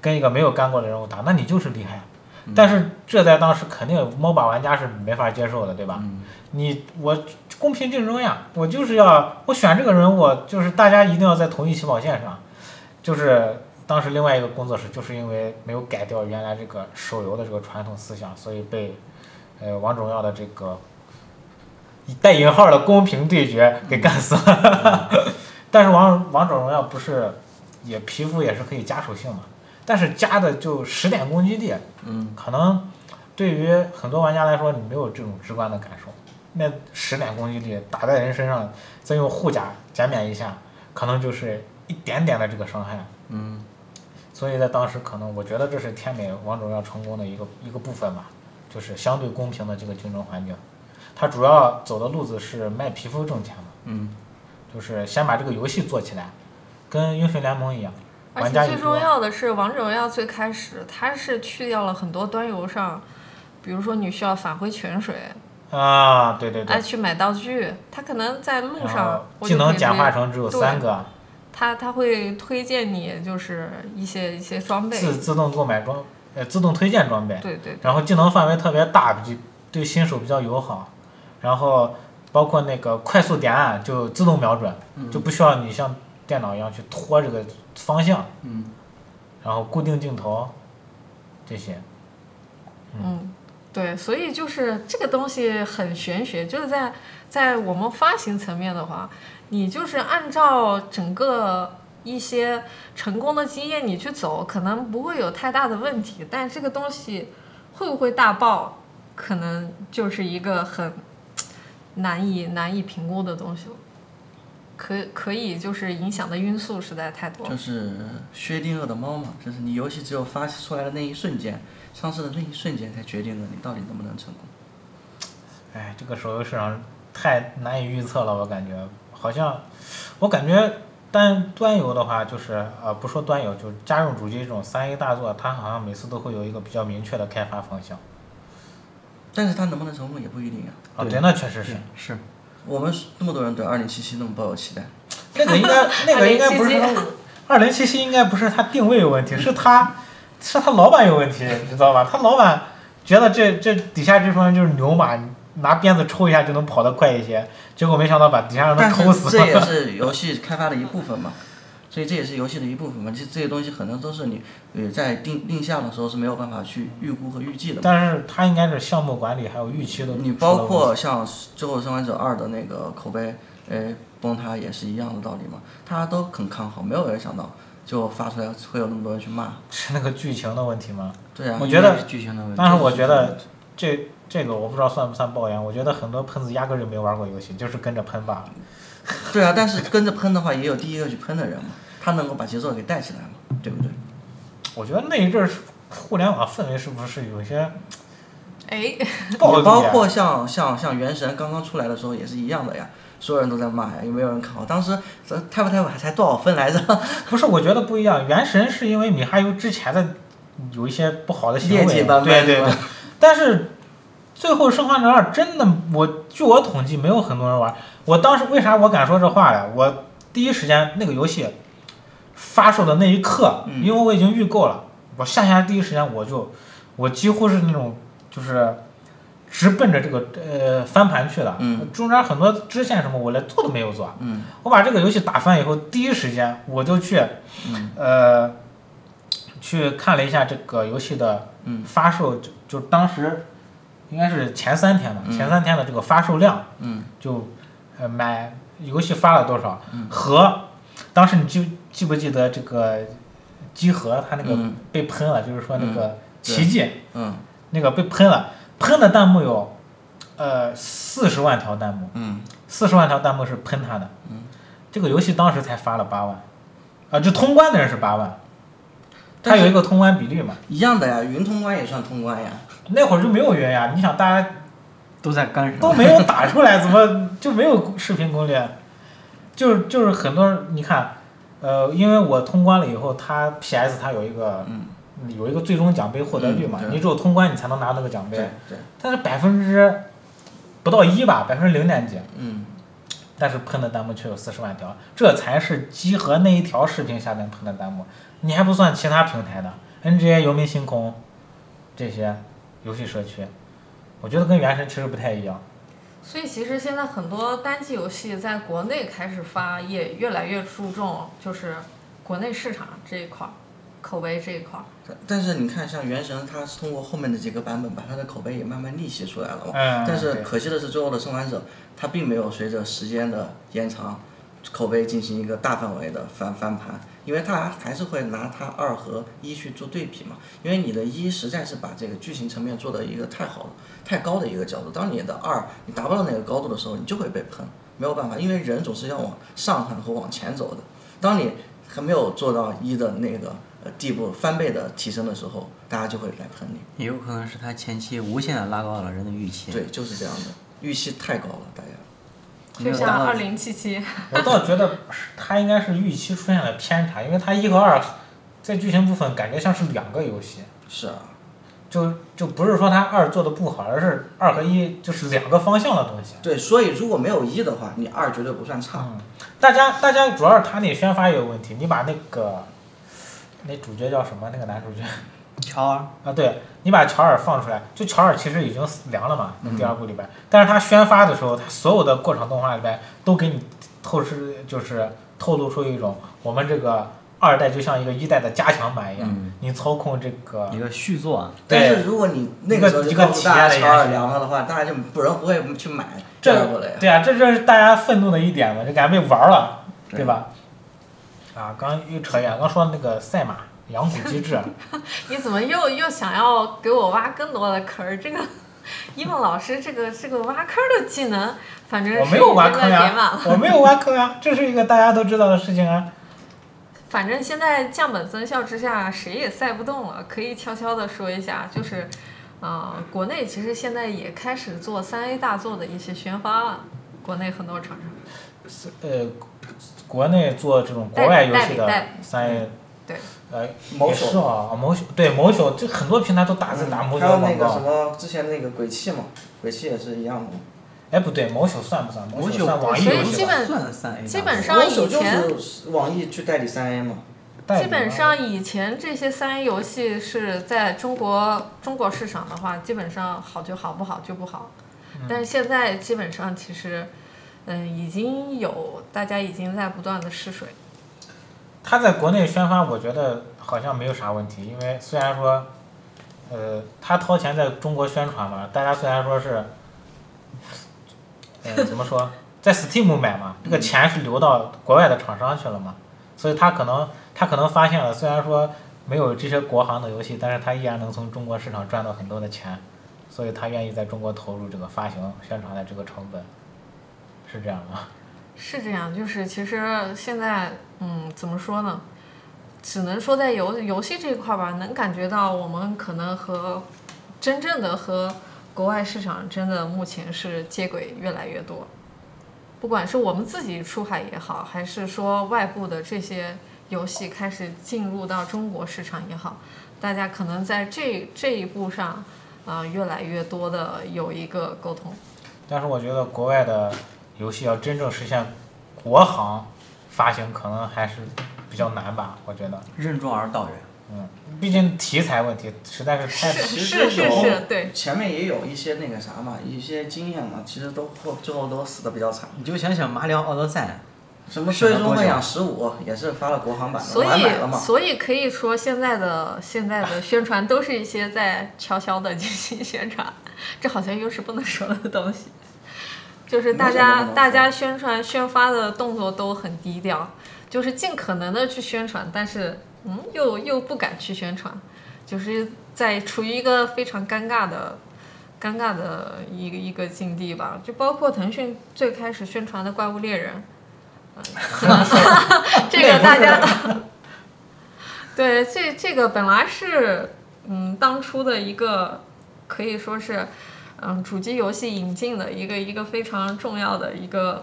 [SPEAKER 1] 跟一个没有干过的人物打，那你就是厉害。但是这在当时肯定 MOBA 玩家是没法接受的，对吧？你我公平竞争呀，我就是要我选这个人物，就是大家一定要在同一起跑线上。就是当时另外一个工作室，就是因为没有改掉原来这个手游的这个传统思想，所以被呃王者荣耀的这个带引号的公平对决给干死了。 *laughs* 但是王王者荣耀不是也皮肤也是可以加属性嘛，但是加的就十点攻击力，
[SPEAKER 4] 嗯，
[SPEAKER 1] 可能对于很多玩家来说，你没有这种直观的感受。那十点攻击力打在人身上，再用护甲减免一下，可能就是一点点的这个伤害。
[SPEAKER 4] 嗯，
[SPEAKER 1] 所以在当时，可能我觉得这是天美王者荣耀成功的一个一个部分吧，就是相对公平的这个竞争环境。它主要走的路子是卖皮肤挣钱嘛，
[SPEAKER 4] 嗯，
[SPEAKER 1] 就是先把这个游戏做起来，跟英雄联盟一样，
[SPEAKER 3] 而
[SPEAKER 1] 玩
[SPEAKER 3] 且
[SPEAKER 1] 家
[SPEAKER 3] 最
[SPEAKER 1] 也
[SPEAKER 3] 重
[SPEAKER 1] 多。
[SPEAKER 3] 要的是，王者荣耀最开始它是去掉了很多端游上，比如说你需要返回泉水，
[SPEAKER 1] 啊，对对对
[SPEAKER 3] 哎，，去买道具，它可能在路
[SPEAKER 1] 然后
[SPEAKER 3] 上我
[SPEAKER 1] 技
[SPEAKER 3] 就可
[SPEAKER 1] 能
[SPEAKER 3] 以
[SPEAKER 1] 简化
[SPEAKER 3] 直接
[SPEAKER 1] 成只有
[SPEAKER 3] 对
[SPEAKER 1] 三个，
[SPEAKER 3] 它它会推荐你就是一些一些装备，
[SPEAKER 1] 自自动购买装，呃，自动推荐装备，
[SPEAKER 3] 对对，
[SPEAKER 1] 然后技能范围特别大，比对新手比较友好，然后包括那个快速点按就自动瞄准，
[SPEAKER 2] 嗯
[SPEAKER 1] 就不需要你像电脑一样去拖这个方向，
[SPEAKER 2] 嗯，
[SPEAKER 1] 然后固定镜头这些，
[SPEAKER 3] 嗯，对，所以就是这个东西很玄学，就是在在我们发行层面的话，你就是按照整个一些成功的经验你去走，可能不会有太大的问题，但这个东西会不会大爆，可能就是一个很难以难以评估的东西了。可可以，就是影响的因素实在太多了
[SPEAKER 4] 就。是薛定谔的猫嘛，就是你游戏只有发出来的那一瞬间，上市的那一瞬间，才决定了你到底能不能成功。
[SPEAKER 1] 哎，这个手游市场太难以预测了，我感觉好像，我感觉单端游的话，就是呃，不说端游，就是家用主机这种三 A 大作，它好像每次都会有一个比较明确的开发方向。
[SPEAKER 4] 但是它能不能成功也不一定啊。
[SPEAKER 1] 啊，
[SPEAKER 2] 对
[SPEAKER 1] 对，那确实是，
[SPEAKER 2] 是
[SPEAKER 4] 我们那么多人对二零七七那么抱有期待，
[SPEAKER 1] 那个应该 *laughs* 那个应该不是
[SPEAKER 3] 2077
[SPEAKER 1] 他， *laughs* 二零七七应该不是他定位有问题，是他是他老板有问题，你知道吧？他老板觉得这这底下这帮人就是牛马，拿鞭子抽一下就能跑得快一些，结果没想到把底下人都
[SPEAKER 4] 但
[SPEAKER 1] 抽
[SPEAKER 4] 是
[SPEAKER 1] 死
[SPEAKER 4] 这也
[SPEAKER 1] 了。
[SPEAKER 4] 是游戏开发的一部分嘛，所以这也是游戏的一部分嘛。这这些东西可能都是你呃在定定向的时候是没有办法去预估和预计的嘛。
[SPEAKER 1] 但是他应该是项目管理还有预期的，
[SPEAKER 4] 你包括像《最后生还者二》的那个口碑，呃，崩塌也是一样的道理嘛。大家都很看好，没有人想到就发出来会有那么多人去骂。
[SPEAKER 1] 是那个剧情的问题吗？
[SPEAKER 4] 对啊
[SPEAKER 1] 我，觉得
[SPEAKER 2] 应该是剧情的问题，
[SPEAKER 1] 但是我觉得这这个我不知道算不算抱怨，我觉得很多喷子压根儿就没玩过游戏，就是跟着喷吧。
[SPEAKER 4] 对啊，但是跟着喷的话，也有第一个去喷的人嘛，他能够把节奏给带起来嘛，对不对？
[SPEAKER 1] 我觉得那一阵儿是互联网氛围是不是有些
[SPEAKER 3] 哎，
[SPEAKER 1] 暴力、
[SPEAKER 4] 你
[SPEAKER 1] 啊？
[SPEAKER 4] 包括像像像原神刚刚出来的时候也是一样的呀，所有人都在骂呀，也没有人看好。当时这太不太晚才多少分来着？
[SPEAKER 1] *laughs* 不是，我觉得不一样。原神是因为米哈游之前的有一些不好的行为，啊
[SPEAKER 4] 劣迹斑斑
[SPEAKER 1] 对对
[SPEAKER 4] 是
[SPEAKER 1] 对
[SPEAKER 4] 吧。
[SPEAKER 1] 但是最后《生还者二》真的，我据我统计，没有很多人玩。我当时为啥我敢说这话来？我第一时间那个游戏发售的那一刻，
[SPEAKER 4] 嗯
[SPEAKER 1] 因为我已经预购了，我下下来第一时间我就，我几乎是那种就是。直奔着这个呃翻盘去的，
[SPEAKER 4] 嗯
[SPEAKER 1] 中间很多支线什么我连做都没有做，
[SPEAKER 4] 嗯
[SPEAKER 1] 我把这个游戏打翻以后，第一时间我就去
[SPEAKER 4] 嗯
[SPEAKER 1] 呃，去看了一下这个游戏的
[SPEAKER 4] 嗯
[SPEAKER 1] 发售，就就当时应该是前三天吧，前三天的这个发售量，
[SPEAKER 4] 嗯，
[SPEAKER 1] 就呃买游戏发了多少，和当时你记记不记得这个集合他那个
[SPEAKER 4] 嗯
[SPEAKER 1] 被喷了，就是说那个
[SPEAKER 4] 对
[SPEAKER 1] 奇迹、
[SPEAKER 4] 嗯
[SPEAKER 1] 那个被喷了，喷的弹幕有呃四十万条弹幕，
[SPEAKER 4] 嗯
[SPEAKER 1] 四十万条弹幕是喷他的，这个游戏当时才发了八万，啊、就通关的人是八万，它
[SPEAKER 4] 但是
[SPEAKER 1] 有一个通关比率嘛，
[SPEAKER 4] 一样的呀，云通关也算通关呀。
[SPEAKER 1] 那会儿就没有原呀，你想大家
[SPEAKER 2] 都在干什么？
[SPEAKER 1] 都没有打出来，怎么就没有视频攻略？就是就是很多人，你看，呃，因为我通关了以后，它 PS 它有一个
[SPEAKER 4] 嗯，
[SPEAKER 1] 有一个最终奖杯获得率嘛，
[SPEAKER 4] 嗯对
[SPEAKER 1] 你只有通关你才能拿那个奖杯
[SPEAKER 4] 对，对，
[SPEAKER 1] 但是百分之不到一吧，百分之零点几，
[SPEAKER 4] 嗯
[SPEAKER 1] 但是喷的弹幕却有四十万条，这才是集合那一条视频下面喷的弹幕，你还不算其他平台的 NGA、游民星空这些游戏社区，我觉得跟原神其实不太一样。
[SPEAKER 3] 所以其实现在很多单机游戏在国内开始发，也越来越注重就是国内市场这一块儿，口碑这一块儿。
[SPEAKER 4] 但但是你看，像原神，它是通过后面的几个版本，把它的口碑也慢慢逆袭出来了嘛。
[SPEAKER 1] 嗯，
[SPEAKER 4] 但是
[SPEAKER 1] 对
[SPEAKER 4] 可惜的是，最后的生还者，它并没有随着时间的延长，口碑进行一个大范围的翻翻盘，因为它还是会拿它二和一去做对比嘛。因为你的一实在是把这个剧情层面做的一个太好了，太高的一个角度，当你的二你达不到那个高度的时候，你就会被喷，没有办法，因为人总是要往上看和往前走的。当你还没有做到一的那个呃地步，翻倍的提升的时候，大家就会来喷你。
[SPEAKER 2] 也有可能是他前期无限的拉高了人的预期，
[SPEAKER 4] 对，就是这样的，预期太高了，大家。
[SPEAKER 2] 没
[SPEAKER 3] 就
[SPEAKER 2] 有
[SPEAKER 3] 像
[SPEAKER 2] 达到
[SPEAKER 3] 二零七七， *laughs*
[SPEAKER 1] 我倒觉得是它应该是预期出现了偏差，因为它一和二在剧情部分感觉像是两个游戏，
[SPEAKER 4] 是啊，
[SPEAKER 1] 就就不是说它二做的不好，而是二和一就是两个方向的东西。
[SPEAKER 4] 对，所以如果没有一的话，你二绝对不算
[SPEAKER 1] 嗯
[SPEAKER 4] 差。
[SPEAKER 1] 大家大家主要是它那宣发也有问题，你把那个那主角叫什么？那个男主角
[SPEAKER 2] 乔尔
[SPEAKER 1] 啊，对你把乔尔放出来，就乔尔其实已经死凉了嘛，那第二部里边，但是他宣发的时候，他所有的过场动画里边都给你透视，就是透露出一种我们这个二代就像一个一代的加强版一样，
[SPEAKER 2] 嗯
[SPEAKER 1] 你操控这个
[SPEAKER 2] 一个续作啊，
[SPEAKER 4] 但
[SPEAKER 1] 对
[SPEAKER 4] 是如果你那
[SPEAKER 1] 一个
[SPEAKER 4] 时候
[SPEAKER 1] 一
[SPEAKER 4] 就
[SPEAKER 1] 个
[SPEAKER 4] 告诉
[SPEAKER 1] 体验
[SPEAKER 4] 大
[SPEAKER 1] 的
[SPEAKER 4] 家乔
[SPEAKER 1] 延
[SPEAKER 4] 尔
[SPEAKER 1] 伸
[SPEAKER 4] 凉了的话，大家就不人不会去买第
[SPEAKER 1] 这
[SPEAKER 4] 二个了呀。
[SPEAKER 1] 对啊，这就是大家愤怒的一点嘛，就感觉被玩儿了，对吧？啊，刚刚又扯远，刚说那个赛马养蛊机制，啊
[SPEAKER 3] 你怎么又又想要给我挖更多的坑儿？这个伊梦老师这个这个挖坑儿的技能，反正
[SPEAKER 1] 我
[SPEAKER 3] *laughs* 是
[SPEAKER 1] 没有
[SPEAKER 3] 已
[SPEAKER 1] 挖
[SPEAKER 3] 经
[SPEAKER 1] 坑
[SPEAKER 3] 在点满
[SPEAKER 1] 呀
[SPEAKER 3] 了。，
[SPEAKER 1] 我没有挖坑啊，这是一个大家都知道的事情啊。
[SPEAKER 3] 反正现在降本增效之下，谁也赛不动了。可以悄悄的说一下，就是，啊、国内其实现在也开始做三 A 大作的一些宣发了。国内很多厂商，
[SPEAKER 1] 呃，国内做这种国外游戏的
[SPEAKER 3] 代理代理
[SPEAKER 1] 三 A，
[SPEAKER 3] 对，
[SPEAKER 1] 呃，
[SPEAKER 4] 某
[SPEAKER 1] 也
[SPEAKER 4] 手嗯
[SPEAKER 1] 是啊，某手对某手，这很多平台都打字打某手
[SPEAKER 4] 还有
[SPEAKER 1] 的
[SPEAKER 4] 那
[SPEAKER 1] 广
[SPEAKER 4] 个什
[SPEAKER 1] 告。
[SPEAKER 4] 么之前那个鬼泣嘛，鬼泣也是一样的嘛。
[SPEAKER 1] 哎，不对，某手算不算？
[SPEAKER 2] 某
[SPEAKER 1] 手
[SPEAKER 2] 手
[SPEAKER 1] 算网易
[SPEAKER 3] 所
[SPEAKER 1] 游
[SPEAKER 3] 以
[SPEAKER 1] 戏
[SPEAKER 3] 基
[SPEAKER 1] 吧？
[SPEAKER 3] 本
[SPEAKER 2] 算三 A
[SPEAKER 3] 基本上
[SPEAKER 4] 我手
[SPEAKER 3] 以
[SPEAKER 4] 就
[SPEAKER 3] 前
[SPEAKER 4] 是网易去代理三 A 嘛。
[SPEAKER 1] 代
[SPEAKER 3] 基
[SPEAKER 1] 理
[SPEAKER 3] 本
[SPEAKER 1] 嘛
[SPEAKER 3] 上以前这些三 A 游戏是在中国中国市场的话，基本上好就好，不好就不好。但是现在基本上其实，嗯，已经有大家已经在不断的试水。
[SPEAKER 1] 他在国内宣发，我觉得好像没有啥问题，因为虽然说，呃，他掏钱在中国宣传嘛，大家虽然说是，呃，怎么说，在 Steam 买嘛，这个钱是流到国外的厂商去了嘛，所以他可能他可能发现了，虽然说没有这些国行的游戏，但是他依然能从中国市场赚到很多的钱，所以他愿意在中国投入这个发行宣传的这个成本，是这样吗？
[SPEAKER 3] 是这样，就是其实现在，嗯，怎么说呢？只能说在游游戏这一块儿吧，能感觉到我们可能和真正的和国外市场真的目前是接轨越来越多。不管是我们自己出海也好，还是说外部的这些游戏开始进入到中国市场也好，大家可能在这这一步上，啊、越来越多的有一个沟通。
[SPEAKER 1] 但是我觉得国外的游戏要真正实现国行发行，可能还是比较难吧。我觉得，
[SPEAKER 2] 任重而道远。
[SPEAKER 1] 嗯，毕竟题材问题实在是太
[SPEAKER 3] 是
[SPEAKER 4] 其
[SPEAKER 3] 是
[SPEAKER 4] 实
[SPEAKER 3] 是
[SPEAKER 4] 有
[SPEAKER 3] 是，对。
[SPEAKER 4] 前面也有一些那个啥嘛，一些经验嘛，其实都后最后都死的比较惨。
[SPEAKER 2] 你就想想《马里奥奥德赛
[SPEAKER 4] 什么
[SPEAKER 2] 是的
[SPEAKER 4] 最终
[SPEAKER 2] 多
[SPEAKER 1] 啊
[SPEAKER 4] 幻
[SPEAKER 2] 久
[SPEAKER 4] 想十五也是发了国行版的，
[SPEAKER 3] 所
[SPEAKER 4] 我还买了
[SPEAKER 3] 以，
[SPEAKER 4] 嘛。
[SPEAKER 3] 所以可以说现在的现在的宣传都是一些在悄悄的进行宣传，》，这好像又是不能说的东西。就是大家大家宣传宣发的动作都很低调，就是尽可能的去宣传，但是嗯，又又不敢去宣传，就是在处于一个非常尴尬的尴尬的一个一个境地吧。就包括腾讯最开始宣传的《怪物猎人》呃，这个大家 *laughs* 对这这个本来是嗯当初的一个可以说是。嗯，主机游戏引进的一个一个非常重要的一个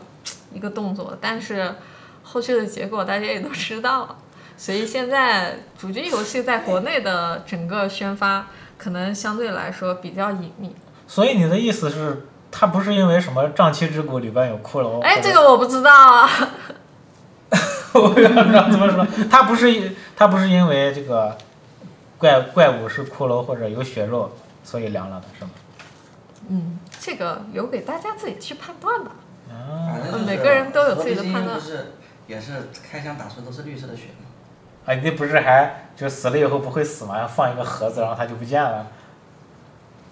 [SPEAKER 3] 一个动作，但是后续的结果大家也都知道了，所以现在主机游戏在国内的整个宣发可能相对来说比较隐秘。
[SPEAKER 1] *laughs* 所以你的意思是，它不是因为什么《瘴气之谷》里边有骷髅？
[SPEAKER 3] 哎，这个我不知道啊，
[SPEAKER 1] 我也不知道怎么说，它不是它不是因为这个怪怪物是骷髅或者有血肉，所以凉了的是吗？
[SPEAKER 3] 嗯，这个留给大家自己去判断吧。
[SPEAKER 1] 啊，
[SPEAKER 4] 正就是
[SPEAKER 3] 嗯每个人都有自己的判断
[SPEAKER 4] 何必金不是也是开枪打出都是绿色的血吗？
[SPEAKER 1] 啊，你不是还就死了以后不会死吗？放一个盒子，然后它就不见了。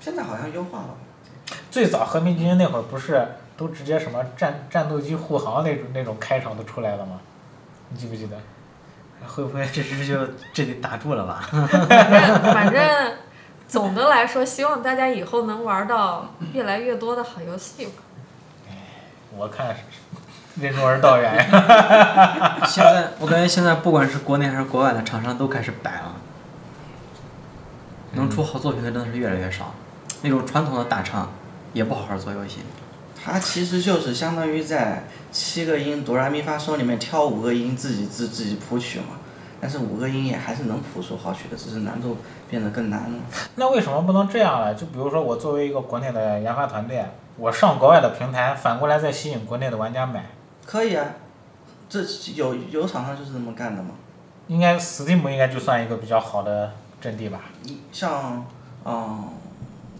[SPEAKER 4] 现在好像优化了吧？
[SPEAKER 1] 最早和平精英那会儿不是都直接什么战战斗机护航那种那种开场都出来了吗？你记不记得？
[SPEAKER 2] 会不会这只就这得打住了吧？
[SPEAKER 3] 反正 *laughs* 反正总的来说，希望大家以后能玩到越来越多的好游戏吧。
[SPEAKER 1] 我看是任重而道远呀。 *laughs*
[SPEAKER 2] *laughs* 现在我感觉现在不管是国内还是国外的厂商都开始摆了，能出
[SPEAKER 1] 嗯
[SPEAKER 2] 好作品的真的是越来越少。那种传统的大厂也不好好做游戏，
[SPEAKER 4] 它其实就是相当于在七个音哆来咪发嗦里面挑五个音自己自自己谱曲嘛，但是五个音也还是能谱出好曲的，只是难度变得更难了。
[SPEAKER 1] 那为什么不能这样呢？啊就比如说我作为一个国内的研发团队，啊我上国外的平台，反过来再吸引国内的玩家买。
[SPEAKER 4] 可以啊，这有有厂商就是这么干的嘛。
[SPEAKER 1] 应该 Steam 应该就算一个比较好的阵地吧。
[SPEAKER 4] 你像，嗯，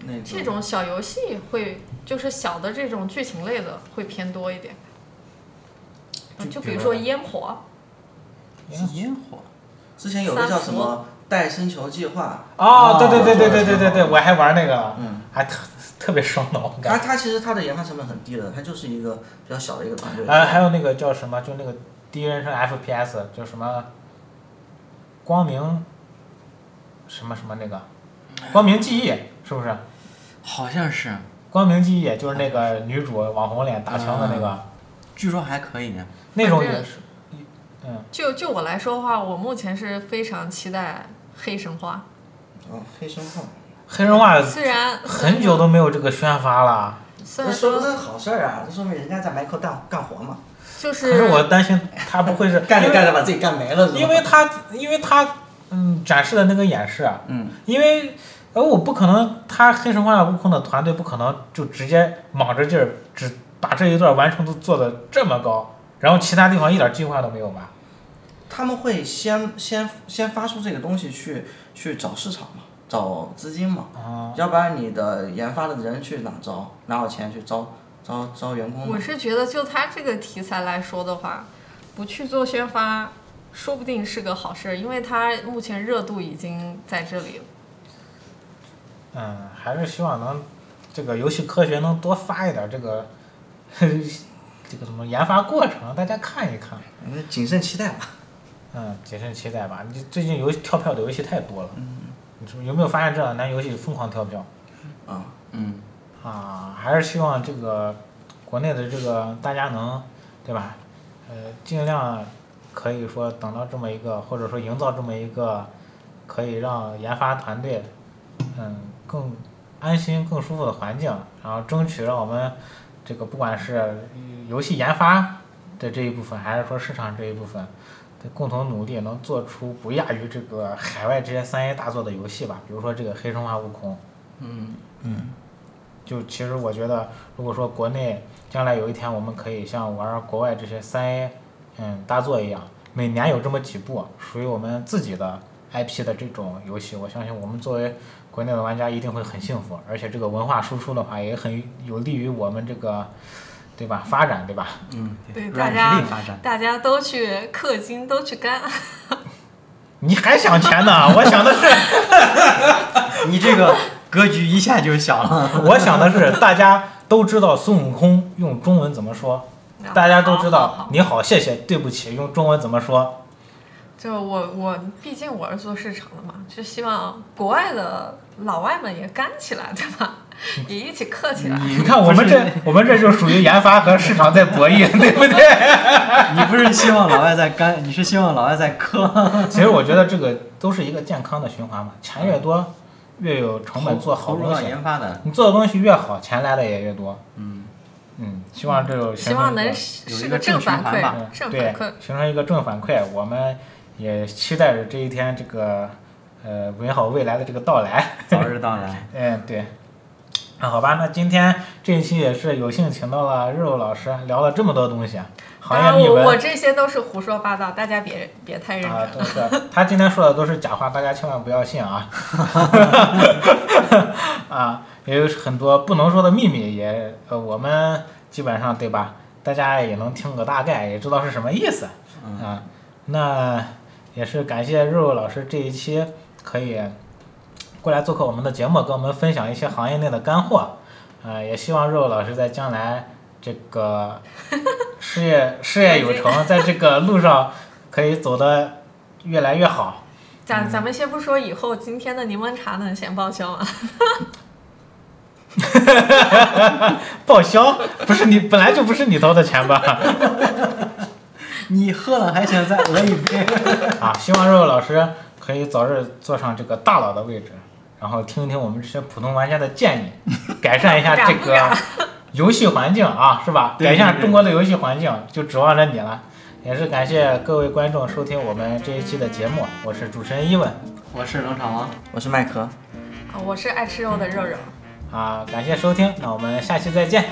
[SPEAKER 4] 那个
[SPEAKER 3] 这种小游戏会，就是小的这种剧情类的会偏多一点。嗯就比如说烟火，
[SPEAKER 2] 烟火，
[SPEAKER 4] 之前有个叫什
[SPEAKER 3] 三
[SPEAKER 4] 么“带星球计划
[SPEAKER 1] 哦，对对对对
[SPEAKER 4] 哦
[SPEAKER 1] 对对对对，我还玩那个”，，
[SPEAKER 4] 嗯，
[SPEAKER 1] 还特特别烧脑
[SPEAKER 4] 它
[SPEAKER 1] 感。
[SPEAKER 4] 它其实它的研发成本很低的，它就是一个比较小的一个团队。
[SPEAKER 1] 呃，还有那个叫什么，就那个第一人称 FPS，叫什么光明什么什么那个光明记忆，是不是？
[SPEAKER 2] 好像是，
[SPEAKER 1] 光明记忆就是那个女主网红脸打枪的那个，
[SPEAKER 2] 据说还可以呢。
[SPEAKER 1] 那种
[SPEAKER 3] 反正
[SPEAKER 1] 也是，嗯，
[SPEAKER 3] 就就我来说的话，我目前是非常期待黑神话，
[SPEAKER 4] 嗯，黑生化，
[SPEAKER 1] 黑人话
[SPEAKER 3] 虽然
[SPEAKER 1] 很久都没有这个宣发了，
[SPEAKER 3] 虽
[SPEAKER 4] 那
[SPEAKER 3] 然
[SPEAKER 4] 说明
[SPEAKER 3] 说
[SPEAKER 4] 这是好事儿啊，这说明人家在埋口干干活嘛，
[SPEAKER 3] 就
[SPEAKER 1] 可是我担心他不会是
[SPEAKER 4] 干着
[SPEAKER 1] 因为
[SPEAKER 4] 干着把自己干没了是吧？
[SPEAKER 1] 因为他因为他嗯展示的那个演示，啊
[SPEAKER 4] 嗯，
[SPEAKER 1] 因为呃我不可能，他黑神话悟空的团队不可能就直接莽着劲儿只把这一段完成度做的这么高，然后其他地方一点计划都没有吧？
[SPEAKER 4] 他们会先先先发出这个东西去去找市场嘛，找资金嘛，
[SPEAKER 1] 啊、
[SPEAKER 4] 要不然你的研发的人去哪招，哪有钱去招招招员工
[SPEAKER 3] 我
[SPEAKER 4] 呢？
[SPEAKER 3] 是觉得就他这个题材来说的话，不去做宣发，说不定是个好事，因为他目前热度已经在这里了。
[SPEAKER 1] 嗯，还是希望能这个游戏科学能多发一点这个 *laughs* 这个什么研发过程，大家看一看，
[SPEAKER 4] 我们谨慎期待吧。
[SPEAKER 1] 嗯，谨慎期待吧。你最近游戏跳票的游戏太多了，你是不是有没有发现这两年游戏疯狂跳票？
[SPEAKER 4] 啊、
[SPEAKER 2] 嗯，
[SPEAKER 1] 啊，还是希望这个国内的这个大家能，对吧？呃，尽量可以说等到这么一个，或者说营造这么一个可以让研发团队嗯更安心、更舒服的环境，然后争取让我们这个不管是游戏研发的这一部分，还是说市场这一部分。得共同努力，能做出不亚于这个海外这些三 A 大作的游戏吧，比如说这个《黑神话：悟空》，就其实我觉得，如果说国内将来有一天我们可以像玩国外这些三 A 嗯大作一样，每年有这么几部属于我们自己的 IP 的这种游戏，我相信我们作为国内的玩家一定会很幸福，而且这个文化输出的话也很有利于我们这个对吧发展对吧？
[SPEAKER 2] 嗯，
[SPEAKER 3] 对
[SPEAKER 2] 软
[SPEAKER 3] 大家
[SPEAKER 2] 实力发展。
[SPEAKER 3] 大家都去氪金，都去干。
[SPEAKER 1] 你还想钱呢？我想的是
[SPEAKER 2] 你这个格局一下就小了。
[SPEAKER 1] *laughs* 我想的是，大家都知道孙悟空用中文怎么说，大家都知
[SPEAKER 3] 啊好
[SPEAKER 1] 道
[SPEAKER 3] 好好
[SPEAKER 1] 你好、谢谢、对不起用中文怎么说。
[SPEAKER 3] 就我我毕竟我是做市场的嘛，就希望国外的老外们也干起来，对吧？也一起客起来。
[SPEAKER 1] 嗯你看我们
[SPEAKER 2] 不是
[SPEAKER 1] 这，我们这就属于研发和市场在博弈，对不对？ *laughs*
[SPEAKER 2] 你不是希望老外在干，你是希望老外在磕。
[SPEAKER 1] 其实我觉得这个都是一个健康的循环嘛，钱越多，越有成本做好
[SPEAKER 4] 投入
[SPEAKER 1] 东
[SPEAKER 4] 到
[SPEAKER 1] 西。
[SPEAKER 4] 研发的，
[SPEAKER 1] 你做的东西越好，钱来的也越多。嗯嗯，希望这种
[SPEAKER 3] 希望能
[SPEAKER 1] 形
[SPEAKER 3] 是
[SPEAKER 2] 有一
[SPEAKER 3] 是
[SPEAKER 2] 个
[SPEAKER 3] 正
[SPEAKER 2] 正
[SPEAKER 3] 反
[SPEAKER 1] 成
[SPEAKER 2] 循环
[SPEAKER 1] 一
[SPEAKER 3] 馈
[SPEAKER 1] 个，
[SPEAKER 3] 正
[SPEAKER 1] 对
[SPEAKER 3] 反馈。
[SPEAKER 1] 形成一个正反馈。我们也期待着这一天这个呃美好未来的这个到来。
[SPEAKER 2] 早日到来，
[SPEAKER 1] 嗯，对。那好吧，那今天这一期也是有幸请到了肉肉老师，聊了这么多东西，啊，
[SPEAKER 3] 当
[SPEAKER 1] 行
[SPEAKER 3] 然
[SPEAKER 1] 业秘
[SPEAKER 3] 我，
[SPEAKER 1] 闻
[SPEAKER 3] 我这些都是胡说八道，大家别别太认真。
[SPEAKER 1] 啊，都是他今天说的都是假话，大家千万不要信啊！ *laughs* 啊，也有很多不能说的秘密也，呃，我们基本上对吧？大家也能听个大概，也知道是什么意思啊。那也是感谢肉肉老师这一期可以过来做客我们的节目，跟我们分享一些行业内的干货。呃，也希望肉肉老师在将来这个 *laughs* 事业事业有成，在这个路上可以走得越来越好。
[SPEAKER 3] 咱咱们先不说以后今天的柠檬茶能先报销啊吗？
[SPEAKER 1] 报销不是你本来就不是你掏的钱吧？
[SPEAKER 2] 你喝了还想再讹一杯？ *laughs*
[SPEAKER 1] 啊，希望肉肉老师可以早日坐上这个大佬的位置，然后听一听我们这些普通玩家的建议，改善一下这
[SPEAKER 3] 不
[SPEAKER 1] 个
[SPEAKER 3] 敢
[SPEAKER 1] 游戏环境啊，是吧？
[SPEAKER 2] 对
[SPEAKER 1] 改善
[SPEAKER 2] 对对
[SPEAKER 1] 中国的游戏环境，就指望着你了。也是感谢各位观众收听我们这一期的节目，我是主持人伊文
[SPEAKER 2] 我是冷场王，
[SPEAKER 4] 我是麦克。
[SPEAKER 3] 啊，我是爱吃肉的肉肉。
[SPEAKER 1] 啊，感谢收听，那我们下期再见。